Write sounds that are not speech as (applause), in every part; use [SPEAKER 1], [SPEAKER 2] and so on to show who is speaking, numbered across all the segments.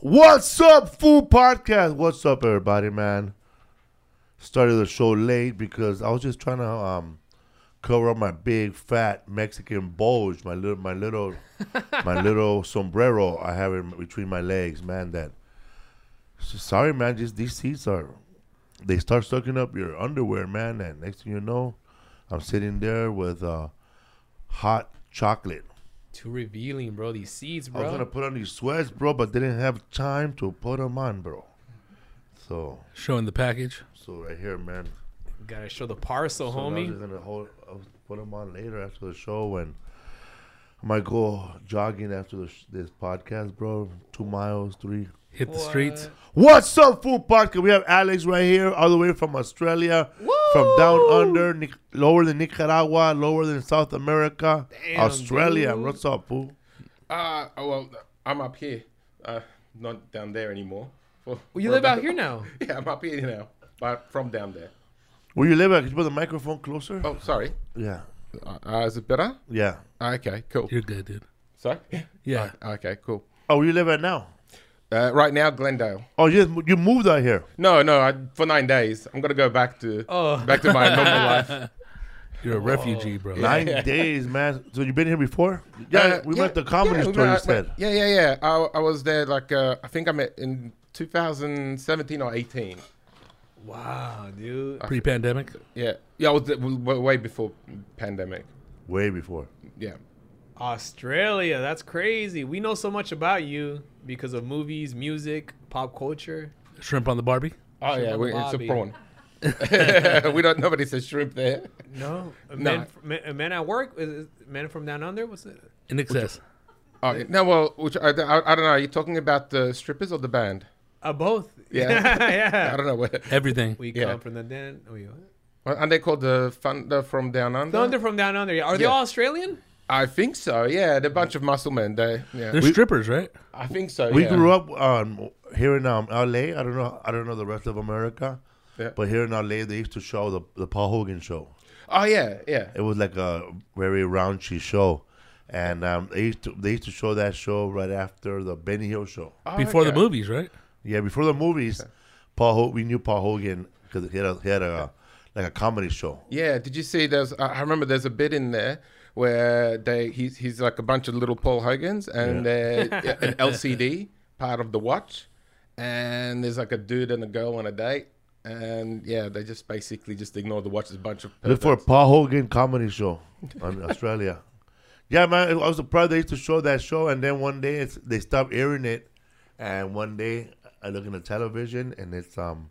[SPEAKER 1] What's up, Fool Podcast? What's up, everybody, man? Started the show late because I was just trying to um cover up my big fat Mexican bulge, my little my little my little sombrero I have in between my legs, man. That so sorry, man. Just these seats are they start sucking up your underwear, man. And next thing you know, I'm sitting there with uh, hot chocolate.
[SPEAKER 2] Too revealing, bro. These seeds,
[SPEAKER 1] I was gonna
[SPEAKER 2] bro.
[SPEAKER 1] put on these sweats, bro, but didn't have time to put them on, bro. So,
[SPEAKER 3] Showing the package.
[SPEAKER 1] so right here, man.
[SPEAKER 2] Gotta show the parcel,
[SPEAKER 1] So I was
[SPEAKER 2] homie.
[SPEAKER 1] just gonna hold, I was put them on later after the show, and I might go jogging after the sh- this podcast, bro. Two miles, three.
[SPEAKER 3] Hit the streets.
[SPEAKER 1] What's up, Food Podcast? We have Alex right here, all the way from Australia, from down under, Nic- lower than Nicaragua, lower than South America,
[SPEAKER 2] Damn,
[SPEAKER 1] Australia.
[SPEAKER 2] dude.
[SPEAKER 1] What's up, fool?
[SPEAKER 4] Uh, oh, well, I'm up here. Uh, not down there anymore. For,
[SPEAKER 2] Well, you
[SPEAKER 4] for
[SPEAKER 2] live out
[SPEAKER 4] about-
[SPEAKER 2] here now.
[SPEAKER 4] Yeah, I'm up here now, but from down there.
[SPEAKER 1] Where you live at? Could you put the microphone closer?
[SPEAKER 4] Oh, sorry.
[SPEAKER 1] Yeah,
[SPEAKER 4] Uh, is it better? Ah,
[SPEAKER 1] yeah.
[SPEAKER 4] Okay, cool.
[SPEAKER 3] You're good, dude.
[SPEAKER 1] (laughs)
[SPEAKER 4] Sorry? Uh,
[SPEAKER 3] Yeah.
[SPEAKER 4] Okay, cool.
[SPEAKER 1] Oh, where you live at now?
[SPEAKER 4] Uh, right now, Glendale.
[SPEAKER 1] Oh, you just, you moved out here.
[SPEAKER 4] No, no, I, for nine days. I'm going to go back to
[SPEAKER 2] Oh.
[SPEAKER 4] back
[SPEAKER 1] (laughs)
[SPEAKER 4] to my normal life.
[SPEAKER 3] You're a refugee, bro.
[SPEAKER 1] Nine
[SPEAKER 4] (laughs)
[SPEAKER 1] days, man. So you been here before? Yeah,
[SPEAKER 4] Uh,
[SPEAKER 1] we met the comedy
[SPEAKER 4] yeah, we
[SPEAKER 1] store.
[SPEAKER 4] met-
[SPEAKER 1] you said.
[SPEAKER 4] Yeah, yeah, yeah. I, I was there, like, uh, I think I met in 2017 or 18.
[SPEAKER 2] Wow, dude.
[SPEAKER 3] Pre-pandemic.
[SPEAKER 4] Yeah. Yeah, I was there w- w- way before pandemic.
[SPEAKER 1] Way before.
[SPEAKER 4] Yeah.
[SPEAKER 2] Australia, that's crazy. We know so much about you because of movies, music, pop culture.
[SPEAKER 3] Shrimp on the Barbie.
[SPEAKER 4] Oh yeah,
[SPEAKER 2] on
[SPEAKER 4] we,
[SPEAKER 2] the
[SPEAKER 4] it's a
[SPEAKER 2] Barbie.
[SPEAKER 4] prawn. (laughs) we don't. Nobody says shrimp there.
[SPEAKER 2] No,
[SPEAKER 4] Nah.
[SPEAKER 2] men, men, men at work, is it men from down under. What's it?
[SPEAKER 3] In excess.
[SPEAKER 4] Oh yeah, no, well, which I, I, I don't know. Are you talking about the strippers or the band?
[SPEAKER 2] Uh, both.
[SPEAKER 4] Yeah. I
[SPEAKER 2] (laughs) yeah.
[SPEAKER 4] don't know. (laughs) Where,
[SPEAKER 3] Everything.
[SPEAKER 2] We
[SPEAKER 4] Yeah.
[SPEAKER 2] come from the den. Oh, you.
[SPEAKER 4] aren't they called the Thunder from Down Under?
[SPEAKER 2] Thunder from down under. yeah. Are they
[SPEAKER 4] Yeah.
[SPEAKER 2] all Australian?
[SPEAKER 4] I think so. Yeah, they're a bunch of muscle men. They. Yeah.
[SPEAKER 3] They're strippers, right?
[SPEAKER 4] I think so.
[SPEAKER 1] We
[SPEAKER 4] yeah.
[SPEAKER 1] grew up um, here in um, L.A. I don't know. I don't know the rest of America,
[SPEAKER 4] Yeah.
[SPEAKER 1] but here in L.A. they used to show the the Paul Hogan show.
[SPEAKER 4] Oh yeah, yeah.
[SPEAKER 1] It was like a very raunchy show, and um, they used to they used to show that show right after the Benny Hill show.
[SPEAKER 4] Oh,
[SPEAKER 3] Before the
[SPEAKER 4] okay.
[SPEAKER 3] movies, right?
[SPEAKER 1] Yeah, before the movies, Paul Ho- we knew Paul Hogan because he had a, he had a like a comedy show.
[SPEAKER 4] Yeah. Did you see? There's. I I remember there's a bit in there where they he's he's like a bunch of little Paul Hogan's and uh, an LCD part of the watch, and there's like a dude and a girl on a date, and yeah, they just basically just ignore the watch. There's a bunch of
[SPEAKER 1] Look for
[SPEAKER 4] perverts.
[SPEAKER 1] a Paul Hogan comedy show in Australia. Yeah, man, I was surprised they used to show that show, and then one day it's, they stopped airing it, and one day I look in the television and it's um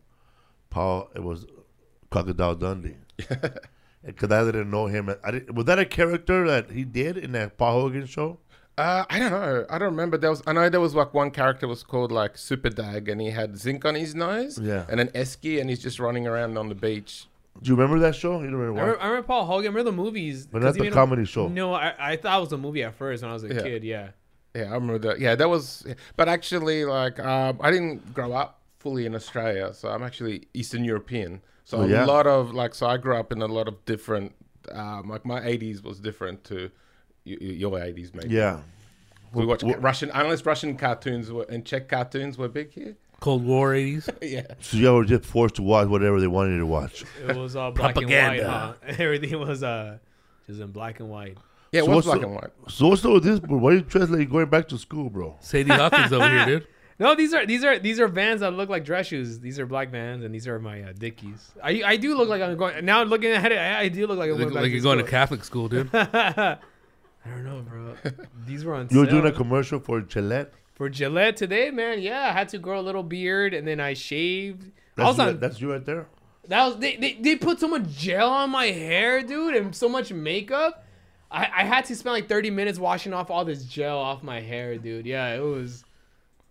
[SPEAKER 1] Paul. It was Crocodile Dundee. Because I didn't know him. I didn't, was that a character that he did in that Paul Hogan show?
[SPEAKER 4] Uh, I don't know. I don't remember. There was. I know there was like one character was called like Super Dag, and he had zinc on his nose.
[SPEAKER 1] Yeah.
[SPEAKER 4] And an esky, and he's just running around on the beach.
[SPEAKER 1] Do you remember that show? You don't remember?
[SPEAKER 2] I remember, I remember Paul Hogan. I remember the movies.
[SPEAKER 1] But
[SPEAKER 2] 'cause
[SPEAKER 1] not the
[SPEAKER 2] even-
[SPEAKER 1] comedy show.
[SPEAKER 2] No, I, I thought it was a movie at first when I was a
[SPEAKER 4] Yeah.
[SPEAKER 2] kid. Yeah.
[SPEAKER 4] Yeah, I remember that. Yeah, that was. But actually, like, um, I didn't grow up fully in Australia, so I'm actually Eastern European. So
[SPEAKER 1] Oh, yeah.
[SPEAKER 4] a lot of like, so I grew up in a lot of different. Um, like my 80s was different to y- y- your 80s, maybe.
[SPEAKER 1] yeah.
[SPEAKER 4] We watched
[SPEAKER 1] Wh-
[SPEAKER 4] Russian, unless Russian cartoons were, and Czech cartoons were big here. (laughs)
[SPEAKER 3] Cold War 80s.
[SPEAKER 4] yeah.
[SPEAKER 1] So y'all were just forced to watch whatever they wanted to watch.
[SPEAKER 2] It was all black
[SPEAKER 3] Propaganda.
[SPEAKER 2] and white. Huh? (laughs) Everything was uh, just in black and white.
[SPEAKER 4] Yeah, it
[SPEAKER 1] So
[SPEAKER 4] was
[SPEAKER 1] what's
[SPEAKER 4] black
[SPEAKER 1] the-
[SPEAKER 4] and white.
[SPEAKER 1] So what's up with this? Bro? Why you dressed like you're going back to school, bro?
[SPEAKER 3] Sadie Hawkins over
[SPEAKER 2] (laughs)
[SPEAKER 3] here, dude.
[SPEAKER 2] No, these are these are these are vans that look like dress shoes. These are black vans, and these are my uh, Dickies. I I do look like I'm going now. Looking at it, I, I do look like I'm
[SPEAKER 3] Like,
[SPEAKER 2] going back
[SPEAKER 3] like you're going to
[SPEAKER 2] school.
[SPEAKER 3] Catholic
[SPEAKER 2] (laughs)
[SPEAKER 3] school, dude.
[SPEAKER 2] I don't know,
[SPEAKER 3] (laughs)
[SPEAKER 2] bro. These were on
[SPEAKER 1] You were
[SPEAKER 2] sale
[SPEAKER 1] doing a commercial for Gillette.
[SPEAKER 2] for Gillette today, man. Yeah, I had to grow a little beard, and then I shaved. I
[SPEAKER 1] That's,
[SPEAKER 2] was
[SPEAKER 1] you,
[SPEAKER 2] on,
[SPEAKER 1] that's you right there.
[SPEAKER 2] That was they, they, they put so much gel on my hair, dude, and so much makeup. I, I had to spend like 30 minutes washing off all this gel off my hair, dude. Yeah, it was.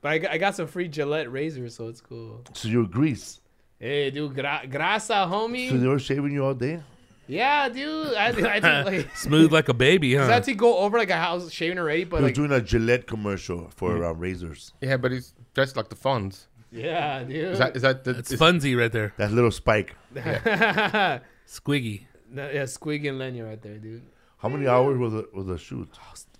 [SPEAKER 2] But I, got- I got some free Gillette razors, so it's cool.
[SPEAKER 1] So you're Greece.
[SPEAKER 2] Hey, dude, gra- grasa,
[SPEAKER 1] So they
[SPEAKER 2] homie.
[SPEAKER 1] were shaving you all day.
[SPEAKER 2] Yeah, dude. I, I think like. (laughs)
[SPEAKER 3] Smooth like a baby,
[SPEAKER 2] I
[SPEAKER 3] huh?
[SPEAKER 2] had to go over like I was shaving already, but
[SPEAKER 1] You were
[SPEAKER 2] like, Mm-hmm.
[SPEAKER 1] doing a Gillette commercial for um, razors.
[SPEAKER 4] Yeah, but he's dressed like the Fonz.
[SPEAKER 2] yeah, dude.
[SPEAKER 4] Is that, is that the.
[SPEAKER 3] That's
[SPEAKER 4] is-
[SPEAKER 3] funsy right there.
[SPEAKER 1] That little spike.
[SPEAKER 2] (laughs)
[SPEAKER 3] Squiggy.
[SPEAKER 2] No, yeah, Squig and Lenny right there, dude.
[SPEAKER 1] How
[SPEAKER 2] Mm-hmm.
[SPEAKER 1] many hours was the was the shoot?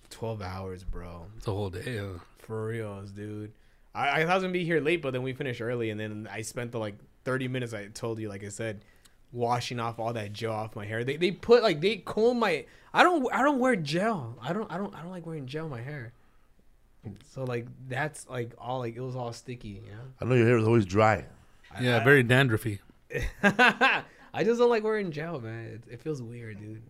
[SPEAKER 2] Twelve hours, bro.
[SPEAKER 3] It's a whole day. huh?
[SPEAKER 2] For reals, dude. I, I thought I was gonna be here late, but then we finished early, and then I spent the like 30 minutes I told you, like I said, washing off all that gel off my hair. They, they put like they comb my. I don't I don't wear gel. I don't I don't I don't like wearing gel in my hair. So like that's like all like it was all sticky, you know. (laughs)
[SPEAKER 1] I know your hair is always dry.
[SPEAKER 3] Yeah, very dandruffy.
[SPEAKER 2] I just don't like wearing gel, man. It, it feels weird, dude.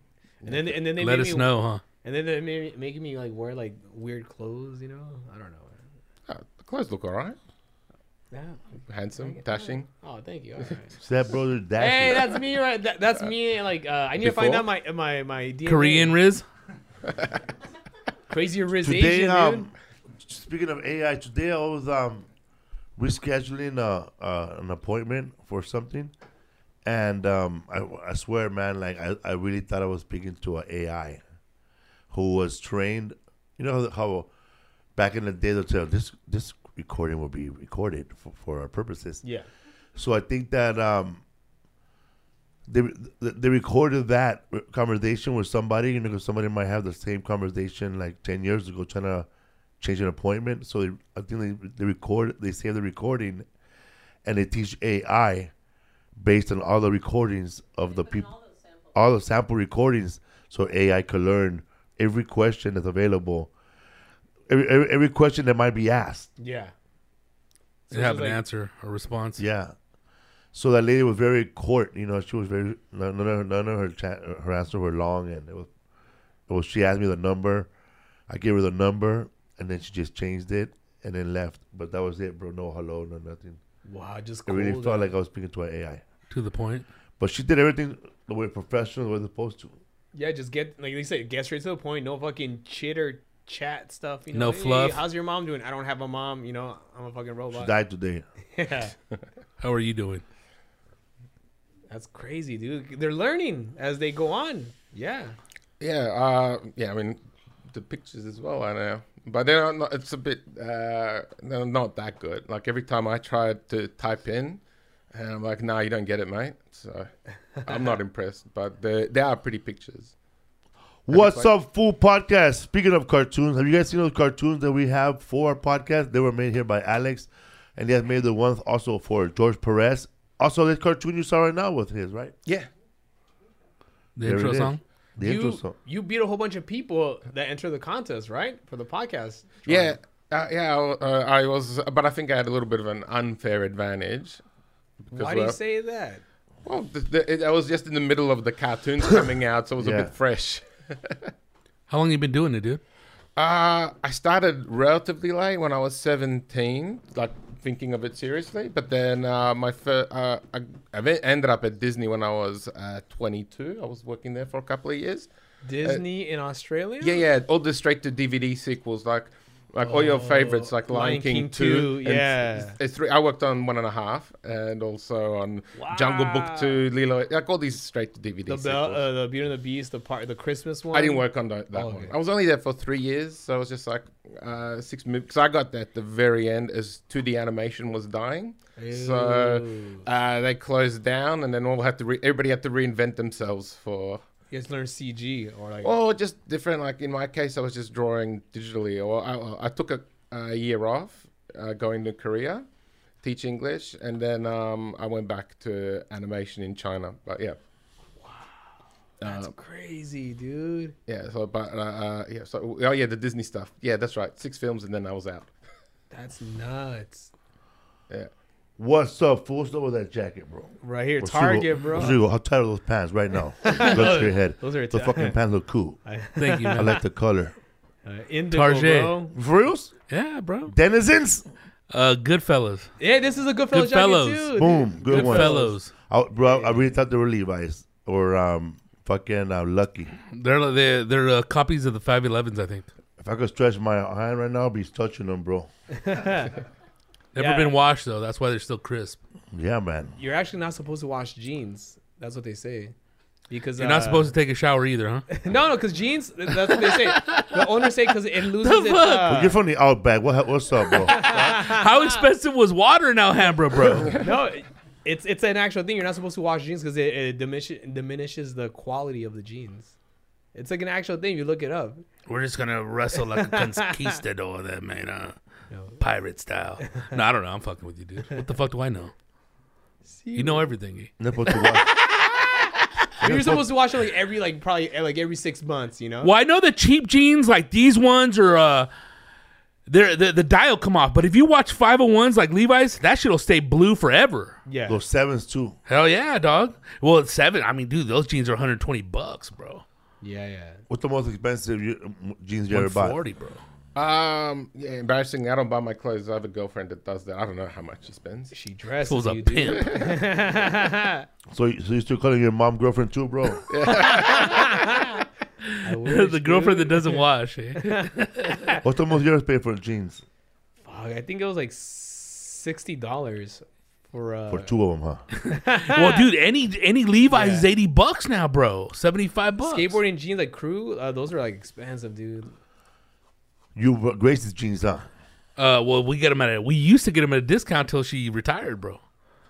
[SPEAKER 2] And then and then they
[SPEAKER 3] Let
[SPEAKER 2] made
[SPEAKER 3] us
[SPEAKER 2] me,
[SPEAKER 3] know, huh?
[SPEAKER 2] And then they made, me- making me like wear like weird clothes, you know. I don't know.
[SPEAKER 4] Ah, the clothes look all right.
[SPEAKER 2] man.
[SPEAKER 4] Handsome, dashing.
[SPEAKER 2] Yeah. Oh, thank you. All right.
[SPEAKER 1] Step brother Dash.
[SPEAKER 2] Hey, that's me, right? That, that's me. Like, uh, I need to find
[SPEAKER 4] Before?
[SPEAKER 2] out my my my DNA.
[SPEAKER 3] Korean Riz.
[SPEAKER 2] crazy
[SPEAKER 1] today,
[SPEAKER 2] Asian, dude.
[SPEAKER 1] um, speaking of AI, today I was um, rescheduling a, uh, an appointment for something, and um, I, I swear, man, like I, I really thought I was speaking to an AI, who was trained. You know how, how back in the day they'll tell this this recording will be recorded for, for our purposes.
[SPEAKER 2] Yeah.
[SPEAKER 1] So I think that um, they they recorded that conversation with somebody, you know, 'cause somebody might have the same conversation like ten years ago, trying to change an appointment. So they, I think they they record, they save the recording, and they teach AI based on all the recordings of the people, all the sample recordings, so AI could learn every question that's available, every every, every question that might be asked.
[SPEAKER 2] Yeah.
[SPEAKER 3] They have
[SPEAKER 2] she's
[SPEAKER 3] an
[SPEAKER 2] like-
[SPEAKER 3] answer, a response.
[SPEAKER 1] Yeah. So that lady was very court, you know. She was very none none of, none of her chat, her answers were long, and it was, it was. She asked me the number, I gave her the number, and then she just changed it and then left. But that was it, bro. No hello, no nothing.
[SPEAKER 2] Wow, just
[SPEAKER 1] It
[SPEAKER 2] cool.
[SPEAKER 1] really felt like I was speaking to an AI.
[SPEAKER 3] To the point.
[SPEAKER 1] But she did everything the way professional, the way they're supposed to.
[SPEAKER 2] yeah, just get like they say, get straight to the point. No fucking chitter chat stuff. You know,
[SPEAKER 3] No
[SPEAKER 2] Hey,
[SPEAKER 3] fluff.
[SPEAKER 2] how's your mom doing? I don't have a mom. You know, I'm a fucking
[SPEAKER 1] She
[SPEAKER 2] robot.
[SPEAKER 1] died today.
[SPEAKER 2] (laughs) Yeah.
[SPEAKER 3] How are you doing?
[SPEAKER 2] That's crazy, dude. They're learning as they go on. Yeah.
[SPEAKER 4] Yeah, uh, yeah. I mean, the pictures as well. I know, but they're not. It's a bit. Uh, they're not that good. Like every time I try to type in, and I'm like, "Nah, you don't get it, mate." So I'm
[SPEAKER 2] (laughs)
[SPEAKER 4] not impressed. But they they are pretty pictures.
[SPEAKER 1] What's up, Fool Podcast? Speaking of cartoons, have you guys seen those cartoons that we have for our podcast? They were made here by Alex, and he has made the ones also for George Perez. Also, this cartoon you saw right now was his, right?
[SPEAKER 4] Yeah,
[SPEAKER 3] The
[SPEAKER 1] There
[SPEAKER 3] intro
[SPEAKER 1] it is.
[SPEAKER 3] song?
[SPEAKER 1] The
[SPEAKER 2] you,
[SPEAKER 1] intro song.
[SPEAKER 2] you beat a whole bunch of people that enter the contest, right? For the podcast.
[SPEAKER 4] yeah. Uh, yeah, I, uh, I was, but I think I had a little bit of an unfair advantage. because
[SPEAKER 2] Why do you
[SPEAKER 4] we're-
[SPEAKER 2] say that?
[SPEAKER 4] Well, the, the, it, I was just in the middle of the cartoons coming out,
[SPEAKER 2] (laughs)
[SPEAKER 4] so it was
[SPEAKER 1] Yeah.
[SPEAKER 4] a bit fresh.
[SPEAKER 3] How long you been doing it, dude?
[SPEAKER 4] Uh, I started relatively late when I was 17, like thinking of it seriously. But then uh, my fir- uh, I, I ve- ended up at Disney when I was uh, 22. I was working there for a couple of years.
[SPEAKER 2] Disney in Australia?
[SPEAKER 4] Yeah, yeah, all the straight to DVD sequels, like like all
[SPEAKER 2] Oh,
[SPEAKER 4] your favorites, like Lion, King, 2. and
[SPEAKER 2] yeah.
[SPEAKER 4] th- th- three, I worked on one and a half and also on Jungle
[SPEAKER 2] Wow.
[SPEAKER 4] Book 2, Lilo, like all these straight to DVD
[SPEAKER 2] The
[SPEAKER 4] sequels.
[SPEAKER 2] Bell, uh, the Beauty and the Beast, the part, the Christmas one.
[SPEAKER 4] I didn't work on that, that
[SPEAKER 2] Oh, okay.
[SPEAKER 4] one. I was only there for three years, so I was just like uh, six minutes. Because I got that at the very end as 2D animation was dying, so
[SPEAKER 2] Ew.
[SPEAKER 4] uh, they closed down, and then all had to re- everybody had to reinvent themselves for.
[SPEAKER 2] you guys learn CG or like
[SPEAKER 4] Or just different. Like in my case, I was just drawing digitally, or I, I took a, a year off, uh, going to Korea, teach English, and then um, I went back to animation in China. But yeah.
[SPEAKER 2] that's crazy, dude.
[SPEAKER 4] Yeah, so but uh, uh, yeah, so oh yeah, the Disney stuff. Yeah, that's right. Six films and then I was out.
[SPEAKER 2] That's nuts.
[SPEAKER 4] Yeah.
[SPEAKER 1] What's up, Fool? What's up with that jacket, bro?
[SPEAKER 2] Right here,
[SPEAKER 1] What's
[SPEAKER 2] Target,
[SPEAKER 1] up-
[SPEAKER 2] bro.
[SPEAKER 1] What's up- I'll tell those pants right now. Look to your head.
[SPEAKER 2] Those are
[SPEAKER 1] The
[SPEAKER 2] ta-
[SPEAKER 1] fucking pants look cool.
[SPEAKER 3] Thank you,
[SPEAKER 1] I
[SPEAKER 3] man.
[SPEAKER 1] like the color.
[SPEAKER 2] (laughs) uh, indigo,
[SPEAKER 3] Target.
[SPEAKER 2] bro.
[SPEAKER 1] For reals?
[SPEAKER 3] yeah, bro.
[SPEAKER 1] Denizens?
[SPEAKER 3] Uh, Goodfellas.
[SPEAKER 2] Yeah, this is a good fellow
[SPEAKER 3] Goodfellas.
[SPEAKER 2] jacket too.
[SPEAKER 1] Boom. Good one.
[SPEAKER 3] Goodfellas.
[SPEAKER 1] I, bro, I really thought they were Levi's or um, fucking uh, Lucky.
[SPEAKER 3] They're they're, they're uh, copies of the 511s, I think.
[SPEAKER 1] If I could stretch my hand right now, I'd be touching them, bro.
[SPEAKER 3] Never
[SPEAKER 2] Yeah.
[SPEAKER 3] been washed though. That's why they're still crisp.
[SPEAKER 1] Yeah, man.
[SPEAKER 2] You're actually not supposed to wash jeans. That's what they say. Because
[SPEAKER 3] You're not supposed to take a shower either, huh?
[SPEAKER 2] to. No, no, because jeans. That's what they say. the owners say because it loses its.
[SPEAKER 3] fuck?
[SPEAKER 2] Uh,
[SPEAKER 1] You're from the Outback. What, what's up, bro?
[SPEAKER 3] How expensive was water in Alhambra, (laughs) bro?
[SPEAKER 2] no, it's it's an actual thing. You're not supposed to wash jeans because it, it diminish, diminishes the quality of the jeans. It's like an actual thing. You look it up.
[SPEAKER 3] We're just gonna wrestle like a conquistador, that man. Uh, pirate style. No, I don't know. I'm fucking with you, dude. What the fuck do I know? You know everything. eh?
[SPEAKER 1] Nipple to watch.
[SPEAKER 2] You're supposed to watch it like every like probably eh, like every six months, you know?
[SPEAKER 3] Well, I know the cheap jeans like these ones are. uh they're, the the dial come off, but if you watch 501s like Levi's, that shit'll stay blue forever.
[SPEAKER 2] Yeah.
[SPEAKER 1] Those sevens too.
[SPEAKER 3] Hell yeah, dog. Well, it's seven. I mean, dude, those jeans are 120 bucks, bro.
[SPEAKER 2] Yeah, yeah.
[SPEAKER 1] What's the most expensive you, jeans you ever bought?
[SPEAKER 3] 140, bro.
[SPEAKER 4] Um, yeah, embarrassing. I don't buy my clothes. I have a girlfriend that does that. I don't know how much she spends.
[SPEAKER 2] She
[SPEAKER 3] This was
[SPEAKER 2] dresses
[SPEAKER 3] a
[SPEAKER 2] you, dude.
[SPEAKER 3] pimp.
[SPEAKER 1] So, you- so you still calling your mom girlfriend too, bro?
[SPEAKER 2] I wish,
[SPEAKER 3] (laughs) the girlfriend
[SPEAKER 2] dude.
[SPEAKER 3] that doesn't wash. eh?
[SPEAKER 1] What's the most you ever paid for jeans?
[SPEAKER 2] Fuck, I think it was like sixty dollars for uh
[SPEAKER 1] For two of them, huh?
[SPEAKER 3] well, dude, any any Levi's
[SPEAKER 2] Yeah.
[SPEAKER 3] is 80 bucks now, bro. 75 bucks.
[SPEAKER 2] skateboarding jeans like crew, uh, those are like expensive, dude.
[SPEAKER 1] You Grace's jeans, huh?
[SPEAKER 3] Uh, well, we get them at a, we used to get them at a discount till she retired, bro.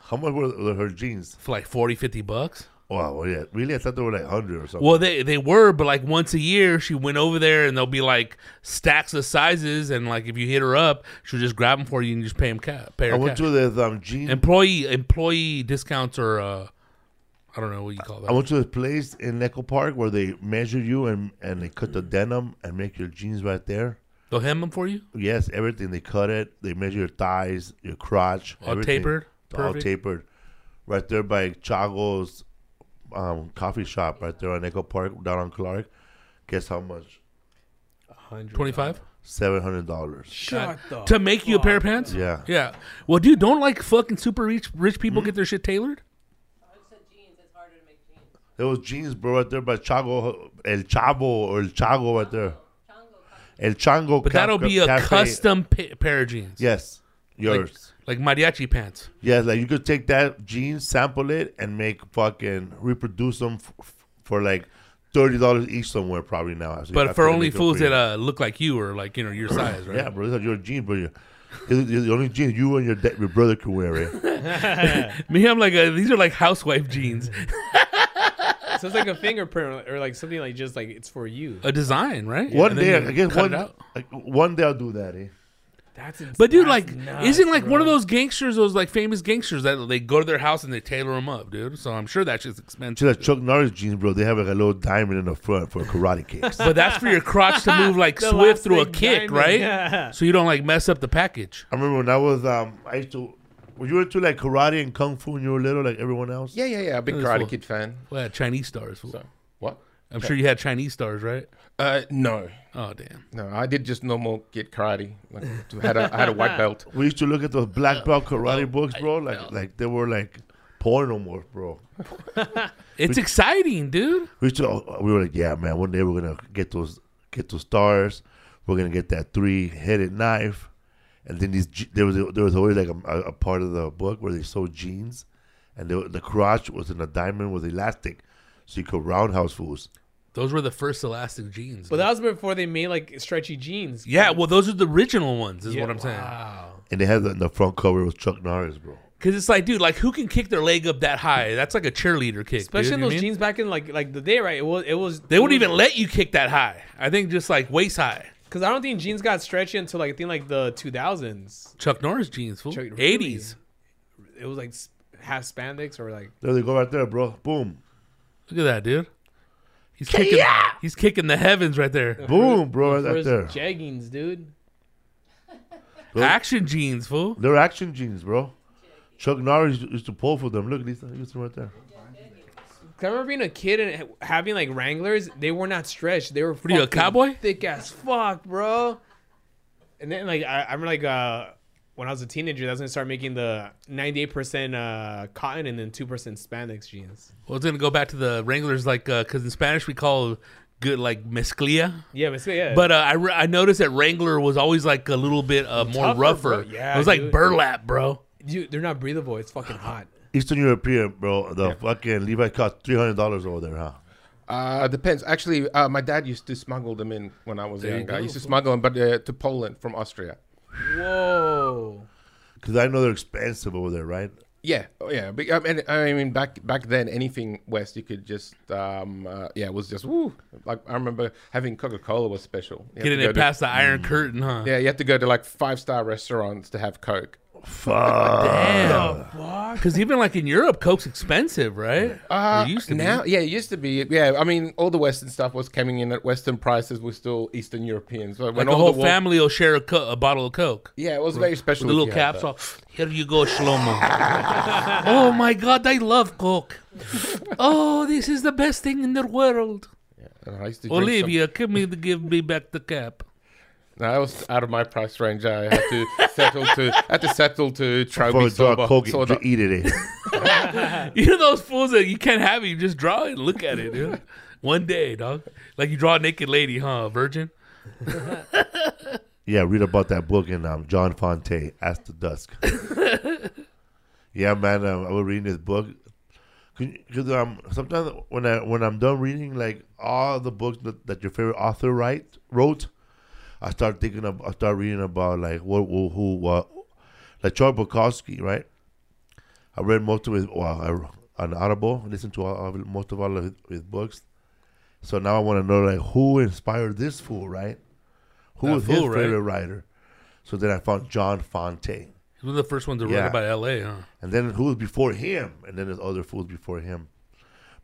[SPEAKER 1] How much were her jeans?
[SPEAKER 3] For like 40, 50 bucks.
[SPEAKER 1] Wow, well, yeah, really? I thought they were like hundred or something.
[SPEAKER 3] Well, they they were, but like once a year, she went over there and there'll be like stacks of sizes, and like if you hit her up, she'll just grab them for you and just pay them cash. Pay her
[SPEAKER 1] I went
[SPEAKER 3] cash.
[SPEAKER 1] to this um jean.
[SPEAKER 3] employee employee discounts or uh, I don't know what you call that.
[SPEAKER 1] I went to this place in Echo Park where they measure you and and they cut the denim and make your jeans right there.
[SPEAKER 3] They'll hem them for you.
[SPEAKER 1] Yes, everything. They cut it. They measure your thighs, your crotch.
[SPEAKER 3] All
[SPEAKER 1] everything.
[SPEAKER 3] tapered?
[SPEAKER 1] All
[SPEAKER 3] Perfect.
[SPEAKER 1] tapered. Right there by Chago's um, coffee shop, right there on Echo Park, down on Clark. Guess how much?
[SPEAKER 2] $100.
[SPEAKER 3] Twenty five
[SPEAKER 1] Seven hundred dollars.
[SPEAKER 2] Shut the
[SPEAKER 3] to make you a pair of pants.
[SPEAKER 1] Yeah. Hmm?
[SPEAKER 3] Yeah. Well, dude, don't like fucking super rich rich people get their shit tailored.
[SPEAKER 5] said jeans, it's harder to make jeans.
[SPEAKER 1] There was jeans, bro, right there by Chago, El Chavo or El Chago, right there.
[SPEAKER 5] Chango, coffee.
[SPEAKER 1] El Chango.
[SPEAKER 3] But that'll be a
[SPEAKER 1] Cafe.
[SPEAKER 3] custom pa- pair of jeans.
[SPEAKER 1] Yes, yours.
[SPEAKER 3] Like mariachi pants.
[SPEAKER 1] Yeah, like you could take that jeans, sample it, and make fucking reproduce them f- f- for like thirty dollars each somewhere probably now. So
[SPEAKER 3] But
[SPEAKER 1] after
[SPEAKER 3] for
[SPEAKER 1] they
[SPEAKER 3] only
[SPEAKER 1] make it
[SPEAKER 3] fools
[SPEAKER 1] for you.
[SPEAKER 3] that uh, look like you or like you know your size, right?
[SPEAKER 1] yeah, bro, these are your jeans, bro. You're, these are the only jeans you and your da- your brother could wear. eh?
[SPEAKER 3] (laughs)
[SPEAKER 1] Right?
[SPEAKER 3] Me, I'm like uh, these are like
[SPEAKER 1] (laughs)
[SPEAKER 3] housewife jeans.
[SPEAKER 2] So it's like a fingerprint or like something like just like it's for you.
[SPEAKER 3] A design, right?
[SPEAKER 1] one
[SPEAKER 3] And then
[SPEAKER 1] day,
[SPEAKER 3] you
[SPEAKER 1] I guess
[SPEAKER 3] cut
[SPEAKER 1] one
[SPEAKER 3] it out.
[SPEAKER 1] like, one day I'll do that. Eh?
[SPEAKER 2] That's ins-
[SPEAKER 3] But dude,
[SPEAKER 2] that's
[SPEAKER 3] like,
[SPEAKER 2] nuts,
[SPEAKER 3] isn't like one of
[SPEAKER 2] bro.
[SPEAKER 3] those gangsters, those like famous gangsters that they go to their house and they tailor them up, dude. So I'm sure that shit's
[SPEAKER 1] Just
[SPEAKER 3] (laughs) expensive.
[SPEAKER 1] like Chuck Norris jeans, bro. They have like a little diamond in the front for karate
[SPEAKER 3] (laughs)
[SPEAKER 1] kicks.
[SPEAKER 3] but that's for your crotch to move
[SPEAKER 2] (laughs)
[SPEAKER 3] like
[SPEAKER 2] The
[SPEAKER 3] swift
[SPEAKER 2] last
[SPEAKER 3] through a
[SPEAKER 2] thing
[SPEAKER 3] kick,
[SPEAKER 2] diamond,
[SPEAKER 3] right?
[SPEAKER 2] yeah.
[SPEAKER 3] So you don't like mess up the package.
[SPEAKER 1] I remember when I was um, I used to. Were you into like karate and kung fu when you were little, like everyone else?
[SPEAKER 4] Yeah, yeah, yeah. Big
[SPEAKER 3] That's cool.
[SPEAKER 4] Karate Kid fan.
[SPEAKER 3] Well, yeah, Chinese stars. fool.
[SPEAKER 4] So what?
[SPEAKER 3] I'm sure you had Chinese stars, right?
[SPEAKER 4] Uh, no,
[SPEAKER 3] Oh damn.
[SPEAKER 4] no. I did just normal kid karate. Like, (laughs) had a, I had a
[SPEAKER 3] (laughs)
[SPEAKER 4] white belt.
[SPEAKER 1] We used to look at those black belt karate books, bro. Like like they were like porno more, bro.
[SPEAKER 3] It's exciting, dude.
[SPEAKER 1] We used to, uh, we were like, yeah, man. One day we're gonna get those get those stars. We're gonna get that three headed knife. And then these je- there was there was always like a, a, a part of the book where they sewed jeans, and the the crotch was in a diamond with elastic, so you could roundhouse fools.
[SPEAKER 3] Those were the first elastic jeans.
[SPEAKER 2] But
[SPEAKER 3] dude.
[SPEAKER 2] that was before they made like stretchy jeans.
[SPEAKER 3] yeah, well, those are the original ones, is
[SPEAKER 2] Yeah,
[SPEAKER 3] what I'm saying.
[SPEAKER 2] Wow.
[SPEAKER 1] And they had the, the front cover was Chuck Norris, bro.
[SPEAKER 3] Because it's like, dude, like who can kick their leg up that high? That's like a cheerleader kick.
[SPEAKER 2] Especially
[SPEAKER 3] dude,
[SPEAKER 2] in
[SPEAKER 3] you
[SPEAKER 2] those
[SPEAKER 3] know what I mean?
[SPEAKER 2] jeans back in like like the day, right? It was it was
[SPEAKER 3] They wouldn't even let you kick that high. I think just like waist high.
[SPEAKER 2] because I don't think jeans got stretchy until like I think like the two thousands.
[SPEAKER 3] Chuck Norris jeans, fool.
[SPEAKER 2] Chuck- really?
[SPEAKER 3] 80s.
[SPEAKER 2] It was like s- half spandex or like
[SPEAKER 1] There they go right there, bro. Boom,
[SPEAKER 3] Look at that, dude. He's kicking. He's kicking the heavens right there.
[SPEAKER 1] boom, bro, right
[SPEAKER 2] first
[SPEAKER 1] there.
[SPEAKER 2] jeggings, dude.
[SPEAKER 3] Action jeans, fool.
[SPEAKER 1] They're action jeans, bro. Chuck Norris used to pull for them. Look at these, look at them right there.
[SPEAKER 2] I remember being a kid and ha- having like Wranglers. They were not stretched. They were
[SPEAKER 3] are you, a
[SPEAKER 2] fucking
[SPEAKER 3] cowboy?
[SPEAKER 2] thick as fuck, bro. And then like I, I'm like uh when I was a teenager, that's when I started making the 98% uh, cotton and then 2% spandex jeans.
[SPEAKER 3] Well, it's gonna go back to the Wranglers, like because in Spanish we call good like mezclilla.
[SPEAKER 2] Yeah, but yeah.
[SPEAKER 3] But uh, I, re- I noticed that Wrangler was always like a little bit uh, more
[SPEAKER 2] Tougher,
[SPEAKER 3] rougher.
[SPEAKER 2] bro. Yeah,
[SPEAKER 3] it was like
[SPEAKER 2] dude.
[SPEAKER 3] burlap, bro.
[SPEAKER 2] Dude, they're not breathable. It's fucking hot.
[SPEAKER 1] Eastern European, bro. The fucking Levi cost three hundred dollars over there, huh?
[SPEAKER 4] Uh, depends. Actually, uh, my dad used to smuggle them in when I was
[SPEAKER 3] you
[SPEAKER 4] younger. I
[SPEAKER 3] go,
[SPEAKER 4] used to smuggle them, but uh, to Poland from Austria.
[SPEAKER 2] Whoa.
[SPEAKER 1] Because I know they're expensive over there, right?
[SPEAKER 4] Yeah, oh, yeah. But I mean, I mean, back back then, anything West, you could just, um, uh, yeah, it was just woo. Like I remember having Coca Cola was special. You had
[SPEAKER 3] Getting
[SPEAKER 4] to go
[SPEAKER 3] it
[SPEAKER 4] to-
[SPEAKER 3] past the Iron Curtain, huh?
[SPEAKER 4] Mm. yeah, you had to go to like five star restaurants to have Coke.
[SPEAKER 1] Fuck.
[SPEAKER 3] Damn. Because even like in Europe, Coke's expensive, right?
[SPEAKER 4] Uh,
[SPEAKER 3] It used to be.
[SPEAKER 4] now, yeah, it used to be. Yeah, I mean, all the Western stuff was coming in at Western prices. We're still Eastern Europeans. But
[SPEAKER 3] Like
[SPEAKER 4] when
[SPEAKER 3] the
[SPEAKER 4] all
[SPEAKER 3] whole
[SPEAKER 4] war-
[SPEAKER 3] family will share a, co- a bottle of Coke.
[SPEAKER 4] Yeah, it was very special.
[SPEAKER 3] The little
[SPEAKER 4] if you had
[SPEAKER 3] caps
[SPEAKER 4] that.
[SPEAKER 3] off. Here you go, Shlomo.
[SPEAKER 4] (laughs)
[SPEAKER 3] oh my God, I love Coke. Oh, this is the best thing in the world.
[SPEAKER 4] And I used to drink some-
[SPEAKER 3] Olivia, give me the, give me back the cap.
[SPEAKER 4] No, that was out of my price range. I had to settle to I had to settle to
[SPEAKER 1] For
[SPEAKER 4] Trobe
[SPEAKER 1] drug
[SPEAKER 4] soda.
[SPEAKER 1] coke,
[SPEAKER 4] soda.
[SPEAKER 1] dr- eat it. (laughs)
[SPEAKER 3] You know those fools that you can't have it. You just draw it and look at it.
[SPEAKER 4] (laughs)
[SPEAKER 3] Dude. One day, dog. Like you draw a naked lady, huh? Virgin.
[SPEAKER 1] Yeah, read about that book in um, John Fonte, Ask the Dusk. yeah, man, um, I was reading this book because um, sometimes when I when I'm done reading like all the books that, that your favorite author write wrote, I start thinking of I start reading about like what who, who what like Charles Bukowski, right? I read most of his well, I, on Audible, listened to all, of- most of all of his, his books. So now I want to know like who inspired this fool, right? Who
[SPEAKER 3] That
[SPEAKER 1] was his
[SPEAKER 3] fool, right?
[SPEAKER 1] favorite writer? So then I found John Fontaine.
[SPEAKER 3] He's One of the first ones to write
[SPEAKER 1] Yeah.
[SPEAKER 3] about L.A. Huh?
[SPEAKER 1] And then who was before him? And then there's other fools before him.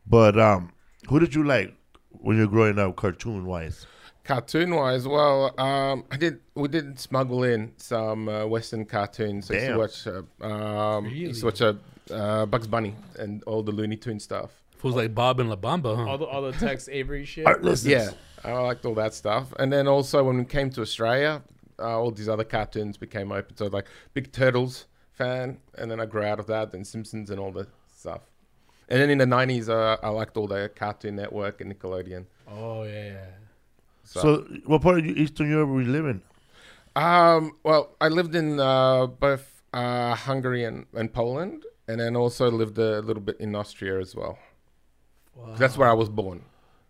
[SPEAKER 1] But um, who did you like when you're growing up, cartoon wise?
[SPEAKER 4] Cartoon wise, well, um, I did. We did smuggle in some uh, Western cartoons. So I used to watch, uh, um, used to watch uh, uh, Bugs Bunny and all the Looney Tune stuff.
[SPEAKER 3] Fools like Bob and La Bamba, huh?
[SPEAKER 4] Oh,
[SPEAKER 3] (laughs)
[SPEAKER 2] All the all the text Avery shit.
[SPEAKER 1] Artless.
[SPEAKER 4] Yeah, I liked all that stuff. And then also when we came to Australia, uh, all these other cartoons became open. So like big Turtles fan, and then I grew out of that, and Simpsons and all the stuff. And then in the nineties, uh, I liked all the Cartoon Network and Nickelodeon.
[SPEAKER 2] Oh yeah.
[SPEAKER 1] So what part of Eastern Europe were you living?
[SPEAKER 4] Um, well, I lived in uh, both uh, Hungary and, and Poland, and then also lived a little bit in Austria as well. That's where I was born.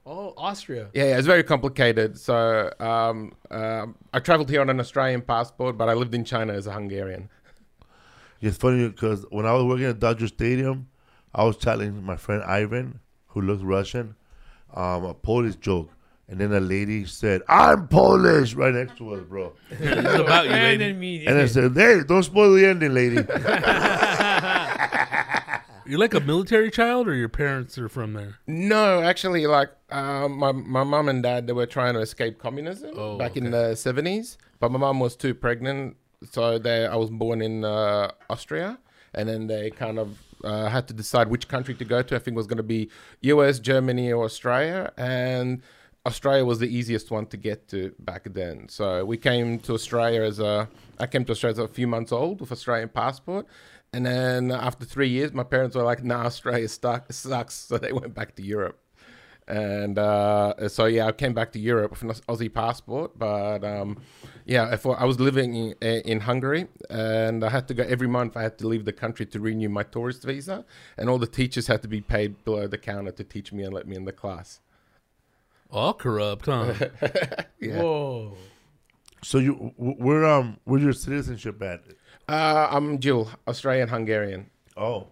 [SPEAKER 2] Oh Austria.
[SPEAKER 4] Yeah, yeah, it's very complicated. So um, um I traveled here on an Australian passport, but I lived in China as a Hungarian.
[SPEAKER 1] It's funny because when I was working at Dodger Stadium, I was telling my friend Ivan, who looks Russian, um, a Polish joke. And then a lady said, I'm Polish, right next to us, bro.
[SPEAKER 3] It's about you,
[SPEAKER 2] And
[SPEAKER 3] lady.
[SPEAKER 2] then me.
[SPEAKER 1] And I said, hey, don't spoil the ending, lady.
[SPEAKER 3] You're like a military child, or your parents are from there.
[SPEAKER 4] No, actually, like uh, my my mum and dad, they were trying to escape communism back in the seventies, but my mum was too pregnant, so they I was born in uh, Austria, and then they kind of uh, had to decide which country to go to. I think it was going to be U.S., Germany, or Australia, and Australia was the easiest one to get to back then. So we came to Australia as a I came to Australia as a few months old with Australian passport. And then after three years, my parents were like, nah, Australia stuck, sucks. So they went back to Europe. And uh, so, yeah, I came back to Europe with an Aus- Aussie passport. But um, yeah, I, thought- I was living in, eh, in Hungary and I had to go every month. I had to leave the country to renew my tourist visa. And all the teachers had to be paid below the counter to teach me and let me in the class.
[SPEAKER 3] All corrupt,
[SPEAKER 4] (laughs)
[SPEAKER 3] huh?
[SPEAKER 2] Whoa.
[SPEAKER 1] so you, wh- where um, where's your citizenship at?
[SPEAKER 4] Uh, I'm dual Australian Hungarian.
[SPEAKER 1] Oh.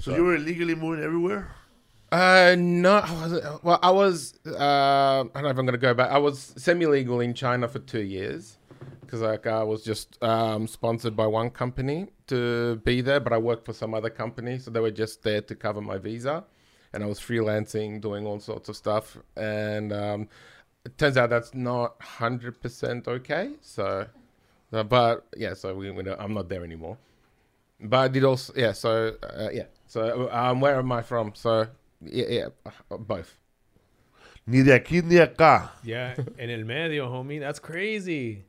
[SPEAKER 1] So you were illegally moving everywhere?
[SPEAKER 4] Uh, no, I wasn't. Well, I was. Uh, I don't know if I'm gonna go back. I was semi-legal in China for two years because like I was just um, sponsored by one company to be there, but I worked for some other company, so they were just there to cover my visa, and I was freelancing, doing all sorts of stuff, and um, it turns out that's not hundred percent okay. So, uh, but yeah, so we, we don't, I'm not there anymore. But I did also, yeah. So uh, yeah. So um, where am I from? So yeah, yeah, uh, both.
[SPEAKER 1] Ni de aquí ni acá.
[SPEAKER 2] Yeah. And el medio, homie. That's crazy.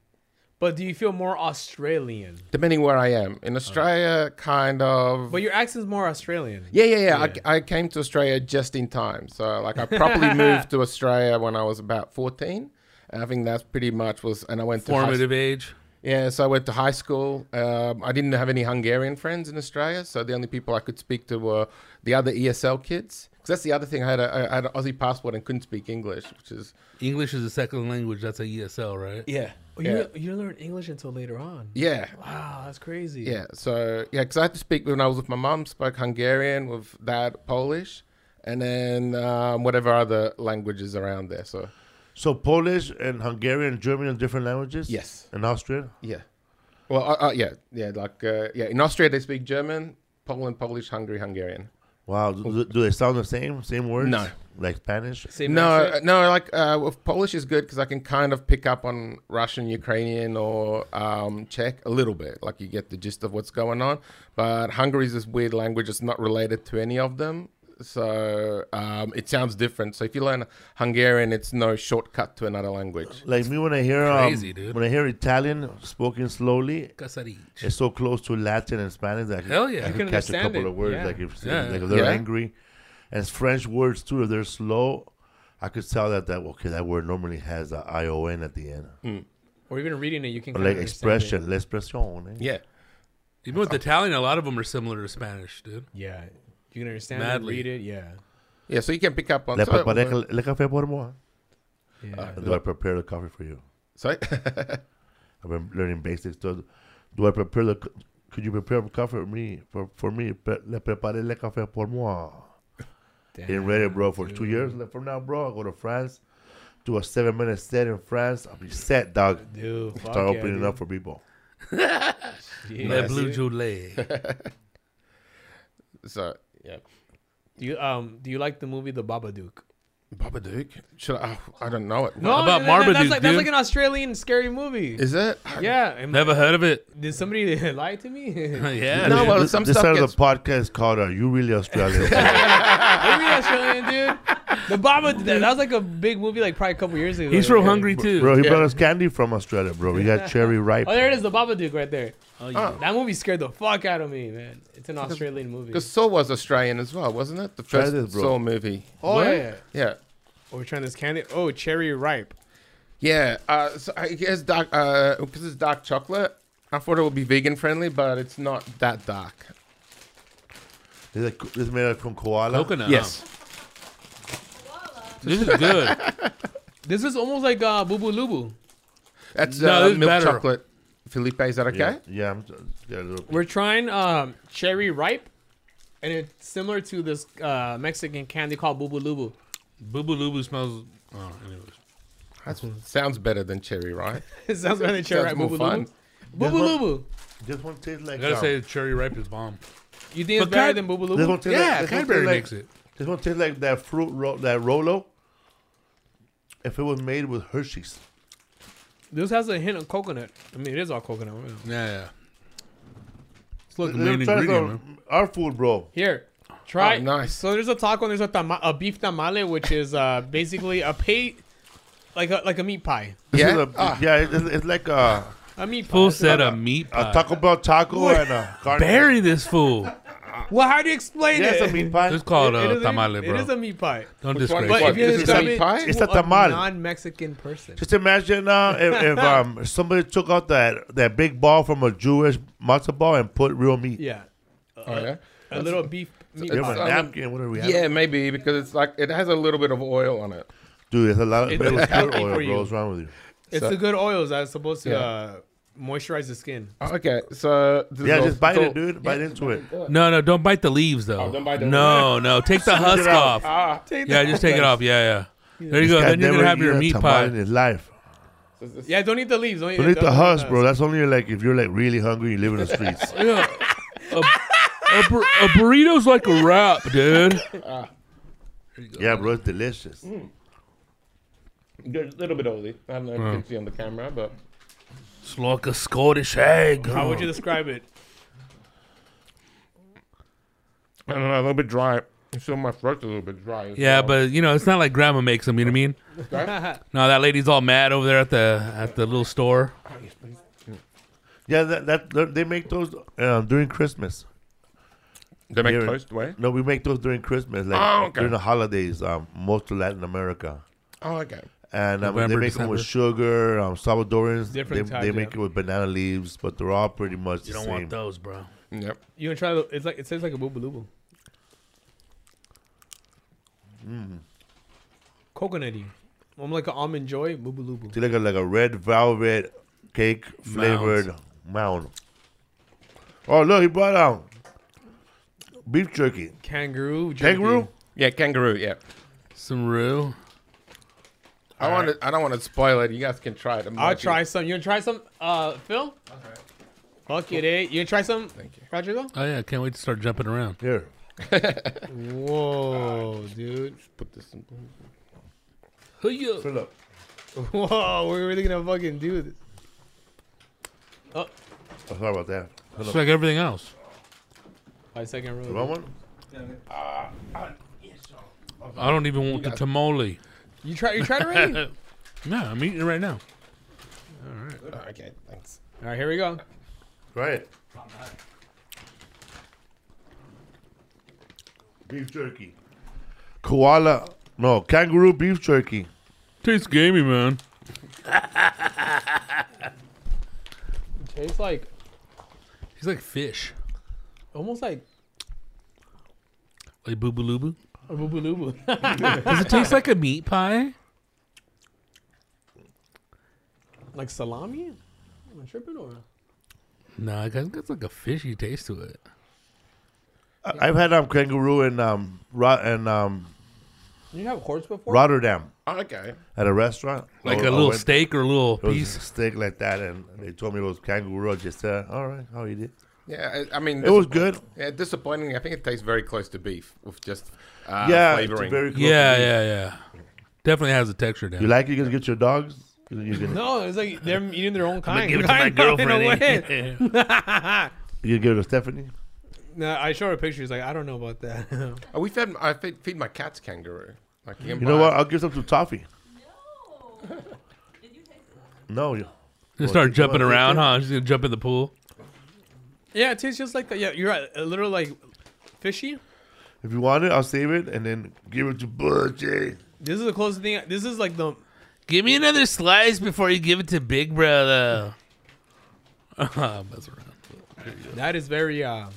[SPEAKER 2] But do you feel more Australian?
[SPEAKER 4] Depending where I am in Australia, kind of.
[SPEAKER 2] But your accent's more Australian.
[SPEAKER 4] yeah, yeah, yeah. I, I came to Australia just in time. So like I probably moved to Australia when I was about fourteen. And I think that's pretty much was, and I went to high-
[SPEAKER 3] Formative age.
[SPEAKER 4] Yeah, so I went to high school. Um, I didn't have any Hungarian friends in Australia, so the only people I could speak to were the other ESL E kids. 'Cause 'Cause that's the other thing. I had, a, I had an Aussie passport and couldn't speak English, which is
[SPEAKER 3] English is a second language. That's a ESL, right?
[SPEAKER 4] yeah,
[SPEAKER 2] Oh, you,
[SPEAKER 4] yeah,
[SPEAKER 2] didn't- you didn't learn English until later on.
[SPEAKER 4] yeah.
[SPEAKER 2] Wow, that's crazy.
[SPEAKER 4] Yeah, so yeah, because I had to speak when I was with my mum, spoke Hungarian with dad, Polish, and then um, whatever other languages around there. So
[SPEAKER 1] So Polish and Hungarian, German are different languages.
[SPEAKER 4] Yes.
[SPEAKER 1] And Austrian.
[SPEAKER 4] yeah, well, uh, uh, yeah, yeah, like uh, yeah, in Austria they speak German, Poland, Polish, Hungary, Hungarian.
[SPEAKER 1] Wow. Do, do they sound the same? Same words?
[SPEAKER 4] No.
[SPEAKER 1] Like Spanish.
[SPEAKER 2] Same
[SPEAKER 4] No, uh,
[SPEAKER 2] accent?
[SPEAKER 4] no, like uh, with Polish is good because I can kind of pick up on Russian, Ukrainian, or um, Czech a little bit. Like you get the gist of what's going on. But Hungary is this weird language; it's not related to any of them, so um, it sounds different. So if you learn Hungarian, it's no shortcut to another language.
[SPEAKER 1] Like me when I hear um,
[SPEAKER 3] Crazy, dude.
[SPEAKER 1] when I hear Italian spoken slowly,
[SPEAKER 3] Casarich.
[SPEAKER 1] it's so close to Latin and Spanish that I can,
[SPEAKER 3] Hell yeah.
[SPEAKER 1] I
[SPEAKER 3] You
[SPEAKER 1] can
[SPEAKER 2] can
[SPEAKER 1] catch a
[SPEAKER 2] understand
[SPEAKER 1] couple
[SPEAKER 2] it,
[SPEAKER 1] of words.
[SPEAKER 2] yeah.
[SPEAKER 1] Like if
[SPEAKER 3] Yeah.
[SPEAKER 1] like if they're
[SPEAKER 4] Yeah.
[SPEAKER 1] angry, and it's French words too. If they're slow, I could tell that that okay that word normally has a I O N at the end,
[SPEAKER 2] Or even reading it, you can
[SPEAKER 1] Or
[SPEAKER 2] kind
[SPEAKER 1] like
[SPEAKER 2] of understand it.
[SPEAKER 1] expression, eh. l'espressione.
[SPEAKER 4] Yeah,
[SPEAKER 3] Even with Italian, a lot of them are similar to Spanish, dude.
[SPEAKER 2] Yeah, you can understand
[SPEAKER 3] Madly.
[SPEAKER 2] it, read it. Yeah.
[SPEAKER 4] yeah. So you can pick up on.
[SPEAKER 1] Le
[SPEAKER 4] so-
[SPEAKER 1] preparé ca- le café por moi.
[SPEAKER 2] Yeah.
[SPEAKER 4] Uh,
[SPEAKER 1] Do I prepare the coffee for you?
[SPEAKER 4] Sorry?
[SPEAKER 1] I've been learning basics. Do, do I prepare the? c- Could you prepare a coffee for me? For for me, Pre- le preparé le café por moi. Been
[SPEAKER 2] Ah,
[SPEAKER 1] ready, bro, for two years le- from now, bro. I go to France, do a seven minute set in France. I'll be set, dog.
[SPEAKER 2] Dude, fuck
[SPEAKER 1] Start
[SPEAKER 2] yeah,
[SPEAKER 1] opening
[SPEAKER 2] dude.
[SPEAKER 1] up for people.
[SPEAKER 2] Yeah,
[SPEAKER 3] Le blue
[SPEAKER 2] dude.
[SPEAKER 3] Joulet.
[SPEAKER 4] (laughs) so yeah,
[SPEAKER 2] Do you um do you like the movie The Babadook?
[SPEAKER 4] Babadook. Should I? oh, I don't know it.
[SPEAKER 2] No,
[SPEAKER 3] about
[SPEAKER 2] that- that-
[SPEAKER 3] Marmaduke,
[SPEAKER 2] That's like, that's
[SPEAKER 3] dude?
[SPEAKER 2] like an Australian scary movie.
[SPEAKER 4] Is it?
[SPEAKER 2] yeah. am-
[SPEAKER 3] (laughs) Never heard of it. (laughs)
[SPEAKER 2] Did somebody (laughs) lie to me? Are
[SPEAKER 3] yeah.
[SPEAKER 4] No,
[SPEAKER 3] dude.
[SPEAKER 4] well,
[SPEAKER 1] this,
[SPEAKER 4] some
[SPEAKER 1] this
[SPEAKER 4] stuff
[SPEAKER 1] side of
[SPEAKER 4] gets-
[SPEAKER 1] the podcast called uh, "You Really
[SPEAKER 2] (laughs)
[SPEAKER 1] Australian."
[SPEAKER 2] you Australian, dude? The Baba. That that was like a big movie, like probably a couple years ago.
[SPEAKER 3] He's from
[SPEAKER 2] Yeah.
[SPEAKER 3] Hungary too.
[SPEAKER 1] bro, he
[SPEAKER 4] Yeah.
[SPEAKER 1] brought us candy from Australia, bro. We got cherry ripe.
[SPEAKER 2] Oh, there it is, The Babadook, right there.
[SPEAKER 3] Oh,
[SPEAKER 4] Oh.
[SPEAKER 2] That movie scared the fuck out of me, man. It's an Australian movie.
[SPEAKER 4] Because Saw was Australian as well, wasn't it? The
[SPEAKER 1] Try
[SPEAKER 4] first
[SPEAKER 1] this, bro.
[SPEAKER 4] Saw movie.
[SPEAKER 2] Oh yeah.
[SPEAKER 4] Yeah.
[SPEAKER 2] Oh, we're trying this candy. Oh, cherry ripe.
[SPEAKER 4] Yeah, uh, so I guess dark uh, because it's dark chocolate. I thought it would be vegan friendly, but it's not that dark.
[SPEAKER 1] Is it co- This is made out from koala.
[SPEAKER 3] Oh. Coconut.
[SPEAKER 4] Yes,
[SPEAKER 3] huh? This is good. (laughs)
[SPEAKER 2] This is almost like uh, Boo Boo Lubu.
[SPEAKER 4] that's
[SPEAKER 3] No,
[SPEAKER 4] uh,
[SPEAKER 3] this is
[SPEAKER 4] milk
[SPEAKER 3] better.
[SPEAKER 4] chocolate. Felipe, is that okay?
[SPEAKER 1] Yeah, yeah. I'm, yeah a little bit.
[SPEAKER 2] We're trying um, cherry ripe, and it's similar to this uh, Mexican candy called Boo (laughs) Boo Lubu.
[SPEAKER 3] Boo Boo Lubu smells. Oh, anyways.
[SPEAKER 4] That sounds better than
[SPEAKER 3] (laughs)
[SPEAKER 4] cherry, right?
[SPEAKER 2] it sounds better than cherry ripe.
[SPEAKER 4] sounds
[SPEAKER 2] Boo Boo
[SPEAKER 4] more fun.
[SPEAKER 2] Lubu. Boo Boo
[SPEAKER 1] Yeah.
[SPEAKER 2] Lubu.
[SPEAKER 1] This one tastes
[SPEAKER 3] I
[SPEAKER 1] like.
[SPEAKER 3] gotta
[SPEAKER 1] um,
[SPEAKER 3] say, cherry ripe is bomb.
[SPEAKER 2] You think it's
[SPEAKER 3] But
[SPEAKER 2] better
[SPEAKER 3] Cad-
[SPEAKER 2] than Boo Boo
[SPEAKER 1] this one
[SPEAKER 2] Lubu?
[SPEAKER 1] tastes
[SPEAKER 3] Yeah,
[SPEAKER 1] like, this one tastes
[SPEAKER 3] Cadbury
[SPEAKER 1] like-
[SPEAKER 3] makes it.
[SPEAKER 1] This one tastes like that fruit ro- that Rolo. If it was made with Hershey's,
[SPEAKER 2] This has a hint of coconut. I mean, it is all coconut. right?
[SPEAKER 3] Yeah, yeah. It's like the
[SPEAKER 1] Let
[SPEAKER 3] main
[SPEAKER 1] me try
[SPEAKER 3] ingredient,
[SPEAKER 1] some-
[SPEAKER 3] man.
[SPEAKER 1] our food, bro.
[SPEAKER 2] Here, try.
[SPEAKER 4] Oh, nice.
[SPEAKER 2] So there's a taco and there's a, tama- a beef tamale, which is uh, basically a pay, like a like a meat pie.
[SPEAKER 1] This
[SPEAKER 4] Yeah?
[SPEAKER 1] is a-
[SPEAKER 4] Ah.
[SPEAKER 1] yeah. It's, it's like a,
[SPEAKER 2] A meat
[SPEAKER 3] Full
[SPEAKER 2] pie.
[SPEAKER 3] set of meat
[SPEAKER 1] a
[SPEAKER 3] pie.
[SPEAKER 1] Taco Bell taco and a carne.
[SPEAKER 3] Bury this fool.
[SPEAKER 2] Well, how do you explain
[SPEAKER 1] Yeah,
[SPEAKER 2] it?
[SPEAKER 1] it's a meat pie.
[SPEAKER 3] It's called
[SPEAKER 2] It
[SPEAKER 3] a
[SPEAKER 2] is a meat-
[SPEAKER 3] tamale,
[SPEAKER 2] It
[SPEAKER 3] bro.
[SPEAKER 2] is a meat pie.
[SPEAKER 3] Don't
[SPEAKER 4] Which one?
[SPEAKER 3] disgrace.
[SPEAKER 4] Which
[SPEAKER 2] But
[SPEAKER 4] one?
[SPEAKER 2] if you
[SPEAKER 4] This is a
[SPEAKER 2] describe
[SPEAKER 4] meat
[SPEAKER 2] it
[SPEAKER 4] pie?
[SPEAKER 1] It's a
[SPEAKER 2] to
[SPEAKER 1] tamal.
[SPEAKER 2] Non-Mexican person.
[SPEAKER 1] Just imagine now if, if um somebody took out that that big ball from a Jewish matzo ball and put real meat.
[SPEAKER 2] Yeah,
[SPEAKER 4] Oh, yeah.
[SPEAKER 2] a little beef meat
[SPEAKER 1] You have
[SPEAKER 4] It's-
[SPEAKER 1] a
[SPEAKER 4] um,
[SPEAKER 2] pie.
[SPEAKER 1] napkin. What are we?
[SPEAKER 4] Yeah, maybe because it's like it has a little bit of oil on it.
[SPEAKER 1] dude, it's a lot of
[SPEAKER 2] It's
[SPEAKER 1] it was
[SPEAKER 2] healthy
[SPEAKER 1] clear oil,
[SPEAKER 2] for
[SPEAKER 1] bro.
[SPEAKER 2] you.
[SPEAKER 1] What's wrong with you?
[SPEAKER 2] It's
[SPEAKER 4] So-
[SPEAKER 2] the good oils that's supposed to
[SPEAKER 4] Yeah.
[SPEAKER 2] uh, moisturize the skin.
[SPEAKER 4] Oh, Okay, so this is
[SPEAKER 1] Yeah,
[SPEAKER 4] all-
[SPEAKER 1] just bite
[SPEAKER 4] so-
[SPEAKER 1] it, dude. Bite into it.
[SPEAKER 3] No, no, don't bite the leaves though.
[SPEAKER 4] Oh, don't bite the
[SPEAKER 3] no, no, take the husk
[SPEAKER 1] out.
[SPEAKER 3] off. yeah, just take it off. Yeah, yeah. There you go.
[SPEAKER 1] Guy
[SPEAKER 3] Then you're
[SPEAKER 1] never
[SPEAKER 3] gonna have
[SPEAKER 1] eat
[SPEAKER 3] your
[SPEAKER 1] a
[SPEAKER 3] meat
[SPEAKER 1] tamal
[SPEAKER 3] pie.
[SPEAKER 1] in his life.
[SPEAKER 2] Yeah, don't eat the leaves. Don't,
[SPEAKER 1] Don't eat the
[SPEAKER 2] don't
[SPEAKER 1] husk, bro. That's only like if you're like really hungry, you live in the
[SPEAKER 2] (laughs)
[SPEAKER 1] streets.
[SPEAKER 3] Yeah. A, a bur- a burrito's like a wrap, dude.
[SPEAKER 1] yeah, bro, it's delicious.
[SPEAKER 2] Mm.
[SPEAKER 4] Good, a little bit oily. I don't know if you
[SPEAKER 3] Mm.
[SPEAKER 4] can see on the camera, but
[SPEAKER 3] It's like a Scottish egg.
[SPEAKER 2] How would you describe it?
[SPEAKER 4] I don't know, a little bit dry. So my throat's a little bit dry. as
[SPEAKER 3] Yeah,
[SPEAKER 4] well.
[SPEAKER 3] but you know, it's not like grandma makes them, you know what I mean?
[SPEAKER 2] (laughs)
[SPEAKER 3] No, that lady's all mad over there at the at the little store.
[SPEAKER 1] Yeah, that, that that- they make those uh, during Christmas.
[SPEAKER 4] they make
[SPEAKER 1] Here-
[SPEAKER 4] toast, right?
[SPEAKER 1] No, we make those during Christmas, like
[SPEAKER 4] Oh, okay.
[SPEAKER 1] during the holidays. Um, most of Latin America,
[SPEAKER 4] Oh, okay.
[SPEAKER 1] and um, they
[SPEAKER 3] November,
[SPEAKER 1] make them with sugar. Um, Salvadorans,
[SPEAKER 2] Different
[SPEAKER 1] they,
[SPEAKER 2] type,
[SPEAKER 1] they
[SPEAKER 2] yeah.
[SPEAKER 1] make it with banana leaves, but they're all pretty much the same.
[SPEAKER 3] those, bro.
[SPEAKER 4] Yep.
[SPEAKER 2] You gonna try? The, it's like it tastes like a boobaloo. Coconutty. I'm like an almond joy. Boobalooboo.
[SPEAKER 1] It's like a, like a red velvet cake flavored mound. Oh, look, he brought out beef jerky.
[SPEAKER 2] Kangaroo. jerky.
[SPEAKER 1] Kangaroo?
[SPEAKER 4] Yeah, kangaroo. Yeah.
[SPEAKER 3] Some real.
[SPEAKER 4] I want to. I don't want to spoil it. You guys can try it. I'm
[SPEAKER 2] I'll
[SPEAKER 4] lucky.
[SPEAKER 2] try some. You gonna try some? Uh, Phil. Fuck it, eh? You gonna try some? Thank you. Rodrigo.
[SPEAKER 3] Oh yeah, I can't wait to start jumping around.
[SPEAKER 1] Here.
[SPEAKER 2] Whoa, dude. (laughs)
[SPEAKER 4] Put this in.
[SPEAKER 3] Hoo-ya.
[SPEAKER 1] Philip.
[SPEAKER 2] Whoa, we're really gonna fucking do this. Oh,
[SPEAKER 1] Oh, sorry about that.
[SPEAKER 3] It's like everything else.
[SPEAKER 2] five second
[SPEAKER 1] You want
[SPEAKER 2] rule.
[SPEAKER 1] one?
[SPEAKER 3] I don't even want the tamale.
[SPEAKER 2] You try. You tried already. All
[SPEAKER 3] No, I'm eating it right now.
[SPEAKER 4] okay, thanks.
[SPEAKER 2] right, here we go.
[SPEAKER 1] Try it. Beef jerky. Koala. No, kangaroo beef jerky.
[SPEAKER 3] Tastes gamey, man.
[SPEAKER 2] Tastes like
[SPEAKER 3] He's like fish.
[SPEAKER 2] almost like
[SPEAKER 3] Like boo boo
[SPEAKER 2] a boobalooboo.
[SPEAKER 3] Does it taste like a meat pie?
[SPEAKER 2] (laughs) like salami. Am I tripping or?
[SPEAKER 3] No, I think it's like a fishy taste to it.
[SPEAKER 1] I- I've had um, kangaroo in um, Ro- in, um,
[SPEAKER 2] You have horse before?
[SPEAKER 1] Rotterdam
[SPEAKER 4] Okay.
[SPEAKER 1] at a restaurant. Oh,
[SPEAKER 3] Like
[SPEAKER 1] I-
[SPEAKER 3] a
[SPEAKER 1] I
[SPEAKER 3] little
[SPEAKER 1] went-
[SPEAKER 3] steak or a little
[SPEAKER 1] It was a
[SPEAKER 3] piece.
[SPEAKER 1] steak like that, and they told me it was kangaroo. I just said, all right, how you did.
[SPEAKER 4] Yeah, I, I mean,
[SPEAKER 1] It was good.
[SPEAKER 4] Yeah, disappointing. I think it tastes very close to beef with just uh,
[SPEAKER 1] yeah, it's
[SPEAKER 4] flavoring.
[SPEAKER 1] very close to
[SPEAKER 3] Yeah,
[SPEAKER 1] beef.
[SPEAKER 3] yeah, yeah. Definitely has a texture down.
[SPEAKER 1] You like it? You gonna get your dogs? You you gonna,
[SPEAKER 2] No, it's like they're eating their own kind. (laughs)
[SPEAKER 3] (laughs) give it to my
[SPEAKER 2] I know, in a way.
[SPEAKER 3] girlfriend.
[SPEAKER 1] you gonna give it to Stephanie?
[SPEAKER 2] No, I showed her pictures. Like I don't know about that. (laughs)
[SPEAKER 4] Oh, we fed. I fed, feed my cats kangaroo. Like
[SPEAKER 1] You know what? I'll give some to Toffee.
[SPEAKER 5] No. Did you taste it?
[SPEAKER 1] No, you-
[SPEAKER 3] Just start
[SPEAKER 1] Well, you
[SPEAKER 3] jumping
[SPEAKER 1] wanna take
[SPEAKER 3] around,
[SPEAKER 1] it?
[SPEAKER 3] huh? Just gonna jump in the pool.
[SPEAKER 2] yeah, it tastes just like that. Yeah, you're right. A little like fishy.
[SPEAKER 1] if you want it, I'll save it and then give it to Budgie.
[SPEAKER 2] This is the closest thing. This is like the
[SPEAKER 3] Give me another slice before you give it to Big Brother. (laughs) Uh, mess around.
[SPEAKER 2] that is very um.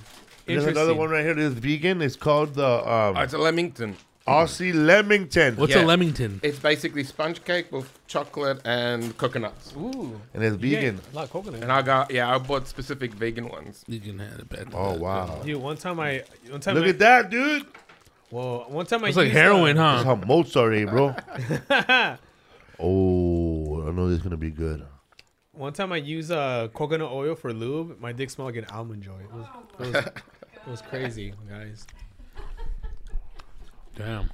[SPEAKER 1] There's
[SPEAKER 2] interesting.
[SPEAKER 1] another one right here. This vegan. It's called the um,
[SPEAKER 4] Oh, it's a lamington.
[SPEAKER 1] Aussie Lemington,
[SPEAKER 3] What's
[SPEAKER 4] Yeah.
[SPEAKER 3] a Lemington?
[SPEAKER 4] It's basically sponge cake with chocolate and coconuts.
[SPEAKER 2] Ooh,
[SPEAKER 1] and it's
[SPEAKER 2] you
[SPEAKER 1] vegan.
[SPEAKER 2] get A lot of coconut.
[SPEAKER 4] And I got yeah, I bought specific vegan ones.
[SPEAKER 3] You can have it back. to
[SPEAKER 1] Oh
[SPEAKER 3] that.
[SPEAKER 1] wow!
[SPEAKER 2] Dude, one time I, one time
[SPEAKER 1] Look
[SPEAKER 2] I,
[SPEAKER 1] at that, dude.
[SPEAKER 2] Whoa, one time I.
[SPEAKER 3] It's like
[SPEAKER 2] used, uh,
[SPEAKER 3] heroin,
[SPEAKER 1] That's
[SPEAKER 3] huh?
[SPEAKER 1] how Mozart ate, bro. oh, I know this is gonna be good.
[SPEAKER 2] One time I used uh, coconut oil for lube. My dick smelled like an almond joy. It was, it was, it was crazy, guys.
[SPEAKER 3] Damn.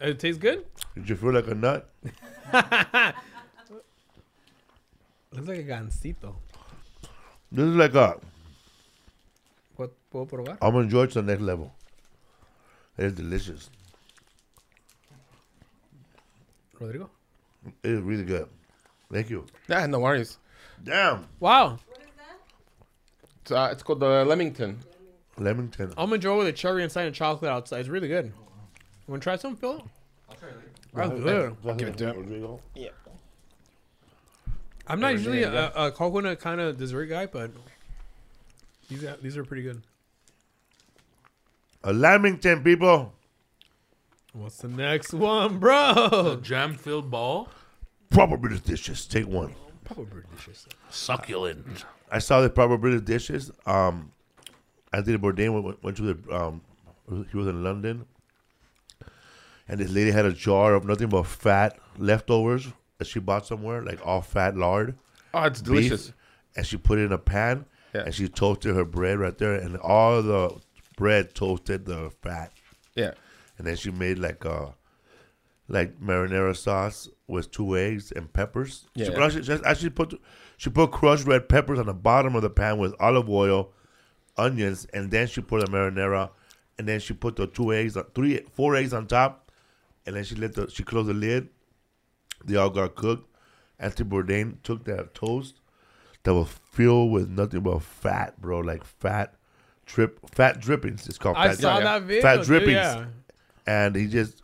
[SPEAKER 2] It tastes good.
[SPEAKER 1] Did you feel like a nut?
[SPEAKER 2] Looks like a gansito.
[SPEAKER 1] This is like a
[SPEAKER 2] What? Puedo probar?
[SPEAKER 1] almond joy to the next level. It's delicious.
[SPEAKER 2] Rodrigo.
[SPEAKER 1] It is really good. Thank you.
[SPEAKER 4] Yeah, no worries.
[SPEAKER 1] Damn,
[SPEAKER 2] Wow,
[SPEAKER 5] What is that?
[SPEAKER 4] It's, uh, it's called the lamington.
[SPEAKER 1] Lemington.
[SPEAKER 4] Oh,
[SPEAKER 2] almond joy with a cherry inside and chocolate outside. It's really good. You want to try some, Phil? I'll try later. good.
[SPEAKER 1] Give
[SPEAKER 4] it to
[SPEAKER 2] I'm not usually a, a coconut kind of dessert guy, but these are, these are pretty good.
[SPEAKER 1] A Lamington, people.
[SPEAKER 2] What's the next one, bro?
[SPEAKER 3] Jam filled ball.
[SPEAKER 1] Proper British dishes. Take one.
[SPEAKER 2] Probably delicious.
[SPEAKER 3] Succulent.
[SPEAKER 1] I saw the proper British dishes. Um, Anthony Bourdain went, went, went to the. Um, he was in London, and this lady had a jar of nothing but fat leftovers that she bought somewhere, like all fat lard,
[SPEAKER 4] Oh, it's
[SPEAKER 1] beef,
[SPEAKER 4] delicious.
[SPEAKER 1] and she put it in a pan,
[SPEAKER 4] Yeah.
[SPEAKER 1] and she toasted her bread right there, and all the bread toasted the fat.
[SPEAKER 4] Yeah.
[SPEAKER 1] and then she made like a like marinara sauce with two eggs and peppers. She,
[SPEAKER 4] Yeah.
[SPEAKER 1] put- actually, she actually put she put crushed red peppers on the bottom of the pan with olive oil, onions, and then she put a marinara, and then she put the two eggs, on- three, four eggs on top, and then she let the she closed the lid. They all got cooked. Anthony Bourdain took that toast that was filled with nothing but fat, bro, like fat drip, fat drippings. It's called.
[SPEAKER 2] I
[SPEAKER 1] fat
[SPEAKER 2] saw
[SPEAKER 4] yeah.
[SPEAKER 2] that video.
[SPEAKER 1] Fat
[SPEAKER 2] dude,
[SPEAKER 1] drippings.
[SPEAKER 2] yeah.
[SPEAKER 1] and he just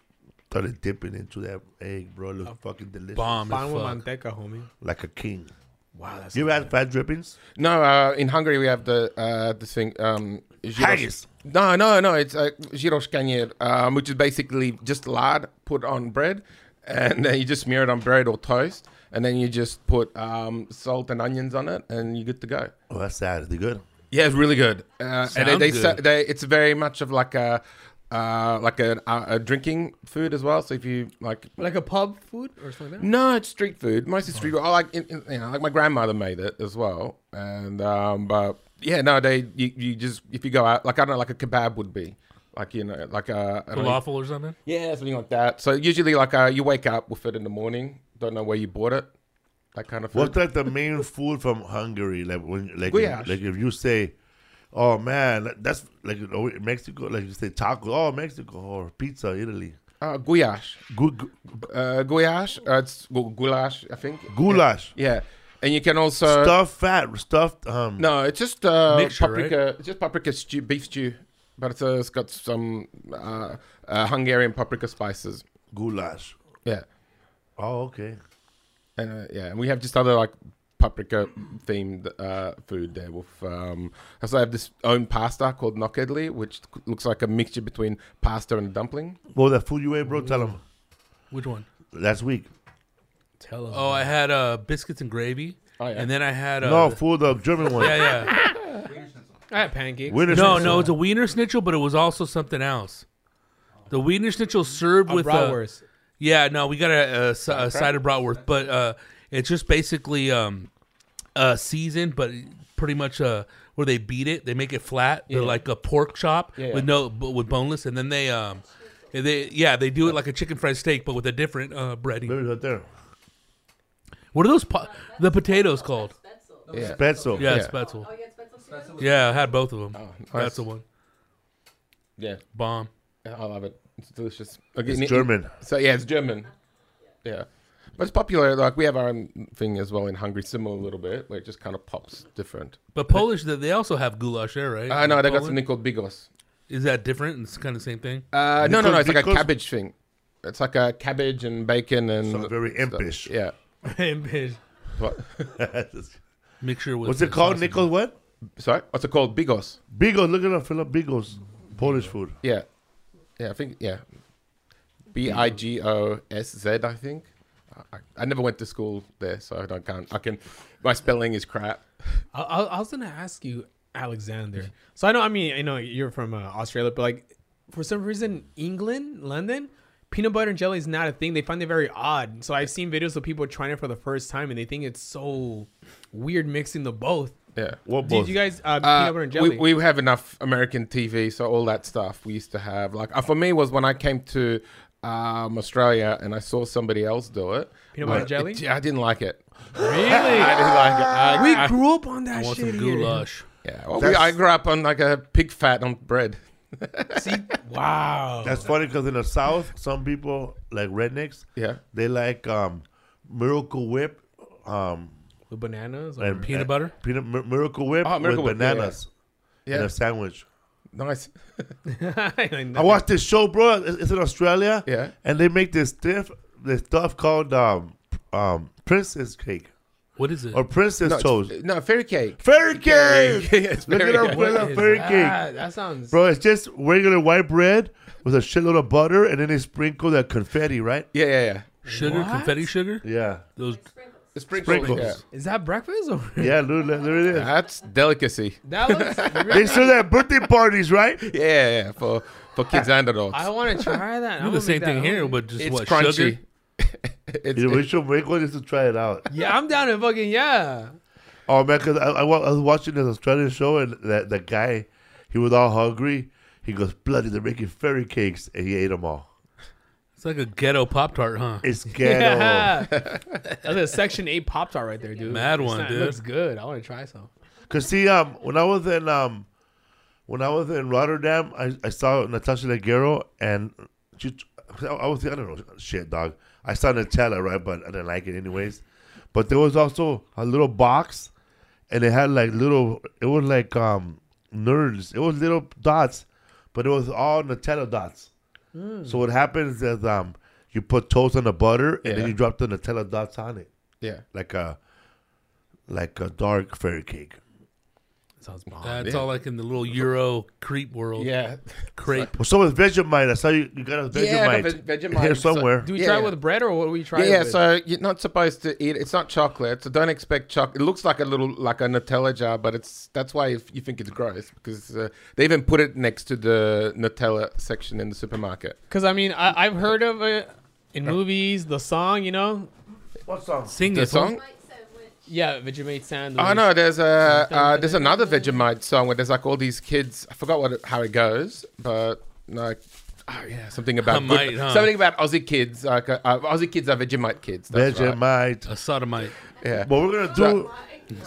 [SPEAKER 1] started dipping into that egg, bro. It looked fucking delicious,
[SPEAKER 3] Bomb.
[SPEAKER 2] Pan
[SPEAKER 3] as
[SPEAKER 2] with
[SPEAKER 3] fuck.
[SPEAKER 2] manteca, homie.
[SPEAKER 1] like a king.
[SPEAKER 2] Wow, that's
[SPEAKER 1] You ever had fat drippings?
[SPEAKER 4] No, uh, in Hungary we have the uh, this thing um, gyros-
[SPEAKER 1] Haggis.
[SPEAKER 4] No, no, no. It's uh, gyros canier, um, which is basically just lard put on bread, and then you just smear it on bread or toast, and then you just put um, salt and onions on it, and you're good to go.
[SPEAKER 1] Oh, that's sad. Is it good?
[SPEAKER 4] Yeah, it's really good. Uh, and they,
[SPEAKER 1] Sounds
[SPEAKER 4] they,
[SPEAKER 1] good.
[SPEAKER 4] sa- they it's very much of like a uh, like a, a, a drinking food as well. So if you like,
[SPEAKER 2] Like a pub food or something like that?
[SPEAKER 4] no, it's street food. Mostly street. food. I like in, in- you know, like my grandmother made it as well. And um, but yeah, no, they you, you just if you go out like I don't know, like a kebab would be like you know like a I don't know,
[SPEAKER 3] falafel or something.
[SPEAKER 4] yeah something like that. So usually like uh, you wake up with it in the morning. Don't know where you bought it. That kind of food.
[SPEAKER 1] What's like the
[SPEAKER 3] (laughs)
[SPEAKER 1] main food from Hungary? Like when, like,
[SPEAKER 4] Goulash.
[SPEAKER 1] like if you say, "Oh man, that's like you know, Mexico." Like you say taco, oh Mexico, or pizza, Italy,
[SPEAKER 4] Uh, goulash.
[SPEAKER 1] Gu- gu-
[SPEAKER 4] Uh, goulash. Uh, it's gu- goulash, I think.
[SPEAKER 1] goulash,
[SPEAKER 4] Yeah, and you can
[SPEAKER 3] Uh,
[SPEAKER 4] also
[SPEAKER 1] stuffed fat, stuffed. Um,
[SPEAKER 4] no, it's just uh,
[SPEAKER 3] Mixture,
[SPEAKER 4] paprika. It's just paprika stew, beef stew, but it's, uh, it's got some uh, uh, Hungarian paprika spices.
[SPEAKER 1] goulash.
[SPEAKER 4] Yeah,
[SPEAKER 1] Oh, okay.
[SPEAKER 4] and uh, yeah, and we have just other like paprika themed uh, food there. With um, I also have this own pasta called nokedli, which looks like a mixture between pasta and dumpling.
[SPEAKER 1] Well, that food you ate, bro. Tell them
[SPEAKER 3] Which one?
[SPEAKER 1] last week.
[SPEAKER 2] Tell
[SPEAKER 3] Oh, I had uh, biscuits and gravy,
[SPEAKER 4] Oh, yeah.
[SPEAKER 3] and then I had uh,
[SPEAKER 1] No, food the German one.
[SPEAKER 3] yeah, yeah.
[SPEAKER 2] I had pancakes.
[SPEAKER 1] Wiener
[SPEAKER 3] no,
[SPEAKER 1] schnitzel.
[SPEAKER 3] no, it's a wiener schnitzel, but it was also something else. The wiener schnitzel served
[SPEAKER 2] A
[SPEAKER 3] with a,
[SPEAKER 2] bratwurst.
[SPEAKER 3] yeah, no, we got a, a, s- a side of bratwurst, but uh, it's just basically um, uh, seasoned, but pretty much uh, where they beat it, they make it flat, they're
[SPEAKER 2] Yeah.
[SPEAKER 3] like a pork chop
[SPEAKER 4] Yeah, yeah.
[SPEAKER 3] with no b- with boneless, and then they um, they yeah, they do it like a chicken fried steak, but with a different uh, breading.
[SPEAKER 1] There it is right there.
[SPEAKER 3] What are those po- the potatoes called?
[SPEAKER 5] Spetzel.
[SPEAKER 4] Yeah.
[SPEAKER 1] Spetzel.
[SPEAKER 3] Yeah,
[SPEAKER 4] Yeah.
[SPEAKER 3] spetzel.
[SPEAKER 5] Oh, you had Spetzel together?
[SPEAKER 3] Yeah, I had both of them.
[SPEAKER 4] Oh, nice.
[SPEAKER 3] That's the one.
[SPEAKER 4] Yeah,
[SPEAKER 3] Bomb.
[SPEAKER 4] I love it. It's delicious. Okay,
[SPEAKER 1] It's
[SPEAKER 4] ne-
[SPEAKER 1] German.
[SPEAKER 4] So yeah, it's German. Yeah. But it's popular. Like we have our own thing as well in Hungary, similar a little bit, where it just kind of pops different.
[SPEAKER 3] But Polish, they- they also have goulash there, right?
[SPEAKER 4] I uh, know they got
[SPEAKER 3] Poland?
[SPEAKER 4] something called bigos.
[SPEAKER 3] Is that different? It's kind of the same
[SPEAKER 2] (laughs)
[SPEAKER 3] thing.
[SPEAKER 4] Uh, no, no, no. It's like a
[SPEAKER 1] Bigos-
[SPEAKER 4] cabbage thing. It's like a cabbage and bacon and
[SPEAKER 1] Sounds very
[SPEAKER 4] stuff.
[SPEAKER 1] impish. (laughs)
[SPEAKER 4] Yeah.
[SPEAKER 2] And bitch.
[SPEAKER 4] What? (laughs)
[SPEAKER 3] Mixture with.
[SPEAKER 1] What's it called,
[SPEAKER 3] sausage.
[SPEAKER 1] Nichols? What?
[SPEAKER 4] Sorry, what's it called? Bigos.
[SPEAKER 1] Bigos. Look it up. Fill up Bigos. Polish food.
[SPEAKER 4] Yeah. Yeah, I think yeah. B i g o s z. I think. I, I never went to school there, so I don't can't. I can. My spelling is crap.
[SPEAKER 2] I, I, I was gonna ask you, Alexander. So I know, I mean, I know you're from uh, Australia, but like, for some reason, England, London, peanut butter and jelly is not a thing. They find it very odd. So I've seen videos of people trying it for the first time, and they think it's so weird mixing the both.
[SPEAKER 4] Yeah.
[SPEAKER 1] What
[SPEAKER 2] Did
[SPEAKER 1] both?
[SPEAKER 2] you guys uh, peanut
[SPEAKER 4] Uh,
[SPEAKER 2] butter and jelly?
[SPEAKER 4] We, we have enough American TV, so all that stuff we used to have. Like uh, for me, was when I came to um, Australia and I saw somebody else do it.
[SPEAKER 2] Peanut butter
[SPEAKER 4] Like,
[SPEAKER 2] jelly?
[SPEAKER 4] it- yeah, I didn't like it. (laughs) I
[SPEAKER 2] really?
[SPEAKER 4] didn't like it.
[SPEAKER 2] (laughs)
[SPEAKER 4] I,
[SPEAKER 2] we
[SPEAKER 4] I-
[SPEAKER 2] grew up on that
[SPEAKER 3] I want
[SPEAKER 2] shit.
[SPEAKER 3] some
[SPEAKER 2] here.
[SPEAKER 3] goulash.
[SPEAKER 4] yeah, well, we-
[SPEAKER 1] That's-
[SPEAKER 4] I grew up on like a pig fat on bread.
[SPEAKER 2] See? Wow.
[SPEAKER 1] That's funny because in the South, some people like rednecks.
[SPEAKER 4] Yeah.
[SPEAKER 1] They like um, Miracle Whip, um,
[SPEAKER 2] With bananas. or-
[SPEAKER 1] and
[SPEAKER 3] Peanut
[SPEAKER 1] and
[SPEAKER 3] butter?
[SPEAKER 1] peanut mi- Miracle Whip
[SPEAKER 4] Oh, Miracle
[SPEAKER 1] with
[SPEAKER 4] Whip, yeah,
[SPEAKER 1] bananas in
[SPEAKER 4] Yeah,
[SPEAKER 1] a sandwich.
[SPEAKER 4] nice.
[SPEAKER 1] uh,
[SPEAKER 2] (laughs) I
[SPEAKER 1] I watched this show, bro. It's, it's in Australia.
[SPEAKER 4] Yeah.
[SPEAKER 1] and they make this stiff, this stuff called um, um, princess cake
[SPEAKER 3] What is it?
[SPEAKER 1] or princess
[SPEAKER 4] No,
[SPEAKER 1] toast.
[SPEAKER 4] it's- no,
[SPEAKER 1] (laughs)
[SPEAKER 4] fairy cake.
[SPEAKER 1] Fairy cake.
[SPEAKER 4] (laughs) Yeah, it's
[SPEAKER 1] Look
[SPEAKER 4] fairy
[SPEAKER 1] at
[SPEAKER 4] cake.
[SPEAKER 1] up, look
[SPEAKER 2] What
[SPEAKER 1] up
[SPEAKER 2] is
[SPEAKER 1] fairy cake.
[SPEAKER 2] Ah, that? That sounds.
[SPEAKER 1] Bro, it's just regular white bread with a shitload of butter, and then they sprinkle that confetti, right?
[SPEAKER 4] (laughs) Yeah, yeah, yeah.
[SPEAKER 3] sugar, confetti sugar.
[SPEAKER 1] Yeah,
[SPEAKER 3] Those
[SPEAKER 4] The
[SPEAKER 5] Sprinkles.
[SPEAKER 4] sprinkles.
[SPEAKER 1] Sprinkles.
[SPEAKER 4] Yeah.
[SPEAKER 2] Is that breakfast or? (laughs)
[SPEAKER 1] yeah, dude, there there it is. (laughs)
[SPEAKER 4] That's delicacy.
[SPEAKER 2] That (laughs) looks
[SPEAKER 1] They serve that at birthday parties, right?
[SPEAKER 4] Yeah, yeah, yeah, for for kids and adults.
[SPEAKER 2] I want to try that. I'm
[SPEAKER 3] do
[SPEAKER 2] gonna
[SPEAKER 3] the same
[SPEAKER 2] make
[SPEAKER 3] thing
[SPEAKER 2] that
[SPEAKER 3] here,
[SPEAKER 2] home.
[SPEAKER 3] but just
[SPEAKER 4] it's
[SPEAKER 3] what
[SPEAKER 4] crunchy.
[SPEAKER 3] sugar?
[SPEAKER 4] (laughs) it's,
[SPEAKER 1] Yeah, we
[SPEAKER 4] it's,
[SPEAKER 1] should make one just to try it out.
[SPEAKER 2] Yeah, I'm down to fucking yeah.
[SPEAKER 1] Oh man, because I, I, wa- I was watching this Australian show and that the guy, he was all hungry. He goes, "Bloody, they're making fairy cakes," and he ate them all.
[SPEAKER 3] It's like a ghetto pop tart, huh?
[SPEAKER 1] It's ghetto.
[SPEAKER 2] (laughs) That's a section eight pop tart right there, dude.
[SPEAKER 3] Mad
[SPEAKER 2] It's
[SPEAKER 3] one,
[SPEAKER 2] not-
[SPEAKER 3] dude.
[SPEAKER 2] It looks good. I want to try some.
[SPEAKER 1] Cause see, um, when I was in um, when I was in Rotterdam, I, I saw Natasha Leggero and she, I I was I don't know shit, dog. I saw Nutella right, but I didn't like it anyways. But there was also a little box, and it had like little. It was like um nerds. It was little dots, but it was all Nutella dots. So what happens is um you put toast on the butter and
[SPEAKER 4] Yeah.
[SPEAKER 1] then you drop the Nutella dots on it
[SPEAKER 4] yeah.
[SPEAKER 1] like a like a dark fairy cake.
[SPEAKER 2] Sounds bomb.
[SPEAKER 3] That's all like in the little Euro creep world.
[SPEAKER 4] Yeah.
[SPEAKER 3] crepe.
[SPEAKER 1] Well, so with Vegemite, I saw you, you got a
[SPEAKER 4] Yeah,
[SPEAKER 1] Vegemite,
[SPEAKER 4] the Ve- Vegemite.
[SPEAKER 1] here
[SPEAKER 4] So-
[SPEAKER 1] somewhere.
[SPEAKER 2] Do we
[SPEAKER 4] Yeah,
[SPEAKER 2] try it
[SPEAKER 4] yeah.
[SPEAKER 2] with bread or what do we try?
[SPEAKER 4] Yeah,
[SPEAKER 2] it
[SPEAKER 4] yeah.
[SPEAKER 2] with?
[SPEAKER 4] So you're not supposed to eat. It's not chocolate, so don't expect chocolate. It looks like a little like a Nutella jar, but it's that's why if you think it's gross because uh, they even put it next to the Nutella section in the supermarket.
[SPEAKER 2] Because I mean, I, I've heard of it in movies. The song, you know,
[SPEAKER 1] What song?
[SPEAKER 3] Sing
[SPEAKER 4] The
[SPEAKER 3] it.
[SPEAKER 4] song.
[SPEAKER 5] White sandwich.
[SPEAKER 2] yeah, Vegemite sandwich.
[SPEAKER 4] Oh no, there's a uh, there's another Vegemite song where there's like all these kids. I forgot what it, how it goes, but like. Oh yeah, something about
[SPEAKER 3] (laughs)
[SPEAKER 4] good-
[SPEAKER 3] might, huh?
[SPEAKER 4] something about Aussie kids. Like uh, uh, Aussie kids are Vegemite kids. That's right.
[SPEAKER 1] Vegemite.
[SPEAKER 3] A sodomite.
[SPEAKER 4] Yeah.
[SPEAKER 1] What we're gonna do?
[SPEAKER 3] So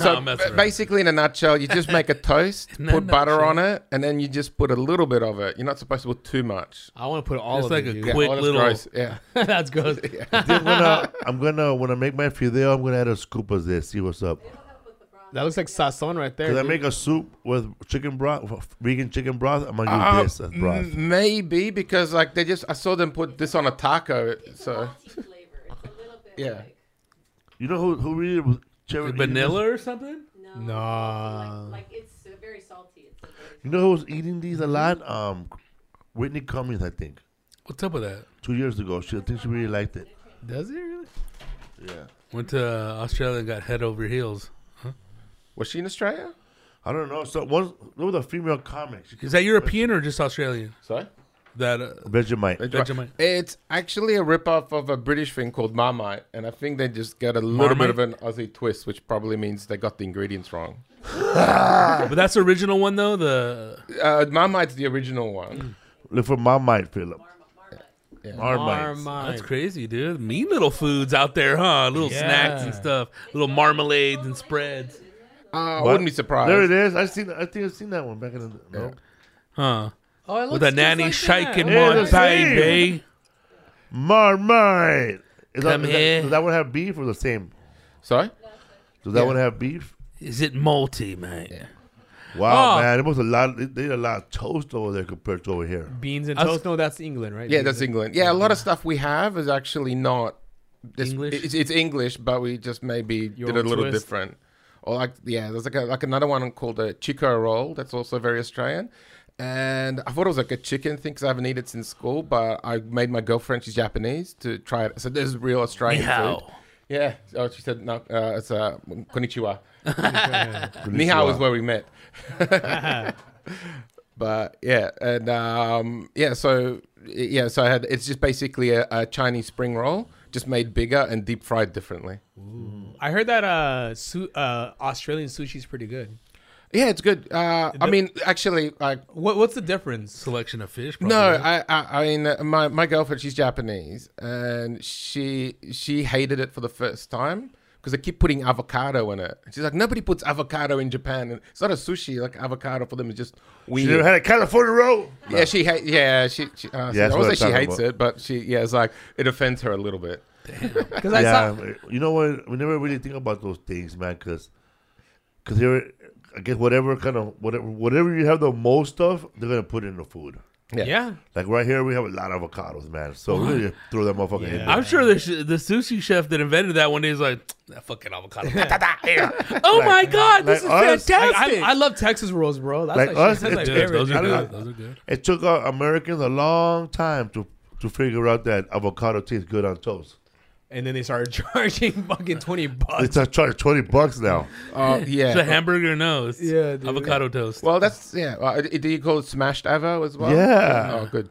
[SPEAKER 4] So
[SPEAKER 3] I'm messing
[SPEAKER 4] ba-
[SPEAKER 3] around.
[SPEAKER 4] basically, in a nutshell, you just
[SPEAKER 3] (laughs)
[SPEAKER 4] make a toast,
[SPEAKER 3] In a
[SPEAKER 4] put butter
[SPEAKER 3] nutshell.
[SPEAKER 4] on it, and then you just put a little bit of it. You're not supposed to put too much.
[SPEAKER 2] I want to put all
[SPEAKER 3] It's
[SPEAKER 2] of
[SPEAKER 3] like
[SPEAKER 2] it.
[SPEAKER 3] a
[SPEAKER 2] dude.
[SPEAKER 3] quick
[SPEAKER 4] that's
[SPEAKER 3] little.
[SPEAKER 4] gross. Yeah.
[SPEAKER 2] That's good.
[SPEAKER 1] (laughs) I'm gonna, I'm gonna when I make my fideo, I'm gonna add a scoop of this. See what's up.
[SPEAKER 2] That looks like sazon right there.
[SPEAKER 1] Cause I
[SPEAKER 2] dude.
[SPEAKER 1] make a soup with chicken broth, vegan chicken broth. I'm gonna use
[SPEAKER 4] Uh,
[SPEAKER 1] this as broth.
[SPEAKER 4] m- maybe because like they just I saw them put this on a taco.
[SPEAKER 5] It's a
[SPEAKER 4] So
[SPEAKER 5] malty flavor. It's a little bit
[SPEAKER 4] Yeah.
[SPEAKER 5] like-
[SPEAKER 1] You know who who really was cherry eating
[SPEAKER 3] Vanilla or something?
[SPEAKER 5] No.
[SPEAKER 2] Nah.
[SPEAKER 5] Like, like it's uh, very salty. It's a very
[SPEAKER 1] these- You know who was eating these a lot? Um, Whitney Cummings, I think,
[SPEAKER 3] What's up with that?
[SPEAKER 1] two years ago. She I think she really liked it.
[SPEAKER 2] Does it really?
[SPEAKER 1] Yeah.
[SPEAKER 3] Went to uh, Australia and got head over heels.
[SPEAKER 4] was she in Australia?
[SPEAKER 1] I don't know. So one, there was a female comic. She
[SPEAKER 3] Is that European or just Australian?
[SPEAKER 4] Sorry.
[SPEAKER 3] That uh,
[SPEAKER 1] Vegemite.
[SPEAKER 3] Vegemite.
[SPEAKER 4] It's actually a ripoff of a British thing called Marmite, and I think they just got a little bit of an Aussie twist, which probably means they got the ingredients wrong.
[SPEAKER 3] but that's the original one though. The
[SPEAKER 4] Uh, Marmite's the original one.
[SPEAKER 1] Look for Marmite, Philip. Marmite.
[SPEAKER 2] Marmite.
[SPEAKER 3] that's crazy, dude. Mean little foods out there, huh? Little snacks and
[SPEAKER 2] Yeah.
[SPEAKER 3] stuff, little marmalades and spreads,
[SPEAKER 4] Uh, I
[SPEAKER 1] What?
[SPEAKER 4] wouldn't be surprised.
[SPEAKER 1] There it is. I seen. I think I've seen that one back in the. No.
[SPEAKER 3] huh?
[SPEAKER 2] Oh, it looks
[SPEAKER 3] With a
[SPEAKER 2] just
[SPEAKER 3] nanny
[SPEAKER 2] like
[SPEAKER 3] shaking
[SPEAKER 2] that.
[SPEAKER 1] Yeah,
[SPEAKER 3] my
[SPEAKER 1] the same.
[SPEAKER 3] baby.
[SPEAKER 1] Marmite. Is that,
[SPEAKER 3] Come
[SPEAKER 1] is that-
[SPEAKER 3] here.
[SPEAKER 1] does that one have beef or the same?
[SPEAKER 4] Sorry.
[SPEAKER 1] Does that
[SPEAKER 4] Yeah.
[SPEAKER 1] one have beef?
[SPEAKER 3] Is it malty, mate?
[SPEAKER 1] Wow,
[SPEAKER 3] Oh.
[SPEAKER 1] man, it was a lot. They did a lot of toast over there compared to over here.
[SPEAKER 2] Beans and
[SPEAKER 3] Us-
[SPEAKER 2] toast. No, that's England, right?
[SPEAKER 4] Yeah,
[SPEAKER 2] Beans
[SPEAKER 4] that's
[SPEAKER 2] and-
[SPEAKER 4] England. Yeah, a lot of stuff we have is actually not this,
[SPEAKER 3] English?
[SPEAKER 4] It's, it's English, but we just maybe
[SPEAKER 2] Your
[SPEAKER 4] did a
[SPEAKER 2] own
[SPEAKER 4] little
[SPEAKER 2] twist.
[SPEAKER 4] different. Or like yeah, there's like a, like another one called a chico roll that's also very Australian. And I thought it was like a chicken thing because I haven't eaten it since school, but I made my girlfriend, she's Japanese, to try it. So this is real Australian food.
[SPEAKER 3] Meow.
[SPEAKER 4] Yeah. Oh, she said no. Uh, it's uh, konnichiwa. (laughs) Nihao is where we met. (laughs) but yeah, and um, yeah, so yeah, so I had it's just basically a, a Chinese spring roll, just made bigger and deep fried differently.
[SPEAKER 2] I heard that uh, su- uh, Australian sushi's pretty good.
[SPEAKER 4] Yeah, it's good. Uh, I mean, actually, like
[SPEAKER 2] What, what's the difference?
[SPEAKER 3] Selection of fish. Probably.
[SPEAKER 4] no, I, I, I mean, uh, my, my girlfriend, she's Japanese, and she she hated it for the first time because they keep putting avocado in it. She's like, nobody puts avocado in Japan, and it's not a sushi. Like avocado for them is just
[SPEAKER 1] You
[SPEAKER 4] weird.
[SPEAKER 1] never had a California roll.
[SPEAKER 4] Yeah, she hates. Yeah, she. she uh,
[SPEAKER 1] Yeah, that's
[SPEAKER 4] I
[SPEAKER 1] what
[SPEAKER 4] won't
[SPEAKER 1] I'm
[SPEAKER 4] say she
[SPEAKER 1] talking
[SPEAKER 4] hates
[SPEAKER 1] about.
[SPEAKER 4] it, but she. Yeah, it's like it offends her a
[SPEAKER 3] (laughs)
[SPEAKER 4] little bit.
[SPEAKER 2] Because I
[SPEAKER 1] yeah,
[SPEAKER 2] saw.
[SPEAKER 1] you know what? We never really think about those things, man. Cause, cause here, I guess whatever kind of whatever whatever you have the most of, they're gonna put in the food.
[SPEAKER 4] Yeah.
[SPEAKER 2] Yeah.
[SPEAKER 1] Like right here, we have a lot of avocados, man. So we're gonna just throw that motherfucker in there.
[SPEAKER 3] I'm sure the, sh- the sushi chef that invented that one day is like, that fucking avocado.
[SPEAKER 2] (laughs)
[SPEAKER 3] Here. oh my God, this
[SPEAKER 1] like
[SPEAKER 3] is
[SPEAKER 1] us, like
[SPEAKER 2] Like,
[SPEAKER 3] fantastic.
[SPEAKER 2] I, I love Texas rolls, bro. That's
[SPEAKER 1] Like
[SPEAKER 2] like,
[SPEAKER 1] us,
[SPEAKER 2] that's my
[SPEAKER 1] it-
[SPEAKER 3] Dude,
[SPEAKER 2] favorite.
[SPEAKER 3] those are
[SPEAKER 1] I don't
[SPEAKER 3] good.
[SPEAKER 1] know.
[SPEAKER 3] Those are good.
[SPEAKER 1] It took uh, Americans a long time to to figure out that avocado tastes good on toast.
[SPEAKER 2] and then they started (laughs) charging fucking 20
[SPEAKER 3] (laughs)
[SPEAKER 2] bucks.
[SPEAKER 1] It's a charge twenty bucks now.
[SPEAKER 4] Uh, yeah.
[SPEAKER 3] It's a hamburger nose.
[SPEAKER 2] Yeah, dude.
[SPEAKER 3] Avocado toast.
[SPEAKER 4] well, that's yeah. Uh, do you call it smashed avo as well?
[SPEAKER 1] Yeah.
[SPEAKER 4] Oh, good.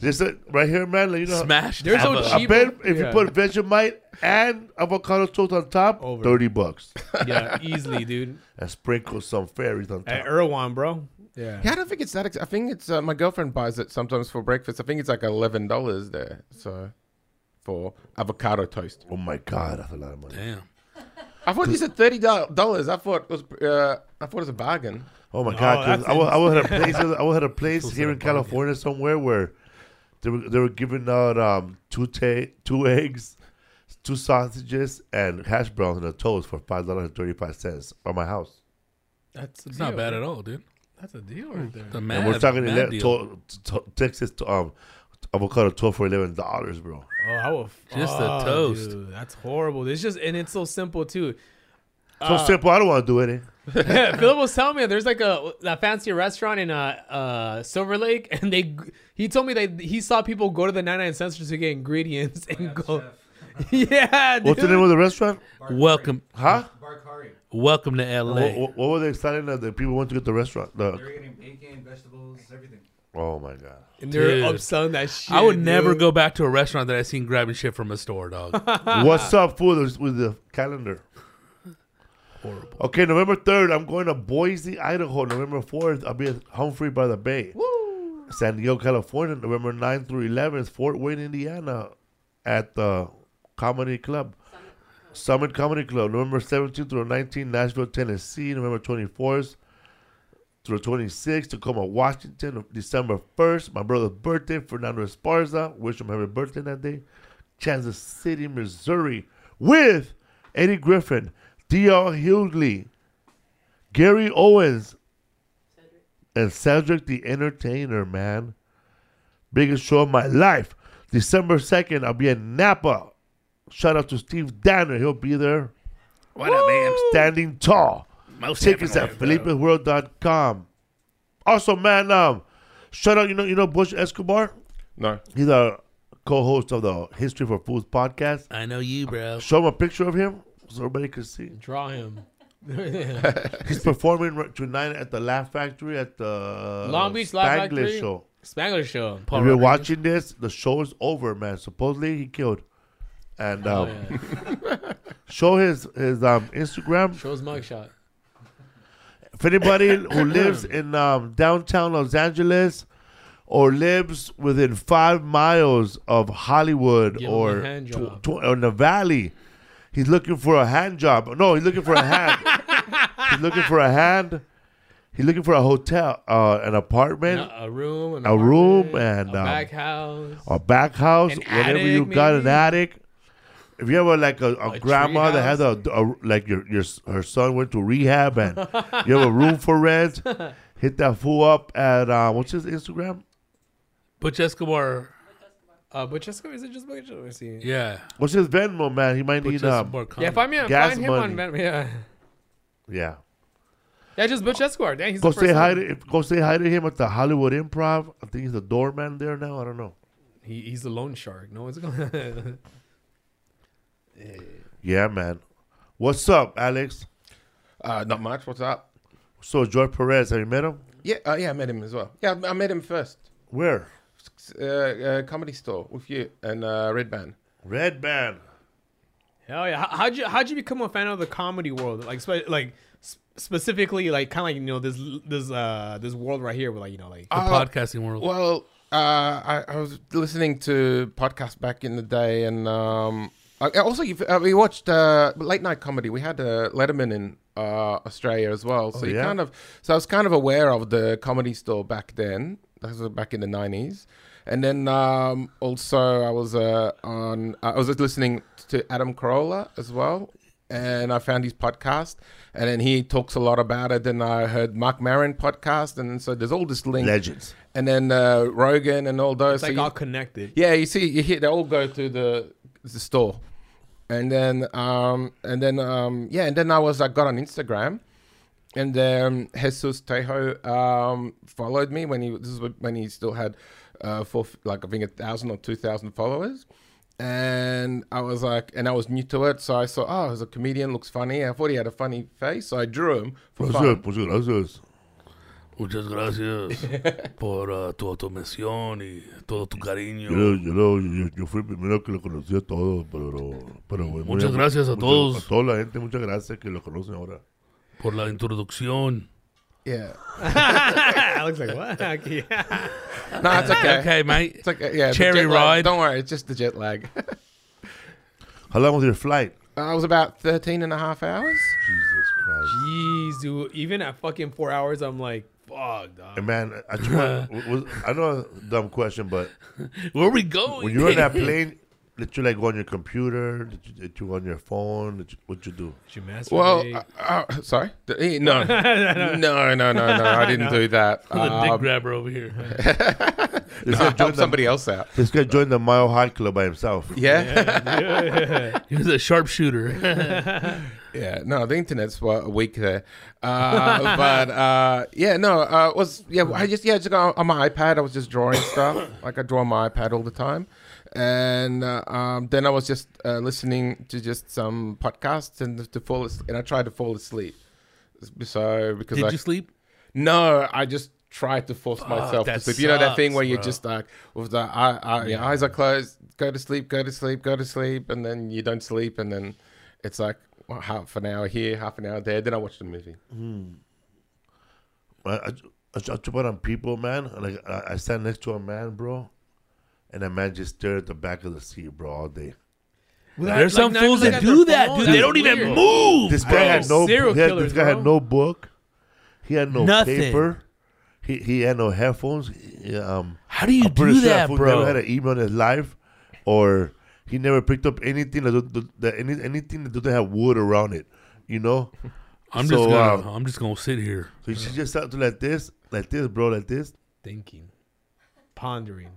[SPEAKER 1] Just uh, right here, man. Like, you know,
[SPEAKER 3] Smash.
[SPEAKER 2] They're so
[SPEAKER 3] avo-
[SPEAKER 1] I
[SPEAKER 2] cheap.
[SPEAKER 1] bet if you
[SPEAKER 2] Yeah.
[SPEAKER 1] put Vegemite and avocado toast on top,
[SPEAKER 2] Over.
[SPEAKER 1] thirty bucks,
[SPEAKER 2] yeah, easily, dude.
[SPEAKER 1] and sprinkle some fairies on
[SPEAKER 2] At
[SPEAKER 1] top.
[SPEAKER 2] Irwan, bro. Yeah.
[SPEAKER 4] Yeah, I don't think it's that. Ex- I think it's uh, my girlfriend buys it sometimes for breakfast. I think it's like eleven dollars there. So. For avocado toast,
[SPEAKER 1] Oh my god, that's a lot of money.
[SPEAKER 3] Damn.
[SPEAKER 4] I thought you said thirty dollars. I thought it was, uh, I thought it was a bargain.
[SPEAKER 1] Oh my
[SPEAKER 2] No,
[SPEAKER 1] god, 'cause
[SPEAKER 2] that's
[SPEAKER 1] I was, I was at a place. I was at a
[SPEAKER 3] (laughs)
[SPEAKER 1] place here in California somewhere where they were they were giving out um two ta- two eggs, two sausages, and hash browns and a toast for five dollars and thirty five cents by my house.
[SPEAKER 2] That's a
[SPEAKER 3] It's
[SPEAKER 2] deal.
[SPEAKER 3] not bad at all, dude.
[SPEAKER 2] That's a deal right there.
[SPEAKER 3] The mad,
[SPEAKER 1] and we're talking
[SPEAKER 3] mad
[SPEAKER 1] ele-
[SPEAKER 3] deal.
[SPEAKER 1] to- to- Texas to, um avocado toast for eleven dollars, bro.
[SPEAKER 2] Oh, I will.
[SPEAKER 3] Just the
[SPEAKER 2] oh,
[SPEAKER 3] toast.
[SPEAKER 2] dude, that's horrible. It's just and it's so simple too.
[SPEAKER 3] Ah.
[SPEAKER 1] So simple. I don't want to do it. eh?
[SPEAKER 2] (laughs) Philip was telling me there's like a, a fancy restaurant in uh, uh, Silver Lake, (laughs) and they he told me that he saw people go to the 99 cents just to get ingredients and go. (laughs) yeah, dude.
[SPEAKER 1] What's the name of the restaurant?
[SPEAKER 3] Welcome,
[SPEAKER 1] Huh?
[SPEAKER 6] Barkari.
[SPEAKER 3] welcome to LA.
[SPEAKER 1] What, what, what were they selling that the people went to get the restaurant?
[SPEAKER 6] They're
[SPEAKER 1] The,
[SPEAKER 6] getting bacon, vegetables, everything.
[SPEAKER 1] oh my god!
[SPEAKER 2] and they're
[SPEAKER 3] Dude.
[SPEAKER 2] upselling that shit.
[SPEAKER 3] I would never
[SPEAKER 2] dude.
[SPEAKER 3] go back to a restaurant that I seen grabbing shit from a store,
[SPEAKER 2] (laughs)
[SPEAKER 3] dog.
[SPEAKER 1] What's up, fool? There's- With the calendar.
[SPEAKER 3] Horrible.
[SPEAKER 1] Okay, November third, I'm going to Boise, Idaho. November fourth, I'll be at Humphrey by the Bay. San Diego, California, November 9th through 11th, Fort Wayne, Indiana, at the Comedy Club. Summit Comedy Club, November 17th through 19th, Nashville, Tennessee, November 24th through 26th, Tacoma, Washington, December 1st, my brother's birthday, Fernando Esparza, wish him happy birthday that day, Kansas City, Missouri, with Eddie Griffin, D.R. Hughley, Gary Owens,
[SPEAKER 5] Cedric.
[SPEAKER 1] and Cedric the Entertainer, man. Biggest show of my life. December 2nd, I'll be in Napa. Shout out to Steve Danner. He'll be there.
[SPEAKER 3] What up, man?
[SPEAKER 1] Standing tall.
[SPEAKER 3] Most
[SPEAKER 1] Tickets at FelipeWorld.com. Also, man, um, shout out, you know, you know Bush Escobar?
[SPEAKER 4] No.
[SPEAKER 1] He's our co-host of the History for Fools podcast.
[SPEAKER 3] I know you, bro.
[SPEAKER 1] Show him a picture of him so everybody can see.
[SPEAKER 2] draw him.
[SPEAKER 1] He's performing right tonight at the Laugh Factory at the
[SPEAKER 2] Long Beach Laugh
[SPEAKER 1] Spanglish
[SPEAKER 2] Factory?
[SPEAKER 1] show.
[SPEAKER 2] Spangler show.
[SPEAKER 1] if you're watching this, the show is over, man. Supposedly he killed, and
[SPEAKER 2] Oh,
[SPEAKER 1] um,
[SPEAKER 2] yeah.
[SPEAKER 1] show his his um, Instagram. (laughs)
[SPEAKER 2] Show's mugshot.
[SPEAKER 1] If anybody
[SPEAKER 2] (coughs)
[SPEAKER 1] who lives in um, downtown Los Angeles or lives within five miles of Hollywood
[SPEAKER 2] Give him a
[SPEAKER 1] or
[SPEAKER 2] hand job.
[SPEAKER 1] tw- tw- or in the Valley, he's looking for a hand job. No, he's looking for a
[SPEAKER 2] (laughs)
[SPEAKER 1] hand. he's looking for a hand. He's looking for a hotel, uh, an apartment,
[SPEAKER 2] A a room, an
[SPEAKER 1] A room and,
[SPEAKER 2] apartment,
[SPEAKER 1] Oh.
[SPEAKER 2] a
[SPEAKER 1] um,
[SPEAKER 2] back house.
[SPEAKER 1] a back house,
[SPEAKER 2] An
[SPEAKER 1] whatever
[SPEAKER 2] attic,
[SPEAKER 1] you got, an
[SPEAKER 2] maybe?
[SPEAKER 1] attic. If you ever like a, a,
[SPEAKER 2] A
[SPEAKER 1] grandma that had a, a- like your your s- her son went to rehab and you have a room for
[SPEAKER 2] (laughs)
[SPEAKER 1] rent, hit that fool up at uh, what's his Instagram?
[SPEAKER 3] Butch Escobar.
[SPEAKER 2] Uh, but Jessica, is it just Butch? Let me see. Yeah,
[SPEAKER 3] Yeah.
[SPEAKER 1] What's his Venmo, man? He might
[SPEAKER 3] Butch
[SPEAKER 1] need um,
[SPEAKER 3] Escobar.
[SPEAKER 2] yeah
[SPEAKER 3] comedy.
[SPEAKER 2] find me.
[SPEAKER 1] Gas
[SPEAKER 2] find him
[SPEAKER 1] money.
[SPEAKER 2] on Venmo. Yeah,
[SPEAKER 1] yeah.
[SPEAKER 2] yeah, just Butch Escobar. Dang, he's
[SPEAKER 1] Go
[SPEAKER 2] the first
[SPEAKER 1] say hi
[SPEAKER 2] one.
[SPEAKER 1] to if, go say hi to him at the Hollywood Improv. I think he's the doorman there now. I don't know.
[SPEAKER 2] He, he's the loan shark. No one's
[SPEAKER 1] (laughs)
[SPEAKER 2] (laughs) going.
[SPEAKER 1] Yeah, man. What's up, Alex?
[SPEAKER 4] Uh, not much. What's up?
[SPEAKER 1] So George Perez, have you met him?
[SPEAKER 4] Yeah, uh, yeah, I met him as well. Yeah, I I met him first.
[SPEAKER 1] Where?
[SPEAKER 4] Uh, uh, comedy store with you and uh, Red Band.
[SPEAKER 1] Red Band.
[SPEAKER 2] Hell yeah! How, how'd you how'd you become a fan of the comedy world? Like spe- like sp- specifically like kind of like you know this this uh this world right here with like you know like
[SPEAKER 3] The
[SPEAKER 4] Uh,
[SPEAKER 3] podcasting world.
[SPEAKER 4] Well, uh, I, I was listening to podcasts back in the day, and um, I, I also you've, uh, we watched uh, late night comedy. We had uh, Letterman in uh, Australia as well, so
[SPEAKER 1] Oh,
[SPEAKER 4] you
[SPEAKER 1] yeah?
[SPEAKER 4] kind of so I was kind of aware of the comedy store back then. That was back in the nineties, and then um, also I was uh, on. I was listening to Adam Carolla as well. And I found his podcast, and then he talks a lot about it. Then I heard Mark Maron podcast, and so there's all this link
[SPEAKER 1] Legends.
[SPEAKER 4] and then uh, Rogan and all those.
[SPEAKER 2] it's like
[SPEAKER 4] So you-
[SPEAKER 2] all connected.
[SPEAKER 4] yeah, you see, you hear they all go to the the store, and then um, and then um, yeah, and then I was I got on Instagram, and then Jesus Tejo um, followed me when he this is when he still had uh, for like I think a thousand or two thousand followers. And I was like, and I was new to it, so I saw, oh, he's a comedian, looks funny. I thought he had a funny face, so I drew him for
[SPEAKER 1] What's
[SPEAKER 4] fun.
[SPEAKER 1] up? What's up? What's up?
[SPEAKER 3] Muchas gracias
[SPEAKER 2] (laughs)
[SPEAKER 3] por uh, tu automisión y todo tu
[SPEAKER 1] Yo, lo-
[SPEAKER 3] cariño.
[SPEAKER 1] yo, lo- yo, yo fui el primero que lo conocí a todos, pero... pero muy-
[SPEAKER 3] Muchas gracias a
[SPEAKER 1] mucho-
[SPEAKER 3] todos.
[SPEAKER 1] A toda la gente, muchas gracias que lo conocen ahora.
[SPEAKER 3] Por la introducción.
[SPEAKER 4] Yeah.
[SPEAKER 2] Alex like what? (laughs) yeah.
[SPEAKER 4] No,
[SPEAKER 2] (laughs)
[SPEAKER 4] it's okay.
[SPEAKER 3] Okay, mate.
[SPEAKER 4] It's okay. Yeah. the
[SPEAKER 3] Cherry
[SPEAKER 4] jet lag.
[SPEAKER 3] ride.
[SPEAKER 4] Don't worry. It's just the jet lag. (laughs)
[SPEAKER 1] How long was your flight?
[SPEAKER 4] I was about 13 and a half hours.
[SPEAKER 1] Jesus Christ.
[SPEAKER 2] Jeez, dude. Even at fucking four hours, I'm like, fuck, dog.
[SPEAKER 1] Hey, man, I, just
[SPEAKER 3] (laughs)
[SPEAKER 1] want, was, I know a dumb question, but
[SPEAKER 3] Where we going?
[SPEAKER 1] when you were on
[SPEAKER 3] (laughs)
[SPEAKER 1] that plane, did you like go on your computer? Did you, did you go on your phone? Did you, what you do?
[SPEAKER 2] Did you masturbate?
[SPEAKER 4] Well, uh, uh, sorry. D- eh, (laughs) No. no, no, no, no.
[SPEAKER 3] (laughs)
[SPEAKER 4] I didn't do that.
[SPEAKER 3] the
[SPEAKER 4] Um,
[SPEAKER 3] dick grabber over here.
[SPEAKER 1] This,
[SPEAKER 4] no, (laughs) I
[SPEAKER 1] guy, joined
[SPEAKER 3] (laughs)
[SPEAKER 4] helped
[SPEAKER 1] the,
[SPEAKER 4] somebody else out.
[SPEAKER 1] this guy joined the Mile High Club by himself.
[SPEAKER 4] Yeah.
[SPEAKER 3] He was a sharpshooter.
[SPEAKER 4] (laughs) Yeah, no, the internet's wa- weak there,
[SPEAKER 3] (laughs)
[SPEAKER 4] uh, but uh, yeah, no, uh, it was yeah, I just yeah, just got on my iPad, I was just drawing (coughs) stuff, like I draw on my iPad all the time, and uh, um, then I was just uh, listening to just some podcasts and to fall, as- and I tried to fall asleep, so because
[SPEAKER 3] Did
[SPEAKER 4] I
[SPEAKER 3] you sleep?
[SPEAKER 4] no, I just tried to force myself to
[SPEAKER 3] that
[SPEAKER 4] sleep. You know that thing
[SPEAKER 3] sucks,
[SPEAKER 4] where you're
[SPEAKER 3] bro.
[SPEAKER 4] just like with the eye, eye, your eyes are closed, go to sleep, go to sleep, go to sleep, and then you don't sleep, and then it's like well, half an hour here, half an hour there. Then I watched
[SPEAKER 3] (laughs)
[SPEAKER 4] a movie.
[SPEAKER 1] I, I, I jump out on people, man. Like I, I stand next to a man, bro, and a man just stare at the back of the seat, bro, all day.
[SPEAKER 3] There's
[SPEAKER 2] like,
[SPEAKER 3] some
[SPEAKER 2] not
[SPEAKER 3] fools
[SPEAKER 2] even
[SPEAKER 3] that
[SPEAKER 2] look at
[SPEAKER 3] do
[SPEAKER 2] their
[SPEAKER 3] that,
[SPEAKER 2] phone.
[SPEAKER 3] dude. They
[SPEAKER 2] That's
[SPEAKER 3] don't even
[SPEAKER 2] weird.
[SPEAKER 3] move.
[SPEAKER 1] This guy had no.
[SPEAKER 2] serial
[SPEAKER 1] he had-
[SPEAKER 2] killers,
[SPEAKER 1] this guy had
[SPEAKER 2] bro.
[SPEAKER 1] no book. He had no
[SPEAKER 3] Nothing.
[SPEAKER 1] paper. He he had no headphones. He, um,
[SPEAKER 3] How do you
[SPEAKER 1] I'm pretty
[SPEAKER 3] do
[SPEAKER 1] sure
[SPEAKER 3] that,
[SPEAKER 1] fool
[SPEAKER 3] bro?
[SPEAKER 1] Never had an email in his life, or he never picked up anything that, that, that any, anything that doesn't have wood around it. You know,
[SPEAKER 3] I'm
[SPEAKER 1] So,
[SPEAKER 3] just gonna,
[SPEAKER 1] uh,
[SPEAKER 3] I'm just gonna sit here. (laughs)
[SPEAKER 1] so she just sat there like this, like this, bro, like this.
[SPEAKER 2] Thinking, pondering,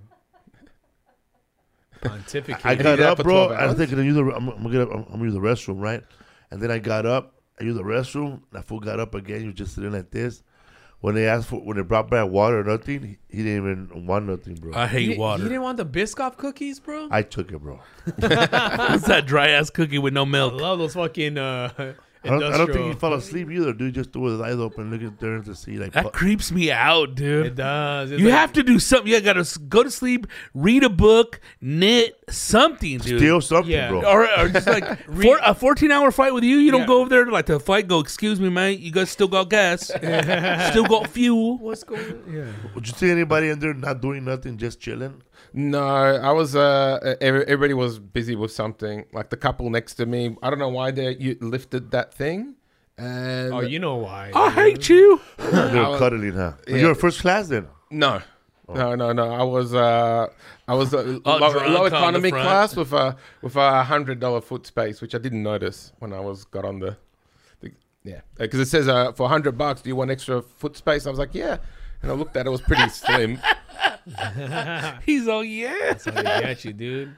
[SPEAKER 2] pontificating.
[SPEAKER 1] I got
[SPEAKER 4] that
[SPEAKER 1] up,
[SPEAKER 4] for
[SPEAKER 1] bro.
[SPEAKER 4] 12
[SPEAKER 1] and I
[SPEAKER 4] hours?
[SPEAKER 1] think I'm gonna use the I'm, I'm gonna I'm, I'm gonna use the restroom, right? And then I got up. I used the restroom. And I fool got up again. He was just sitting like this. When they asked for when they brought back water or nothing, he, he didn't even want nothing, bro.
[SPEAKER 3] I hate
[SPEAKER 2] you,
[SPEAKER 3] water. (laughs)
[SPEAKER 2] you didn't want the Biscoff cookies, bro?
[SPEAKER 1] I took it, bro.
[SPEAKER 3] What's that dry ass cookie with no
[SPEAKER 2] I
[SPEAKER 3] milk?
[SPEAKER 2] love those fucking uh,
[SPEAKER 1] I don't, I don't think
[SPEAKER 2] industrial-
[SPEAKER 1] he fell asleep either, dude. Just with his eyes open, looking there to see like.
[SPEAKER 3] That
[SPEAKER 1] fu-
[SPEAKER 3] creeps me out,
[SPEAKER 2] It
[SPEAKER 3] dude.
[SPEAKER 2] does. It's
[SPEAKER 3] You
[SPEAKER 2] like-
[SPEAKER 3] have to do something. You gotta s- go to sleep, read a book, knit something, dude.
[SPEAKER 1] Steal something,
[SPEAKER 2] Yeah.
[SPEAKER 1] bro.
[SPEAKER 3] or, or just (laughs) like for, a 14 hour fight with you, you don't
[SPEAKER 2] Yeah.
[SPEAKER 3] go over there to like the fight. Go, excuse me, mate. You guys still got gas, (laughs) still got fuel.
[SPEAKER 2] What's going? on? Yeah.
[SPEAKER 1] Would you see anybody in there not doing nothing, just chilling?
[SPEAKER 4] No, I was. Uh, every- everybody was busy with something. Like the couple next to me, I don't know why they you lifted that thing. And
[SPEAKER 2] Oh, you know why?
[SPEAKER 3] I
[SPEAKER 2] dude.
[SPEAKER 3] hate you.
[SPEAKER 1] They're
[SPEAKER 4] was-
[SPEAKER 1] cuddling, huh?
[SPEAKER 4] Yeah.
[SPEAKER 1] You're first class then.
[SPEAKER 4] No. No, no, no. I was uh, I was uh,
[SPEAKER 3] (laughs) Oh,
[SPEAKER 4] low,
[SPEAKER 3] drunk on the
[SPEAKER 4] low economy
[SPEAKER 3] front.
[SPEAKER 4] class with a with a hundred dollar foot space, which I didn't notice when I was got on the, the yeah, because it says uh, for hundred bucks, do you want extra foot space? I was like, yeah, and I looked at it, it
[SPEAKER 3] (laughs)
[SPEAKER 4] was pretty slim.
[SPEAKER 3] He's all yeah.
[SPEAKER 2] That's how they get you, (laughs) dude.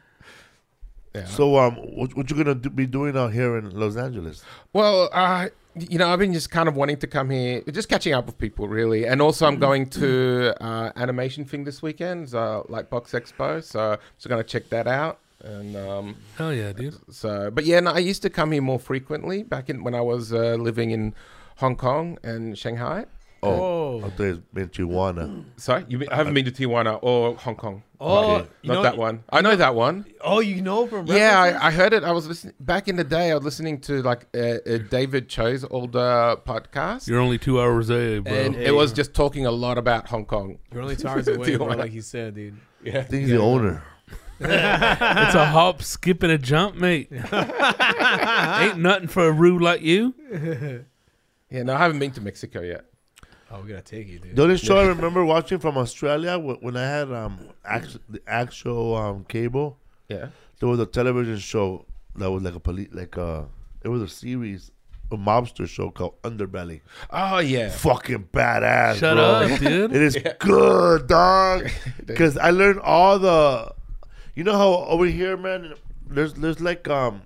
[SPEAKER 1] So, um, what, what you gonna do, be doing out here in Los Angeles?
[SPEAKER 4] Well, uh, you know, I've been just kind of wanting to come here, just catching up with people, really. And also,
[SPEAKER 3] Mm.
[SPEAKER 4] I'm going to uh, animation thing this weekend, uh, Lightbox Expo, so I'm just going to check that out. And um,
[SPEAKER 3] Hell yeah, dude.
[SPEAKER 4] So, but yeah, no, I used to come here more frequently back in when I was uh, living in Hong Kong and Shanghai.
[SPEAKER 1] Oh,
[SPEAKER 2] Oh.
[SPEAKER 1] out there in Tijuana.
[SPEAKER 4] Sorry, you, I haven't been to Tijuana or Hong Kong.
[SPEAKER 2] Oh,
[SPEAKER 4] not,
[SPEAKER 2] you know-
[SPEAKER 4] that one. I know that one.
[SPEAKER 2] Oh, you know from
[SPEAKER 4] Yeah,
[SPEAKER 2] (laughs) references?
[SPEAKER 4] I, I heard it. I was listening back in the day. I was listening to like uh, uh, David Cho's old uh, podcast,
[SPEAKER 3] You're only two hours away, bro.
[SPEAKER 4] and it was just talking a lot about Hong Kong.
[SPEAKER 2] You're only two (laughs)
[SPEAKER 4] (laughs)
[SPEAKER 2] hours away, bro,
[SPEAKER 4] Tijuana.
[SPEAKER 2] like you said, dude.
[SPEAKER 1] I think he's the owner.
[SPEAKER 3] it's a hop, skip, and a jump,
[SPEAKER 4] (laughs)
[SPEAKER 3] mate. Ain't nothing for a roo like you.
[SPEAKER 4] Yeah, no, I haven't been to Mexico yet.
[SPEAKER 2] Oh, we're gonna take you, dude.
[SPEAKER 1] The only show I remember watching from Australia wa- when I had um actual, the actual um cable,
[SPEAKER 4] Yeah,
[SPEAKER 1] there was a television show that was like a police like a it was a series, a mobster show called Underbelly.
[SPEAKER 4] oh yeah,
[SPEAKER 1] Fucking badass.
[SPEAKER 3] Shut
[SPEAKER 1] bro.
[SPEAKER 3] up, dude.
[SPEAKER 1] (laughs) It is good,
[SPEAKER 4] (laughs)
[SPEAKER 1] dog. Because I learned all the, you know how over here, man, there's there's like um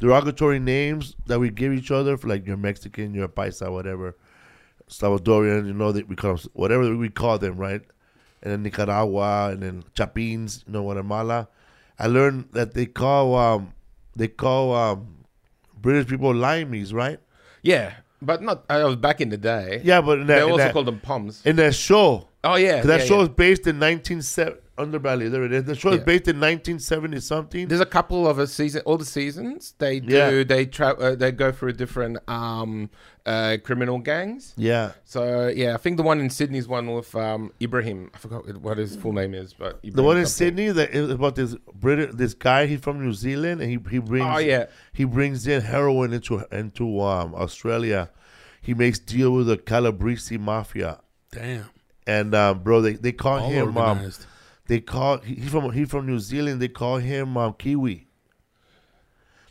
[SPEAKER 1] derogatory names that we give each other for like you're Mexican, you're a paisa, whatever, Salvadorian. You know that we call them, whatever we call them, right? And then Nicaragua, and then Chapines, you know Guatemala. I learned that they call um they call um British people limeys, right?
[SPEAKER 4] yeah, but not. I was back in the day.
[SPEAKER 1] Yeah, but in that,
[SPEAKER 4] they
[SPEAKER 1] in
[SPEAKER 4] also
[SPEAKER 1] that,
[SPEAKER 4] called them Poms.
[SPEAKER 1] in that show.
[SPEAKER 4] Oh yeah,
[SPEAKER 1] That
[SPEAKER 4] yeah,
[SPEAKER 1] show
[SPEAKER 4] yeah.
[SPEAKER 1] is based in 1970. Underbelly, there it is. The show is
[SPEAKER 4] Yeah.
[SPEAKER 1] based in 1970 something.
[SPEAKER 4] There's a couple of a season, all the seasons. They do.
[SPEAKER 1] Yeah.
[SPEAKER 4] They tra- uh, They go through different um, uh, criminal gangs.
[SPEAKER 1] yeah.
[SPEAKER 4] So yeah, I think the one in Sydney's one with um, Ibrahim. I forgot what his full name is, but
[SPEAKER 1] The
[SPEAKER 4] Ibrahim
[SPEAKER 1] one in
[SPEAKER 4] something.
[SPEAKER 1] Sydney that is about this Brit, this guy. He's from New Zealand, and he, he brings
[SPEAKER 4] Oh, yeah.
[SPEAKER 1] he brings in heroin into into um, Australia. He makes deal with the Calabrese mafia,
[SPEAKER 3] Damn.
[SPEAKER 1] and um, bro, they they call
[SPEAKER 3] All
[SPEAKER 1] him um,
[SPEAKER 3] organized.
[SPEAKER 1] they call he he's from he from New Zealand. They call him um, Kiwi.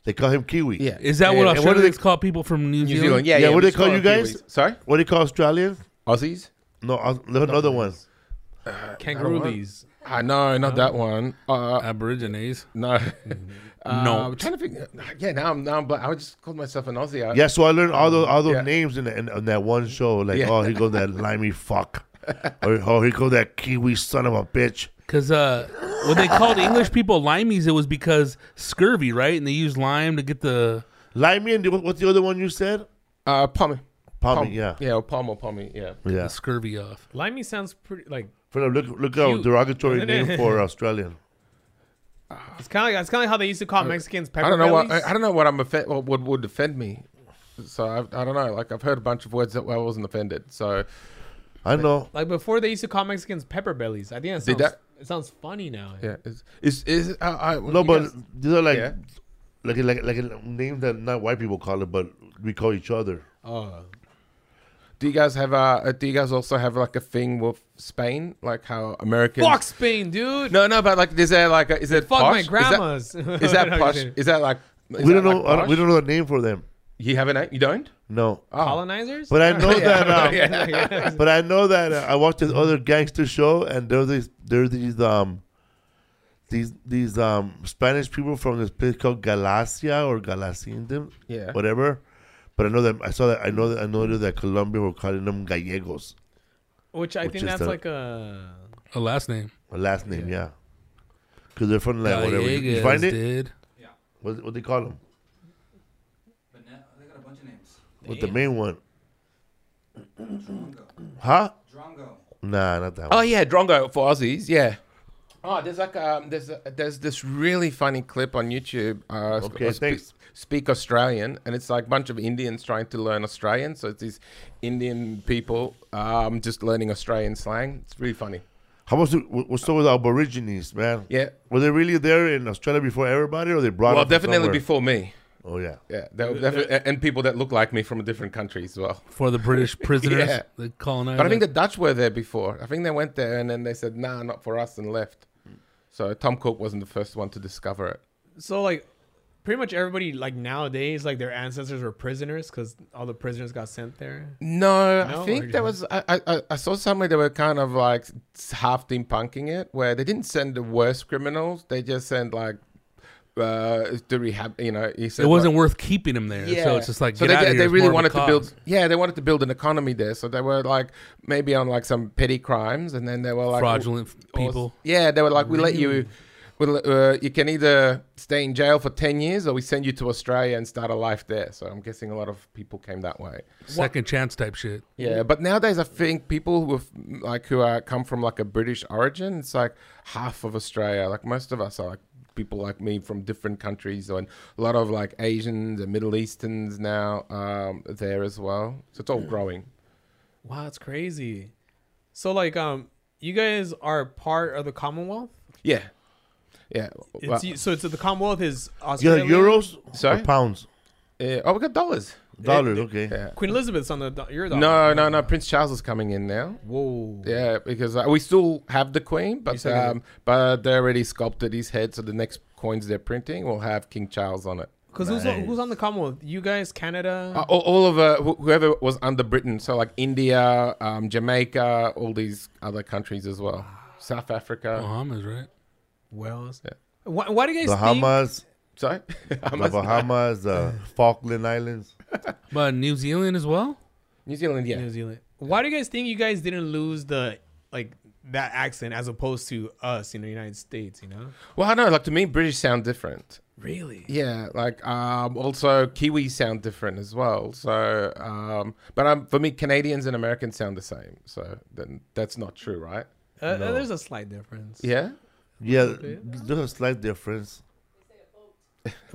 [SPEAKER 1] They call him Kiwi.
[SPEAKER 4] Yeah,
[SPEAKER 3] Is that what
[SPEAKER 4] yeah, yeah.
[SPEAKER 1] and what do
[SPEAKER 3] Australians
[SPEAKER 1] they-
[SPEAKER 3] call people from New,
[SPEAKER 4] New Zealand? Yeah,
[SPEAKER 1] Yeah,
[SPEAKER 4] yeah.
[SPEAKER 1] what do
[SPEAKER 4] we
[SPEAKER 1] they call
[SPEAKER 4] just
[SPEAKER 1] you
[SPEAKER 4] call them
[SPEAKER 1] guys?
[SPEAKER 4] Kiwis. Sorry,
[SPEAKER 1] What do you call Australians?
[SPEAKER 4] Aussies.
[SPEAKER 1] No, Aus- another one.
[SPEAKER 2] Kangaroo leaves.
[SPEAKER 4] Ah, no, not that one. Uh,
[SPEAKER 1] (laughs)
[SPEAKER 3] Aborigines.
[SPEAKER 4] no, Uh,
[SPEAKER 3] No.
[SPEAKER 4] I'm trying to figure. Yeah, now I'm now I'm. Black. I would just call myself an Aussie. I,
[SPEAKER 1] Yeah, so I learned all those all those
[SPEAKER 4] Yeah.
[SPEAKER 1] names in, the, in, in that one show. Like,
[SPEAKER 4] Yeah.
[SPEAKER 1] oh, here goes that limey
[SPEAKER 4] (laughs)
[SPEAKER 1] fuck, or oh, here goes that kiwi son of a bitch.
[SPEAKER 3] Because uh, when they called English people limeys, it was because scurvy, right? And they used lime to get the.
[SPEAKER 1] Limey and the, what's the other one you said?
[SPEAKER 4] Uh, pommy.
[SPEAKER 1] Pommy, yeah,
[SPEAKER 4] Yeah, or palm or pommy. Yeah.
[SPEAKER 1] yeah.
[SPEAKER 3] the scurvy off.
[SPEAKER 2] Limey sounds pretty like
[SPEAKER 1] For the, look, look up
[SPEAKER 4] (laughs)
[SPEAKER 1] derogatory
[SPEAKER 2] Isn't it?
[SPEAKER 1] name for Australian.
[SPEAKER 2] it's kind of like it's kind of how they used to call Mexicans pepper
[SPEAKER 4] I don't know what
[SPEAKER 2] bellies.
[SPEAKER 4] I, I don't know what I'm offend what would, would offend me. So I, I don't know. Like I've heard a bunch of words that I wasn't offended. So
[SPEAKER 1] I know.
[SPEAKER 2] like before they used to call Mexicans pepper bellies. I think that sounds
[SPEAKER 4] Did
[SPEAKER 2] it sounds funny now.
[SPEAKER 4] yeah, is is, is uh, I,
[SPEAKER 1] No,
[SPEAKER 4] you
[SPEAKER 1] but
[SPEAKER 4] guys-
[SPEAKER 1] these are like,
[SPEAKER 4] Yeah.
[SPEAKER 1] like like like a name that not white people call it, but we call each other.
[SPEAKER 2] Oh.
[SPEAKER 4] do you guys have uh, uh, do you guys also have like a thing with Spain, like how Americans?
[SPEAKER 2] Fuck Spain, dude.
[SPEAKER 4] No, no, but like, is there like a, is it
[SPEAKER 2] Fuck
[SPEAKER 4] posh?
[SPEAKER 2] my
[SPEAKER 4] Is that-
[SPEAKER 2] grandma's.
[SPEAKER 1] (laughs)
[SPEAKER 2] (laughs)
[SPEAKER 4] Is that, posh? Is that like is
[SPEAKER 1] we
[SPEAKER 4] that
[SPEAKER 1] don't know.
[SPEAKER 4] like
[SPEAKER 1] uh, we
[SPEAKER 4] posh?
[SPEAKER 1] don't know the name for them.
[SPEAKER 4] You have a name? You don't?
[SPEAKER 1] No,
[SPEAKER 4] Oh.
[SPEAKER 2] colonizers?
[SPEAKER 1] but I
[SPEAKER 2] (laughs)
[SPEAKER 1] know that. Uh,
[SPEAKER 2] Yeah.
[SPEAKER 1] But I know that uh, I watched this other gangster show, and there's these there's these um these these um Spanish people from this place called Galacia or Galacindem,
[SPEAKER 4] Yeah.
[SPEAKER 1] whatever. But I know that I saw that I know that I noticed that Colombia were calling them Gallegos,
[SPEAKER 2] Which I
[SPEAKER 1] Which
[SPEAKER 2] think
[SPEAKER 1] is
[SPEAKER 2] that's
[SPEAKER 1] the-
[SPEAKER 2] like a
[SPEAKER 3] A last name.
[SPEAKER 1] a last name, yeah. Because they're from like whatever. You, you
[SPEAKER 3] Gallegos,
[SPEAKER 1] find it?
[SPEAKER 3] dude.
[SPEAKER 1] What, what they call them?
[SPEAKER 6] But now they got a bunch of names.
[SPEAKER 1] What the main one?
[SPEAKER 6] Drongo.
[SPEAKER 1] Huh?
[SPEAKER 6] Drongo.
[SPEAKER 1] Nah, not that
[SPEAKER 4] Oh
[SPEAKER 1] one.
[SPEAKER 4] yeah, Drongo for Aussies, yeah. Oh, there's like um, there's a, there's this really funny clip on YouTube. Uh,
[SPEAKER 1] Okay,
[SPEAKER 4] sp-
[SPEAKER 1] thanks.
[SPEAKER 4] Speak Australian, and it's like a bunch of Indians trying to learn Australian. So it's these Indian people um, just learning Australian slang. It's really funny.
[SPEAKER 1] How was it? wh- What's up with Aborigines, man?
[SPEAKER 4] Yeah.
[SPEAKER 1] Were they really there in Australia before everybody, or they brought?
[SPEAKER 4] Well,
[SPEAKER 1] them from somewhere?
[SPEAKER 4] definitely before me.
[SPEAKER 1] Oh yeah.
[SPEAKER 4] Yeah, they were defi- and people that look like me from a different country as well.
[SPEAKER 3] For the British prisoners.
[SPEAKER 4] (laughs) Yeah.
[SPEAKER 3] They colonized.
[SPEAKER 4] But I think the
[SPEAKER 3] it.
[SPEAKER 4] Dutch were there before. I think they went there and then they said, "Nah, not for us," and left. So Tom Cook wasn't the first one to discover it.
[SPEAKER 2] so like pretty much everybody like nowadays like their ancestors were prisoners because all the prisoners got sent there.
[SPEAKER 4] No,
[SPEAKER 2] No,
[SPEAKER 4] I
[SPEAKER 2] or-
[SPEAKER 4] think
[SPEAKER 3] uh,
[SPEAKER 4] there was. I, I- I I saw somewhere they were kind of like half team punking it, where they didn't send the worst criminals. They just sent like uh, the rehab. You know, he said
[SPEAKER 3] It wasn't
[SPEAKER 4] like-
[SPEAKER 3] worth keeping him there. So it's just like,
[SPEAKER 4] so
[SPEAKER 3] get
[SPEAKER 4] they,
[SPEAKER 3] out of
[SPEAKER 4] they,
[SPEAKER 3] here.
[SPEAKER 4] they
[SPEAKER 3] It's
[SPEAKER 4] really
[SPEAKER 3] more of a
[SPEAKER 4] wanted to
[SPEAKER 3] cause.
[SPEAKER 4] build. Yeah, they wanted to build an economy there. So they were like maybe on like some petty crimes, and then they were like
[SPEAKER 3] fraudulent f-
[SPEAKER 4] or-
[SPEAKER 3] people.
[SPEAKER 4] Yeah, they were like, we let you. We'll, uh, you can either stay in jail for 10 years or we send you to Australia and start a life there. So I'm guessing a lot of people came that way.
[SPEAKER 3] Second chance type shit.
[SPEAKER 4] Yeah, but nowadays I think people who have, like who are come from like a British origin, it's like half of Australia. Like most of us are like people like me from different countries, and a lot of like Asians and Middle Easterns now um, there as well. So it's all growing.
[SPEAKER 2] Wow, that's crazy. So like um you guys are part of the Commonwealth?
[SPEAKER 4] Yeah, yeah.
[SPEAKER 2] It's, so it's the Commonwealth is
[SPEAKER 1] You
[SPEAKER 2] Australia.
[SPEAKER 1] got euros
[SPEAKER 4] Sorry?
[SPEAKER 1] or pounds?
[SPEAKER 4] Uh, oh, we got dollars.
[SPEAKER 1] Dollars, okay.
[SPEAKER 4] Yeah.
[SPEAKER 2] Queen Elizabeth's on the do- your dollar.
[SPEAKER 4] No, no, no. Prince Charles is coming in now.
[SPEAKER 2] Whoa.
[SPEAKER 4] Yeah, because uh, we still have the queen, but
[SPEAKER 2] still have
[SPEAKER 4] um, but they already sculpted his head, so the next coins they're printing will have King Charles on it.
[SPEAKER 2] Because who's, on- who's on the Commonwealth? You guys, Canada.
[SPEAKER 4] Uh, all, all of uh, wh- whoever was under Britain, so like India, um, Jamaica, all these other countries as well, South Africa.
[SPEAKER 1] Uh-huh.
[SPEAKER 3] Bahamas, right?
[SPEAKER 2] Wales.
[SPEAKER 4] Yeah.
[SPEAKER 2] Why, why do you guys
[SPEAKER 1] Bahamas,
[SPEAKER 4] Sorry, (laughs) I
[SPEAKER 1] the
[SPEAKER 4] must-
[SPEAKER 1] Bahamas, uh, Falkland Islands.
[SPEAKER 3] But New Zealand as well?
[SPEAKER 4] New Zealand,
[SPEAKER 2] think
[SPEAKER 4] yeah.
[SPEAKER 2] New Zealand? Why do you guys think you guys didn't lose the like that accent as opposed to us in the United States? You know,
[SPEAKER 4] Well, I know, like to me, British sound different.
[SPEAKER 2] really?
[SPEAKER 4] Yeah, like um, also Kiwis sound different as well. So, um, but um, for me, Canadians and Americans sound the same. So then that's not true, right?
[SPEAKER 2] Uh, uh, There's a slight difference.
[SPEAKER 4] Yeah.
[SPEAKER 1] Yeah, there's a slight difference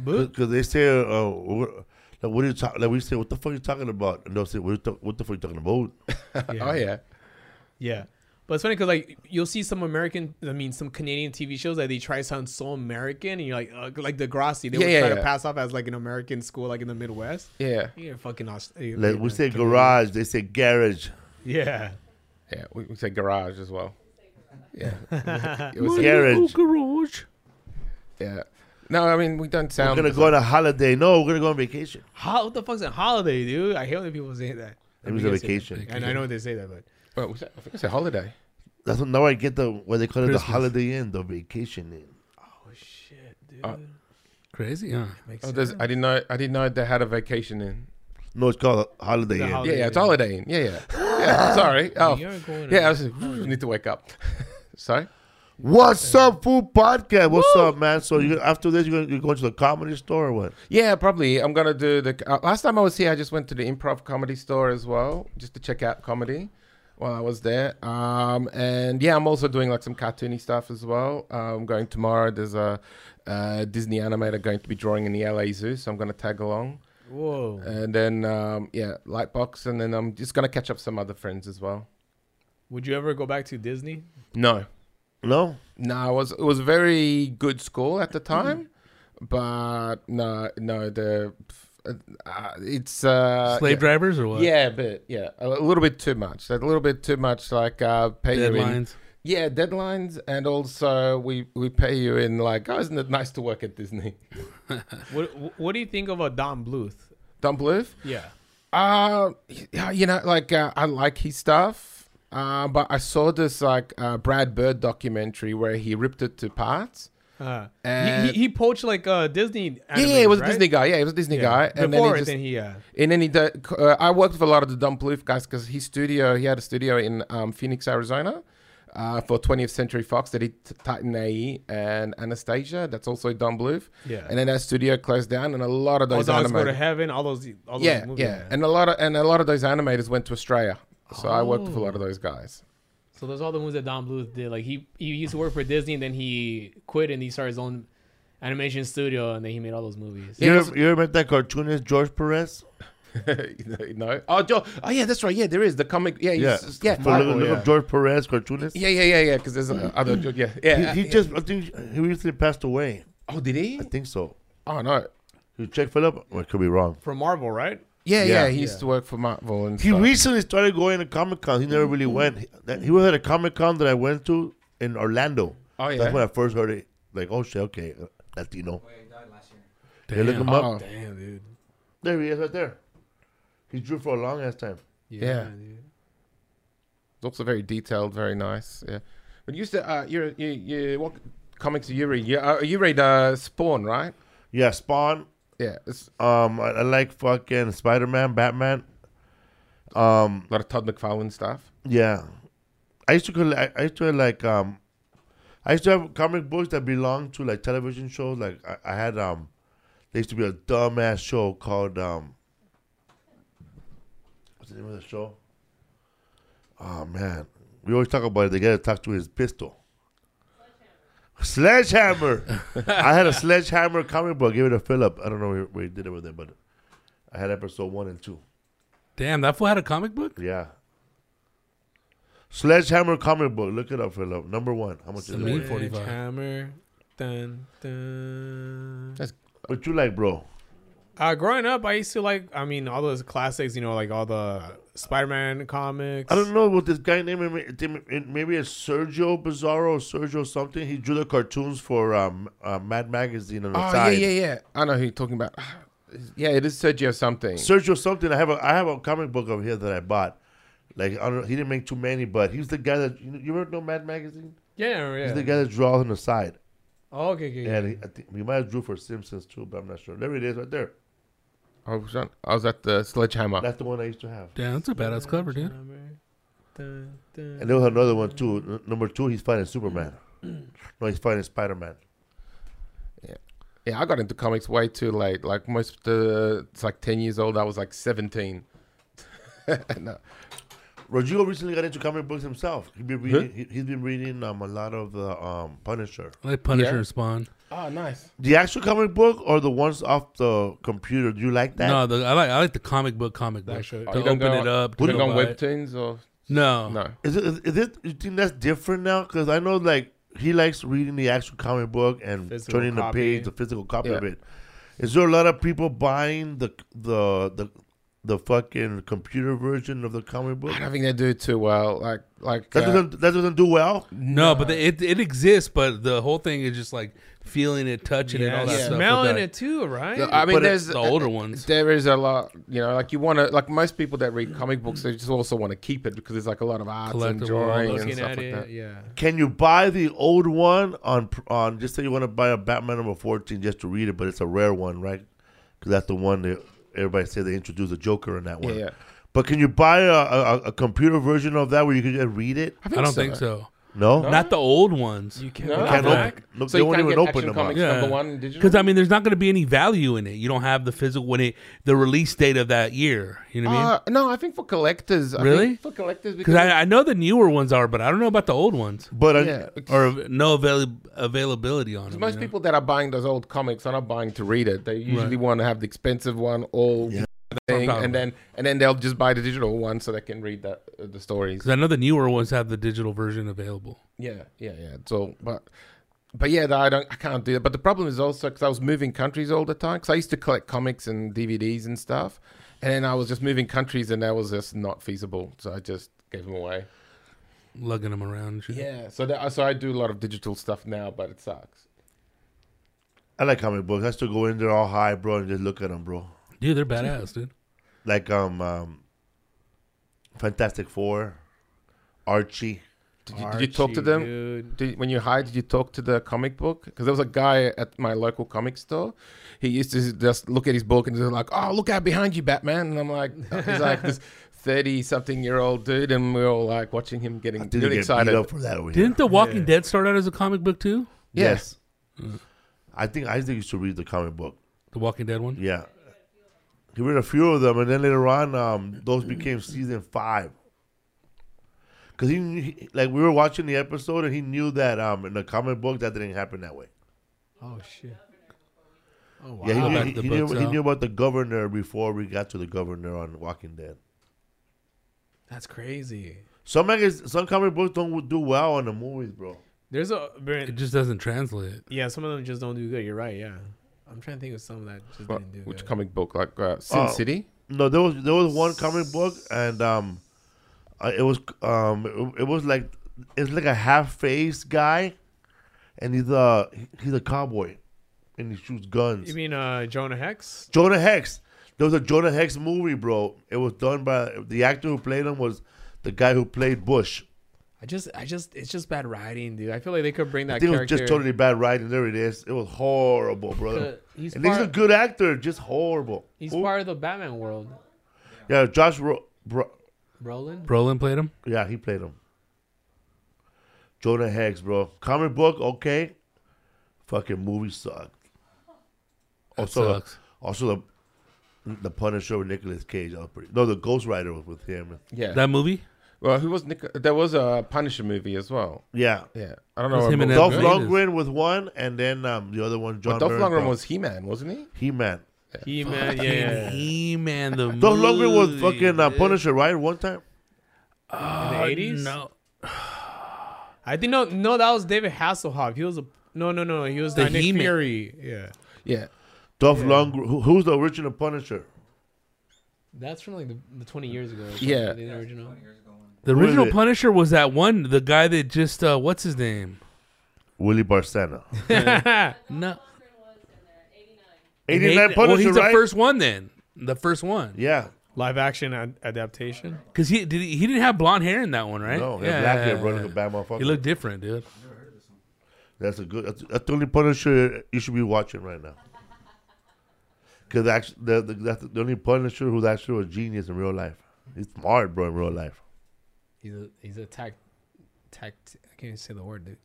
[SPEAKER 2] But-
[SPEAKER 1] because they say, uh, we're- like, what are you talking? Like we say, what the fuck are you talking about? And they'll say, what, you ta- what the fuck are you talking about?
[SPEAKER 2] yeah.
[SPEAKER 4] Oh yeah.
[SPEAKER 2] Yeah. But it's funny because like you'll see some American, I mean some Canadian TV shows that they try to sound so American, and you're like, uh, like Degrassi, they
[SPEAKER 4] Yeah,
[SPEAKER 2] would
[SPEAKER 4] yeah,
[SPEAKER 2] try to
[SPEAKER 4] yeah.
[SPEAKER 2] pass off as like an American school, like in the Midwest.
[SPEAKER 4] Yeah.
[SPEAKER 2] You're fucking Australia.
[SPEAKER 1] Like we say garage, they say garage.
[SPEAKER 2] Yeah.
[SPEAKER 4] Yeah. We, we say garage as well.
[SPEAKER 1] (laughs)
[SPEAKER 4] Yeah. It was-
[SPEAKER 1] Garage.
[SPEAKER 3] garage.
[SPEAKER 4] yeah. No, I mean we don't
[SPEAKER 1] We're
[SPEAKER 4] sound.
[SPEAKER 1] gonna go on a holiday. No, we're gonna go on vacation.
[SPEAKER 2] How what the fuck's a holiday, dude? I hate when people say that.
[SPEAKER 1] It was a vacation.
[SPEAKER 2] And I know they say that, but
[SPEAKER 4] Well, was that- I think it's a holiday.
[SPEAKER 1] That's what now I get the what they call it the
[SPEAKER 3] Christmas.
[SPEAKER 1] holiday inn, the vacation inn.
[SPEAKER 2] oh shit, dude.
[SPEAKER 4] Uh,
[SPEAKER 3] Crazy, huh?
[SPEAKER 2] Makes
[SPEAKER 4] Oh,
[SPEAKER 2] sense.
[SPEAKER 4] there's, I didn't know. I didn't know they had a vacation in.
[SPEAKER 1] No, it's called a Holiday
[SPEAKER 2] The
[SPEAKER 1] Inn.
[SPEAKER 2] Holiday
[SPEAKER 4] Yeah, yeah, it's
[SPEAKER 2] Inn.
[SPEAKER 4] holiday in. Yeah, yeah. yeah sorry. Oh,
[SPEAKER 2] You're going
[SPEAKER 4] yeah. I
[SPEAKER 2] on-
[SPEAKER 4] was like, need to wake up. (laughs) sorry.
[SPEAKER 1] What's up, Food Podcast? What's up, man? So you after this, you're going, you're going to the comedy store or what?
[SPEAKER 4] Yeah, probably. I'm gonna do the. Uh, last time I was here, I just went to the improv comedy store as well, just to check out comedy while I was there. Um, and yeah, I'm also doing like some cartoony stuff as well. Uh, I'm going tomorrow. There's a, uh Disney animator going to be drawing in the LA Zoo, so I'm gonna tag along.
[SPEAKER 2] Whoa.
[SPEAKER 4] And then um, yeah, Lightbox, and then I'm just gonna catch up some other friends as well.
[SPEAKER 2] Would you ever go back to Disney?
[SPEAKER 4] No,
[SPEAKER 1] No,
[SPEAKER 4] No, it was it was a very good school
[SPEAKER 3] (laughs)
[SPEAKER 4] at the time, but no, no, the uh, it's uh,
[SPEAKER 3] Slave
[SPEAKER 4] yeah.
[SPEAKER 3] drivers or what?
[SPEAKER 4] Yeah, but yeah, a little bit too much. A little bit too much, like uh, pay you in-
[SPEAKER 3] Deadlines.
[SPEAKER 4] Yeah, deadlines, and also we we pay you in like, oh, isn't it nice to work at Disney?
[SPEAKER 2] What What do you think of a Don Bluth?
[SPEAKER 4] Don Bluth.
[SPEAKER 2] Yeah.
[SPEAKER 4] Uh, yeah, you know, like uh, I like his stuff, uh, but I saw this like uh, Brad Bird documentary where he ripped it to parts.
[SPEAKER 2] Uh,
[SPEAKER 4] And-
[SPEAKER 2] he, he, he poached like uh, Disney.
[SPEAKER 4] Yeah, yeah, it was
[SPEAKER 2] animators,
[SPEAKER 4] a
[SPEAKER 2] right?
[SPEAKER 4] Disney guy. Yeah, it was a Disney guy.
[SPEAKER 2] Before
[SPEAKER 4] And then he
[SPEAKER 2] it,
[SPEAKER 4] just,
[SPEAKER 2] then he uh,
[SPEAKER 4] and then he did, uh, I worked with a lot of the Don Bluth guys because his studio, he had a studio in um, Phoenix, Arizona, uh, for 20th Century Fox that he t- Titan AE E and Anastasia. That's also Don Bluth.
[SPEAKER 2] Yeah. Oh,
[SPEAKER 4] And then that studio closed down, and a lot of
[SPEAKER 2] all
[SPEAKER 4] those
[SPEAKER 2] dogs go to
[SPEAKER 4] animators.
[SPEAKER 2] heaven. All those. All those
[SPEAKER 4] Yeah,
[SPEAKER 2] movies,
[SPEAKER 4] yeah, and a lot of and a lot of those animators went to Australia. So I worked with a lot of those guys. (laughs)
[SPEAKER 2] So those are all the ones that Don Bluth did. Like he he used to work for Disney, and then he quit and he started his own animation studio, and then he made all those movies.
[SPEAKER 1] you ever, you ever met that cartoonist George Perez?
[SPEAKER 4] no, oh, Joe, oh yeah, that's right. Yeah, there is the comic. Yeah,
[SPEAKER 1] Yeah,
[SPEAKER 4] he's- yeah,
[SPEAKER 1] So look,
[SPEAKER 4] Michael,
[SPEAKER 1] look up
[SPEAKER 4] yeah.
[SPEAKER 1] George Perez, cartoonist.
[SPEAKER 4] yeah, yeah, yeah, yeah. Because there's uh, other, yeah, yeah.
[SPEAKER 1] he, he just I think he recently passed away.
[SPEAKER 4] oh, did he?
[SPEAKER 1] I think so.
[SPEAKER 4] Oh no,
[SPEAKER 1] You check for up? I could be wrong.
[SPEAKER 2] For Marvel, right?
[SPEAKER 4] Yeah,
[SPEAKER 1] Yeah.
[SPEAKER 4] yeah, he used to work for Marvel and
[SPEAKER 1] He
[SPEAKER 4] stuff.
[SPEAKER 1] recently started going to Comic Con. He never really went. He, that- he was at a Comic Con that I went to in Orlando.
[SPEAKER 4] Oh, yeah?
[SPEAKER 1] that's when I first heard it. Like, oh shit, okay, uh, Latino.
[SPEAKER 6] Well, he died last year.
[SPEAKER 1] They look him up.
[SPEAKER 4] Oh,
[SPEAKER 2] Damn, dude.
[SPEAKER 1] There he is, right there. He drew for a long ass time.
[SPEAKER 4] Yeah. it's also very detailed, very nice. Yeah, but you used to uh, you you you what comics do you read? You uh, you read uh, Spawn, right?
[SPEAKER 1] Yeah, Spawn.
[SPEAKER 4] Yeah, it's
[SPEAKER 1] Um, I, I like fucking Spider Man, Batman. Um,
[SPEAKER 4] a lot of Todd McFarlane stuff.
[SPEAKER 1] yeah, I used to collect. I used to like um, I used to have comic books that belong to like television shows. Like I, I had um, there used to be a dumbass show called um, what's the name of the show? Oh man, we always talk about it. The guy that talks to his pistol. Sledgehammer. I had a sledgehammer comic book. Give it to Philip. I don't know where, where he did it with it, but I had episode one and two.
[SPEAKER 3] Damn, that fool had a comic book.
[SPEAKER 1] Yeah. Sledgehammer comic book. Look it up, Philip. Number one. How much is
[SPEAKER 3] Salute.
[SPEAKER 1] it?
[SPEAKER 3] Mean 45.
[SPEAKER 2] Hammer. Dun, dun.
[SPEAKER 1] What you like, bro?
[SPEAKER 2] Uh, growing up, I used to like, I mean, all those classics, you know, like all the Spider-Man comics.
[SPEAKER 1] I don't know what this guy named him. it- it- it- Maybe it's Sergio Bizarro or Sergio something. He drew the cartoons for um, uh, Mad Magazine on the
[SPEAKER 4] Oh yeah,
[SPEAKER 1] side.
[SPEAKER 4] yeah, yeah. I know who you're talking about. (sighs) Yeah, it is Sergio something.
[SPEAKER 1] Sergio something. I have a I have a comic book over here that I bought. Like I don't know, he didn't make too many, but he was the guy that you, know, you ever know Mad Magazine.
[SPEAKER 2] Yeah, yeah.
[SPEAKER 1] He's the guy that drew on the side.
[SPEAKER 2] oh, okay, okay.
[SPEAKER 1] And he, I think he might have drew for Simpsons too, but I'm not sure. There it is, right there.
[SPEAKER 4] I Oh, was on, I was at the Sledgehammer.
[SPEAKER 1] That's the one I used to have.
[SPEAKER 3] Damn, that's a badass cover, dude.
[SPEAKER 2] Hammer. Dun, dun.
[SPEAKER 1] And there was another one too. N- number two, he's fighting Superman. no, he's fighting Spider Man.
[SPEAKER 4] Yeah, I got into comics way too late. Like most of the, it's like ten years old. I was like seventeen. no.
[SPEAKER 1] Rodrigo recently got into comic books himself. He's been reading. He, has been reading um, a lot of the um, Punisher,
[SPEAKER 3] I like Punisher
[SPEAKER 4] Yeah.
[SPEAKER 3] and Spawn.
[SPEAKER 1] Ah,
[SPEAKER 4] Oh, nice.
[SPEAKER 1] the actual comic book, or the ones off the computer. Do you like that?
[SPEAKER 3] No, the, I like I like the comic book comic book.
[SPEAKER 2] shit.
[SPEAKER 3] To
[SPEAKER 4] Oh, you
[SPEAKER 3] open
[SPEAKER 4] don't go-
[SPEAKER 3] it up. To
[SPEAKER 4] Put it
[SPEAKER 3] go
[SPEAKER 4] on
[SPEAKER 3] buy it.
[SPEAKER 4] webtoons or
[SPEAKER 3] No,
[SPEAKER 4] no?
[SPEAKER 1] Is it? Is, is it? You think that's different now? Because I know like he likes reading the actual comic book and
[SPEAKER 2] Physical
[SPEAKER 1] turning
[SPEAKER 2] copy.
[SPEAKER 1] the page, the physical copy
[SPEAKER 4] Yeah.
[SPEAKER 1] of it. Is there a lot of people buying the the the the fucking computer version of the comic book?
[SPEAKER 4] I don't think they do too well. Like, like
[SPEAKER 1] That
[SPEAKER 4] uh,
[SPEAKER 1] doesn't that doesn't do well.
[SPEAKER 3] No, but the, it it exists, but the whole thing is just like feeling it, touching it, all that stuff.
[SPEAKER 2] smelling
[SPEAKER 3] But, uh,
[SPEAKER 2] it too, right?
[SPEAKER 4] the- I mean,
[SPEAKER 1] but it-
[SPEAKER 4] there's
[SPEAKER 3] the older ones.
[SPEAKER 4] There is a lot, you know, like you want to, like most people that read comic books, they just also want to keep it because there's like a lot of art and
[SPEAKER 3] Collectible,
[SPEAKER 4] drawing and
[SPEAKER 2] Looking
[SPEAKER 4] stuff
[SPEAKER 2] at
[SPEAKER 4] like
[SPEAKER 2] it,
[SPEAKER 4] that.
[SPEAKER 2] yeah.
[SPEAKER 1] Can you buy the old one on pr- on? Just say you want to buy a Batman number fourteen just to read it, but it's a rare one, right? Because that's the one that everybody said they introduced the Joker in that
[SPEAKER 4] Yeah,
[SPEAKER 1] one.
[SPEAKER 4] yeah.
[SPEAKER 1] But can you buy a, a, a computer version of that where you can just read it?
[SPEAKER 3] I don't think so.
[SPEAKER 1] No,
[SPEAKER 3] Not the old ones.
[SPEAKER 2] You can't.
[SPEAKER 4] No.
[SPEAKER 2] look
[SPEAKER 1] Can't
[SPEAKER 2] back.
[SPEAKER 1] open. No,
[SPEAKER 4] So
[SPEAKER 1] they
[SPEAKER 4] you
[SPEAKER 1] won't
[SPEAKER 4] can't
[SPEAKER 1] even
[SPEAKER 4] get
[SPEAKER 1] open
[SPEAKER 4] Action
[SPEAKER 1] them. up.
[SPEAKER 4] Comics
[SPEAKER 3] up.
[SPEAKER 4] number
[SPEAKER 3] Yeah.
[SPEAKER 4] one digital.
[SPEAKER 3] Because I mean, there's not going to be any value in it. You don't have the physical when it the release date of that year. You know what I mean?
[SPEAKER 4] Uh, no, I think for collectors. I
[SPEAKER 3] Really?
[SPEAKER 4] think for collectors,
[SPEAKER 3] Because
[SPEAKER 4] because
[SPEAKER 3] I, I know the newer ones are, but I don't know about the old ones
[SPEAKER 1] But uh,
[SPEAKER 4] yeah,
[SPEAKER 3] or av- no avail- availability on them.
[SPEAKER 4] most
[SPEAKER 3] you know?
[SPEAKER 4] people that are buying those old comics are not buying to read it. They usually want to have the expensive one all
[SPEAKER 3] what I'm
[SPEAKER 4] thing,
[SPEAKER 3] talking
[SPEAKER 4] and then and then they'll just buy the digital one so they can read that uh, the stories.
[SPEAKER 3] 'Cause I know the newer ones have the digital version available.
[SPEAKER 4] Yeah, yeah, yeah. It's all, but but yeah, I don't, I can't do that. But the problem is also because I was moving countries all the time. Because I used to collect comics and DVDs and stuff, and then I was just moving countries, and that was just not feasible. So I just gave them away.
[SPEAKER 3] Lugging them around. and shit.
[SPEAKER 4] Yeah. So that, so I do a lot of digital stuff now, but it sucks.
[SPEAKER 1] I like comic books. I still go in there all high, bro, and just look at them, bro.
[SPEAKER 3] dude, they're badass, dude.
[SPEAKER 1] Like um, um Fantastic Four, Archie.
[SPEAKER 4] Did you, did you talk
[SPEAKER 2] Archie,
[SPEAKER 4] to them?
[SPEAKER 2] dude.
[SPEAKER 4] Did, when you hired, did you talk to the comic book? Because there was a guy at my local comic store. He used to just look at his book and just like, "Oh, look out behind you, Batman!" And I'm like, (laughs) he's like this thirty-something-year-old dude, and we're all like watching him getting
[SPEAKER 1] I didn't
[SPEAKER 4] really
[SPEAKER 1] get
[SPEAKER 4] excited.
[SPEAKER 1] beat up for that over here.
[SPEAKER 3] Didn't The Walking Dead start out as a comic book too?
[SPEAKER 4] Yeah.
[SPEAKER 1] Yes. I think I used to read the comic book.
[SPEAKER 3] The Walking Dead one.
[SPEAKER 1] Yeah. He read a few of them, and then later on, um, those became season five. Cause he, he- like, we were watching the episode, and he knew that um, in the comic book that didn't happen that way.
[SPEAKER 2] Oh shit. Oh wow.
[SPEAKER 1] Yeah, he,
[SPEAKER 3] Wow.
[SPEAKER 1] knew,
[SPEAKER 3] Back
[SPEAKER 1] he,
[SPEAKER 3] the
[SPEAKER 1] he knew,
[SPEAKER 3] books
[SPEAKER 1] he
[SPEAKER 3] out.
[SPEAKER 1] knew about the governor before we got to the governor on Walking Dead.
[SPEAKER 2] That's crazy.
[SPEAKER 1] Some magaz- some comic books don't do well on the movies, bro.
[SPEAKER 2] There's a
[SPEAKER 3] It just doesn't translate.
[SPEAKER 2] yeah. Some of them just don't do good. You're right. Yeah. I'm trying to think of some that just
[SPEAKER 4] What-
[SPEAKER 2] didn't do
[SPEAKER 4] which
[SPEAKER 2] good.
[SPEAKER 4] comic book? Like uh, Sin
[SPEAKER 1] Oh.
[SPEAKER 4] City?
[SPEAKER 1] No, there was there was one comic book, and um, uh, it was um, it, it was like it's like a half faced guy, and he's a he's a cowboy, and he shoots guns.
[SPEAKER 2] you mean uh, Jonah Hex?
[SPEAKER 1] Jonah Hex. There was a Jonah Hex movie, bro. It was done by the actor who played him was the guy who played Bush.
[SPEAKER 2] I just, I just, it's just bad writing, dude. I feel like they could bring that
[SPEAKER 1] I think it was
[SPEAKER 2] character.
[SPEAKER 1] just totally bad writing. There it is. It was horrible, brother.
[SPEAKER 2] He's
[SPEAKER 1] and he's a
[SPEAKER 2] part-
[SPEAKER 1] good actor, just horrible.
[SPEAKER 2] He's
[SPEAKER 1] Ooh.
[SPEAKER 2] part of the Batman world.
[SPEAKER 1] yeah, Josh. Ro- Bro-
[SPEAKER 2] Brolin.
[SPEAKER 3] Brolin played him.
[SPEAKER 1] Yeah, he played him. Jonah Hex, bro. Comic book, okay. Fucking movie sucked.
[SPEAKER 3] That
[SPEAKER 1] Also,
[SPEAKER 3] sucks.
[SPEAKER 1] also the the Punisher with Nicolas Cage. That was pretty. No, the Ghost Rider was with him.
[SPEAKER 4] Yeah.
[SPEAKER 3] That movie.
[SPEAKER 4] well, who was Nick? There was a Punisher movie as well.
[SPEAKER 1] Yeah,
[SPEAKER 4] Yeah, I don't
[SPEAKER 3] It was
[SPEAKER 4] know.
[SPEAKER 3] him and that-
[SPEAKER 4] what-
[SPEAKER 1] Dolph
[SPEAKER 3] good.
[SPEAKER 1] Lundgren with one, and then um, the other one, John.
[SPEAKER 4] but Dolph Lundgren
[SPEAKER 1] Bernthal.
[SPEAKER 4] was He-Man, wasn't he?
[SPEAKER 1] He Man.
[SPEAKER 2] He man, yeah.
[SPEAKER 3] He man the
[SPEAKER 1] Dolph Lundgren was
[SPEAKER 3] movie,
[SPEAKER 1] fucking uh,
[SPEAKER 3] dude.
[SPEAKER 1] Punisher, right? One time.
[SPEAKER 2] In the eighties.
[SPEAKER 3] No,
[SPEAKER 2] I think no, no, that was David Hasselhoff. He was a no, no, no. He was
[SPEAKER 3] The
[SPEAKER 2] the Nick
[SPEAKER 3] He-Man.
[SPEAKER 2] Fury. Yeah.
[SPEAKER 4] Yeah.
[SPEAKER 1] Dolph Lundgren. Who, who's the original Punisher?
[SPEAKER 2] That's from like the, the 20 years ago.
[SPEAKER 4] Yeah.
[SPEAKER 2] The original.
[SPEAKER 6] Years ago, when
[SPEAKER 3] the
[SPEAKER 1] Who is
[SPEAKER 3] original
[SPEAKER 1] it?
[SPEAKER 3] Punisher was that one. The guy that just uh, what's his name?
[SPEAKER 1] Willie Barcena.
[SPEAKER 3] No,
[SPEAKER 5] Lundgren was in there, 89.
[SPEAKER 1] Eighty
[SPEAKER 3] Nate-
[SPEAKER 1] nine
[SPEAKER 3] Well,
[SPEAKER 1] Punisher,
[SPEAKER 3] he's
[SPEAKER 1] right?
[SPEAKER 3] the first one then. The first one.
[SPEAKER 1] Yeah.
[SPEAKER 2] (laughs) Live action ad- adaptation.
[SPEAKER 3] Because he did he, he didn't have blonde hair in that one, right?
[SPEAKER 1] No, yeah, black hair, bro. Like a bad motherfucker.
[SPEAKER 3] He looked different, dude.
[SPEAKER 1] That's a good. That's, that's the only Punisher you should be watching right now. Because actually, the, the, that's the only Punisher who's actually a genius in real life. He's smart, bro, in real life.
[SPEAKER 2] He's a, he's a tact, tact. I can't even say the word, dude.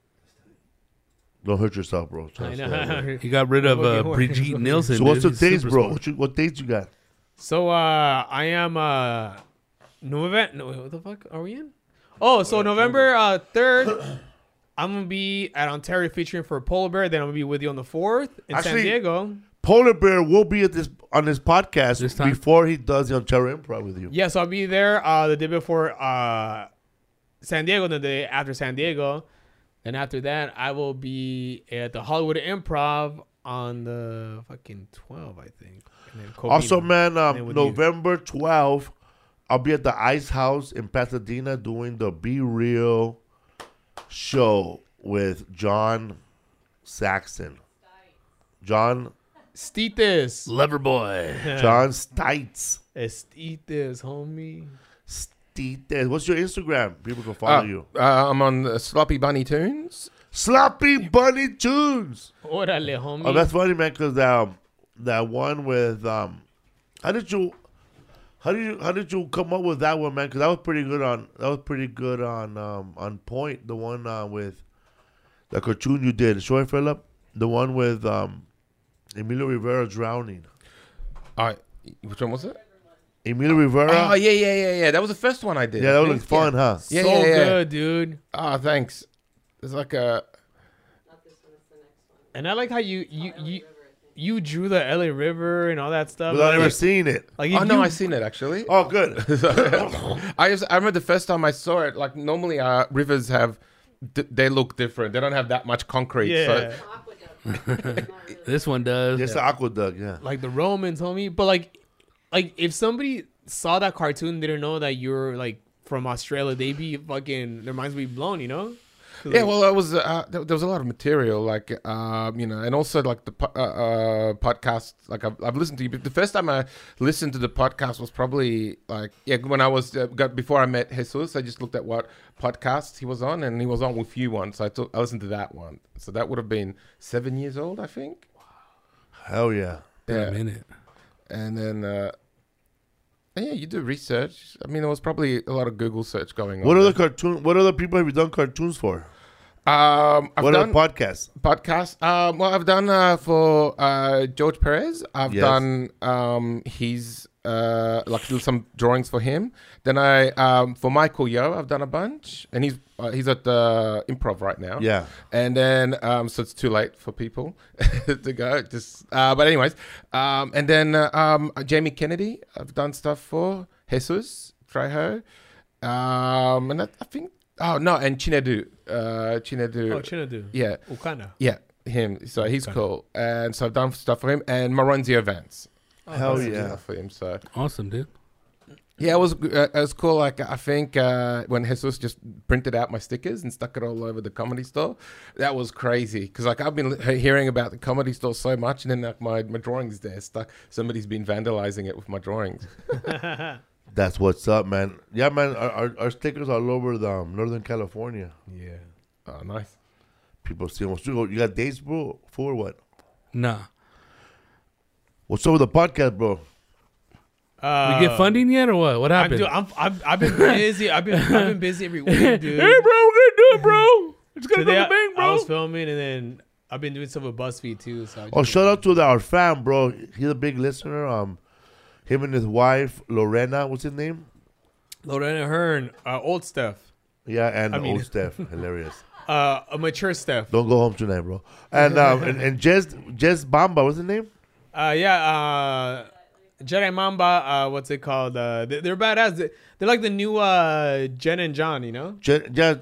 [SPEAKER 1] Don't hurt yourself, bro. So,
[SPEAKER 2] I
[SPEAKER 1] so-
[SPEAKER 2] know.
[SPEAKER 3] He got rid of uh,
[SPEAKER 2] Okay, wait.
[SPEAKER 3] (laughs) Brigitte Nielsen.
[SPEAKER 1] so what's the
[SPEAKER 3] dude. He's
[SPEAKER 1] dates,
[SPEAKER 3] super
[SPEAKER 1] bro?
[SPEAKER 3] smart.
[SPEAKER 1] What, you, what dates you got?
[SPEAKER 2] (laughs) So uh, I am uh, November. No, wait, what the fuck are we in? Oh, so November uh third, I'm gonna be at Ontario featuring for Polar Bear. Then I'm gonna be with you on the fourth in
[SPEAKER 1] Actually-
[SPEAKER 2] San Diego.
[SPEAKER 1] Polar Bear will be at this on this podcast
[SPEAKER 3] This time?
[SPEAKER 1] before he does the Ontario Improv with you.
[SPEAKER 2] Yes, I'll be there uh, the day before uh, San Diego, the day after San Diego. Then after that, I will be at the Hollywood Improv on the fucking 12, I think.
[SPEAKER 7] then Kobe
[SPEAKER 1] Also,
[SPEAKER 7] would-
[SPEAKER 1] man,
[SPEAKER 7] they
[SPEAKER 1] um,
[SPEAKER 7] would
[SPEAKER 1] November 12th, I'll be at the Ice House in Pasadena doing the Be Real show with John Saxon. John
[SPEAKER 2] Stites.
[SPEAKER 3] Lover boy.
[SPEAKER 1] (laughs) John Stites.
[SPEAKER 2] Estites, homie.
[SPEAKER 1] Stites. What's your Instagram? People can follow
[SPEAKER 4] Ah,
[SPEAKER 1] you.
[SPEAKER 4] Uh, I'm on the Sloppy Bunny Tunes.
[SPEAKER 1] Sloppy Bunny Tunes.
[SPEAKER 2] Orale, homie.
[SPEAKER 1] Oh, that's funny, man, because um, that one with um, how did you, how did you, how did you come up with that one, man? Because that was pretty good on that was pretty good on um on point. The one uh, with the cartoon you did, Shoy Philip. The one with um, Emilio Rivera drowning.
[SPEAKER 4] I which one was it?
[SPEAKER 1] Emilio Rivera.
[SPEAKER 4] Oh yeah, yeah, yeah, yeah. That was the first one I did.
[SPEAKER 1] yeah,
[SPEAKER 4] I
[SPEAKER 1] that
[SPEAKER 4] think.
[SPEAKER 1] was fun, huh?
[SPEAKER 4] Yeah,
[SPEAKER 2] so
[SPEAKER 4] yeah, yeah.
[SPEAKER 2] good, dude.
[SPEAKER 4] Ah, thanks. It's like a
[SPEAKER 5] Not this one, it's the next one.
[SPEAKER 2] And I like how you you you, you drew the LA River and all that stuff.
[SPEAKER 1] Without
[SPEAKER 2] like,
[SPEAKER 1] ever seeing it.
[SPEAKER 2] like
[SPEAKER 4] oh
[SPEAKER 2] you-
[SPEAKER 4] no,
[SPEAKER 2] you-
[SPEAKER 4] I seen it actually.
[SPEAKER 1] Oh, good.
[SPEAKER 4] (laughs) I just I remember the first time I saw it. Like normally, uh, rivers have d- they look different. They don't have that much concrete.
[SPEAKER 7] Yeah.
[SPEAKER 4] So
[SPEAKER 5] Aqueduct. Not really.
[SPEAKER 3] This one does.
[SPEAKER 1] It's the aqueduct. Yeah.
[SPEAKER 2] like the Romans, homie. But like, like if somebody saw that cartoon, didn't know that you're like from Australia, they be fucking their minds would be blown, you know?
[SPEAKER 4] yeah, well, it was uh, there, there was a lot of material, like um, you know, and also like the po- uh, uh, podcast. Like I've, I've listened to you, but the first time I listened to the podcast was probably like yeah, when I was uh, got, before I met Jesus. I just looked at what podcast he was on, and he was on with you once. So I thought I listened to that one. So that would have been seven years old, I think.
[SPEAKER 1] Hell yeah.
[SPEAKER 3] Wait a minute.
[SPEAKER 4] and then uh, and yeah, you do research. I mean, there was probably a lot of Google search going
[SPEAKER 1] What
[SPEAKER 4] on.
[SPEAKER 1] other cartoon? What other people have you done cartoons for?
[SPEAKER 4] there. um, I've
[SPEAKER 1] what
[SPEAKER 4] done
[SPEAKER 1] other podcasts?
[SPEAKER 4] podcasts. Um, well, I've done uh, for uh, George Perez. I've
[SPEAKER 1] Yes.
[SPEAKER 4] done um, his uh, like little- some drawings for him. Then I um, for Michael Yo, I've done a bunch, and he's uh, he's at the improv right now.
[SPEAKER 1] Yeah.
[SPEAKER 4] And then, um, so it's too late for people (laughs) to go. Just, uh, but anyways, um, and then uh, um, Jamie Kennedy, I've done stuff for Jesus Trejo, um, and I, I think, oh no, and Chinedu, uh, Chinedu,
[SPEAKER 7] Oh, Chinadu.
[SPEAKER 4] yeah,
[SPEAKER 7] Ukana.
[SPEAKER 4] yeah, him. So he's cool, and so I've done stuff for him, and Maronzio Vance.
[SPEAKER 1] Hell
[SPEAKER 4] I've done
[SPEAKER 1] Oh, yeah.
[SPEAKER 4] stuff for him. So
[SPEAKER 3] Awesome, dude.
[SPEAKER 4] yeah, it was uh, it was cool. Like I think uh, when Jesus just printed out my stickers and stuck it all over the comedy store, that was crazy. Because like I've been he- hearing about the comedy store so much, and then like my my drawings there stuck. Somebody's been vandalizing it with my drawings.
[SPEAKER 1] That's what's up, man. Yeah, man. Our, our, our stickers are all over the um, Northern California.
[SPEAKER 7] Yeah.
[SPEAKER 4] Oh, nice.
[SPEAKER 1] People see what's you got dates, bro, for what?
[SPEAKER 3] Nah.
[SPEAKER 1] What's up with the podcast, bro?
[SPEAKER 3] We
[SPEAKER 7] Uh,
[SPEAKER 3] get funding yet or what? What
[SPEAKER 2] I'm,
[SPEAKER 3] happened?
[SPEAKER 2] dude, I'm, I'm, I've been busy. I've been, I've been busy every week, dude.
[SPEAKER 3] hey, bro, we're gonna do it, bro. It's gonna go
[SPEAKER 2] Today
[SPEAKER 3] to
[SPEAKER 2] I,
[SPEAKER 3] the bank,
[SPEAKER 2] I
[SPEAKER 3] bro.
[SPEAKER 2] was filming, and then I've been doing some with BuzzFeed too. So I just
[SPEAKER 1] Oh, shout out to the, our fan, bro. He's a big listener. Um, him and his wife Lorena. What's his name?
[SPEAKER 2] Lorena Hearn, uh, old stuff,
[SPEAKER 1] Yeah, and
[SPEAKER 2] I mean-
[SPEAKER 1] old Steph. Hilarious.
[SPEAKER 2] uh, a mature stuff.
[SPEAKER 1] Don't go home tonight, bro. And um, and, and Jess Jess Bamba. What's his name?
[SPEAKER 2] Uh, yeah, uh, Jedi Mamba. Uh, what's it called? Uh, they, they're badass. They- They're like the new uh, Jen and John. You know?
[SPEAKER 1] Je- Je-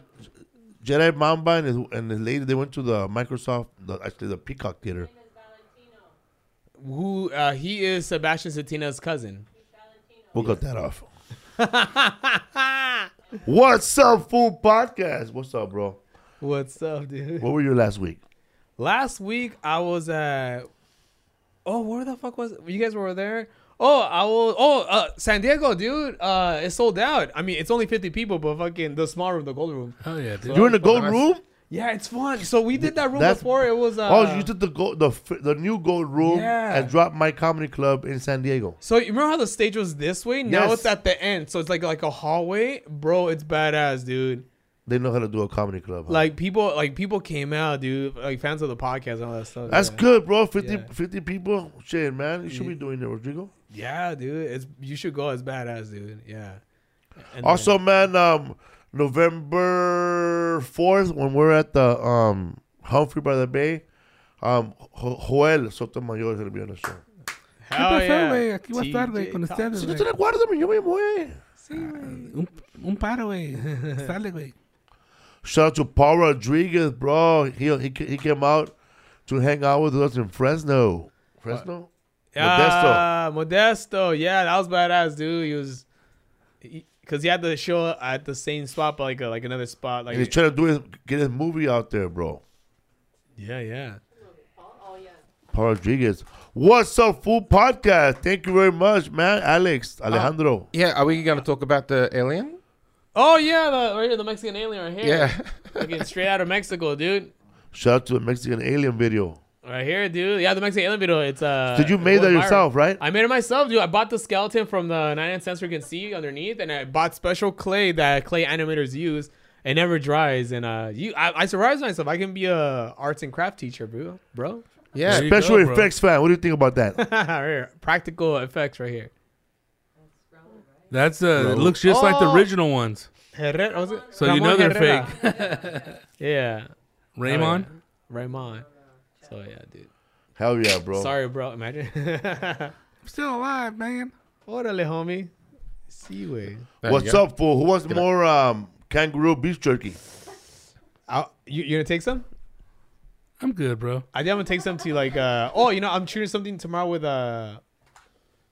[SPEAKER 1] Jedi Mamba and his and his lady. They went to the Microsoft, the, actually the Peacock Theater.
[SPEAKER 5] His Valentino.
[SPEAKER 2] Who? Uh, he is Sebastian Satina's cousin.
[SPEAKER 5] He's Valentino.
[SPEAKER 1] We'll cut that off. What's up, Food Podcast? What's up, bro?
[SPEAKER 2] What's up, dude?
[SPEAKER 1] What were you last week?
[SPEAKER 2] Last week I was at. Oh, where the fuck was you guys were there? Oh, I was. Oh, uh, San Diego, dude. Uh, it's sold out. I mean, it's only fifty people, but fucking the small room, the gold room.
[SPEAKER 3] Hell yeah, dude.
[SPEAKER 1] You're in the gold
[SPEAKER 4] nice.
[SPEAKER 1] room.
[SPEAKER 2] Yeah, it's fun. So we did that room
[SPEAKER 1] That's-
[SPEAKER 2] before. It was. Uh,
[SPEAKER 1] oh, you took the gold, the f- the new gold room
[SPEAKER 2] Yeah.
[SPEAKER 1] and dropped my comedy club in San Diego.
[SPEAKER 2] So you remember how the stage was this way? Now
[SPEAKER 1] Yes.
[SPEAKER 2] it's at the end, so it's like like a hallway, bro. It's badass, dude.
[SPEAKER 1] They know how to do a comedy club. huh?
[SPEAKER 2] Like people, like people came out, dude. Like fans of the podcast and all that stuff.
[SPEAKER 1] that's
[SPEAKER 2] yeah.
[SPEAKER 1] good, bro. 50,
[SPEAKER 2] Yeah.
[SPEAKER 1] 50 people. Shit, man, you should be doing it, Rodrigo.
[SPEAKER 2] Yeah, dude. It's you should go. It's badass, dude. Yeah. And
[SPEAKER 1] Also, man, um, November fourth when we're at the um Humphrey by the Bay, um, Jo- Joel Sotomayor is gonna be on the show.
[SPEAKER 2] then- hell yeah. TJ
[SPEAKER 1] Si no te la guardo, yo me voy.
[SPEAKER 3] Un, un paro, güey. Sale, güey.
[SPEAKER 1] Shout out to Paul Rodriguez, bro. He he he came out to hang out with us in Fresno. Fresno?
[SPEAKER 2] Yeah, Modesto. Yeah, that was badass, dude. He was, because he, had the show at the same spot, but like a, like another spot,
[SPEAKER 1] And he's
[SPEAKER 2] like
[SPEAKER 1] trying to do his, get his movie out there, bro.
[SPEAKER 2] yeah, yeah.
[SPEAKER 5] Oh, oh, yeah.
[SPEAKER 1] Paul Rodriguez. What's up, Food Podcast? Thank you very much, man. Alex, Alejandro.
[SPEAKER 4] Yeah, are we going to talk about the alien?
[SPEAKER 2] Oh yeah, the right here, the Mexican alien right here.
[SPEAKER 4] Yeah. (laughs)
[SPEAKER 2] Fucking straight out of Mexico, dude.
[SPEAKER 1] Shout out to the Mexican Alien video.
[SPEAKER 2] Right here, dude. Yeah, the Mexican alien video. It's uh.
[SPEAKER 1] Did you
[SPEAKER 2] it
[SPEAKER 1] make that
[SPEAKER 2] went viral.
[SPEAKER 1] yourself, right?
[SPEAKER 2] I made it myself, dude. I bought the skeleton from the 99 cents we can see underneath, and I bought special clay that clay animators use. It never dries, and uh, you, I, I surprised myself. I can be a arts and craft teacher, bro. Bro, (laughs)
[SPEAKER 4] Yeah.
[SPEAKER 3] There you
[SPEAKER 1] Special
[SPEAKER 3] go, bro.
[SPEAKER 1] effects fan. What do you think about that?
[SPEAKER 2] right here. practical effects right here.
[SPEAKER 3] That's uh, it looks just like the
[SPEAKER 2] Oh.
[SPEAKER 3] original ones.
[SPEAKER 2] Herrera, was it?
[SPEAKER 3] So you know they're
[SPEAKER 2] Herrera.
[SPEAKER 3] fake.
[SPEAKER 2] (laughs)
[SPEAKER 3] (laughs)
[SPEAKER 2] yeah,
[SPEAKER 3] Raymond.
[SPEAKER 2] Raymond. So yeah, dude.
[SPEAKER 1] Hell yeah, bro.
[SPEAKER 2] Sorry, bro. Imagine. (laughs)
[SPEAKER 3] I'm still alive, man.
[SPEAKER 2] Orale, homie. Seaway.
[SPEAKER 4] There you
[SPEAKER 1] What's
[SPEAKER 4] go.
[SPEAKER 1] up, fool? Who wants more um, kangaroo beef jerky?
[SPEAKER 2] I'll, you you gonna take some?
[SPEAKER 3] I'm good, bro.
[SPEAKER 2] I think I'm gonna take some to like. Uh, oh, you know, I'm shooting something tomorrow with uh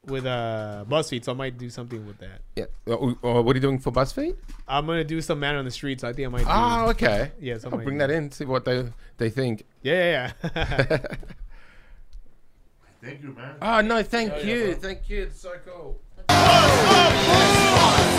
[SPEAKER 2] with uh BuzzFeed, so I might do something with that.
[SPEAKER 4] Yeah. Uh, uh, what are you doing for BuzzFeed?
[SPEAKER 2] I'm gonna do some man on the street, so I think I might. Do,
[SPEAKER 4] Oh, okay.
[SPEAKER 2] Yeah, so
[SPEAKER 4] I'll
[SPEAKER 2] my-
[SPEAKER 4] bring that in, see what they they think.
[SPEAKER 2] yeah, yeah, (laughs) yeah.
[SPEAKER 1] Thank you, man.
[SPEAKER 4] Ah, Oh, no, thank you. thank you. It's so cool.
[SPEAKER 1] Podcast.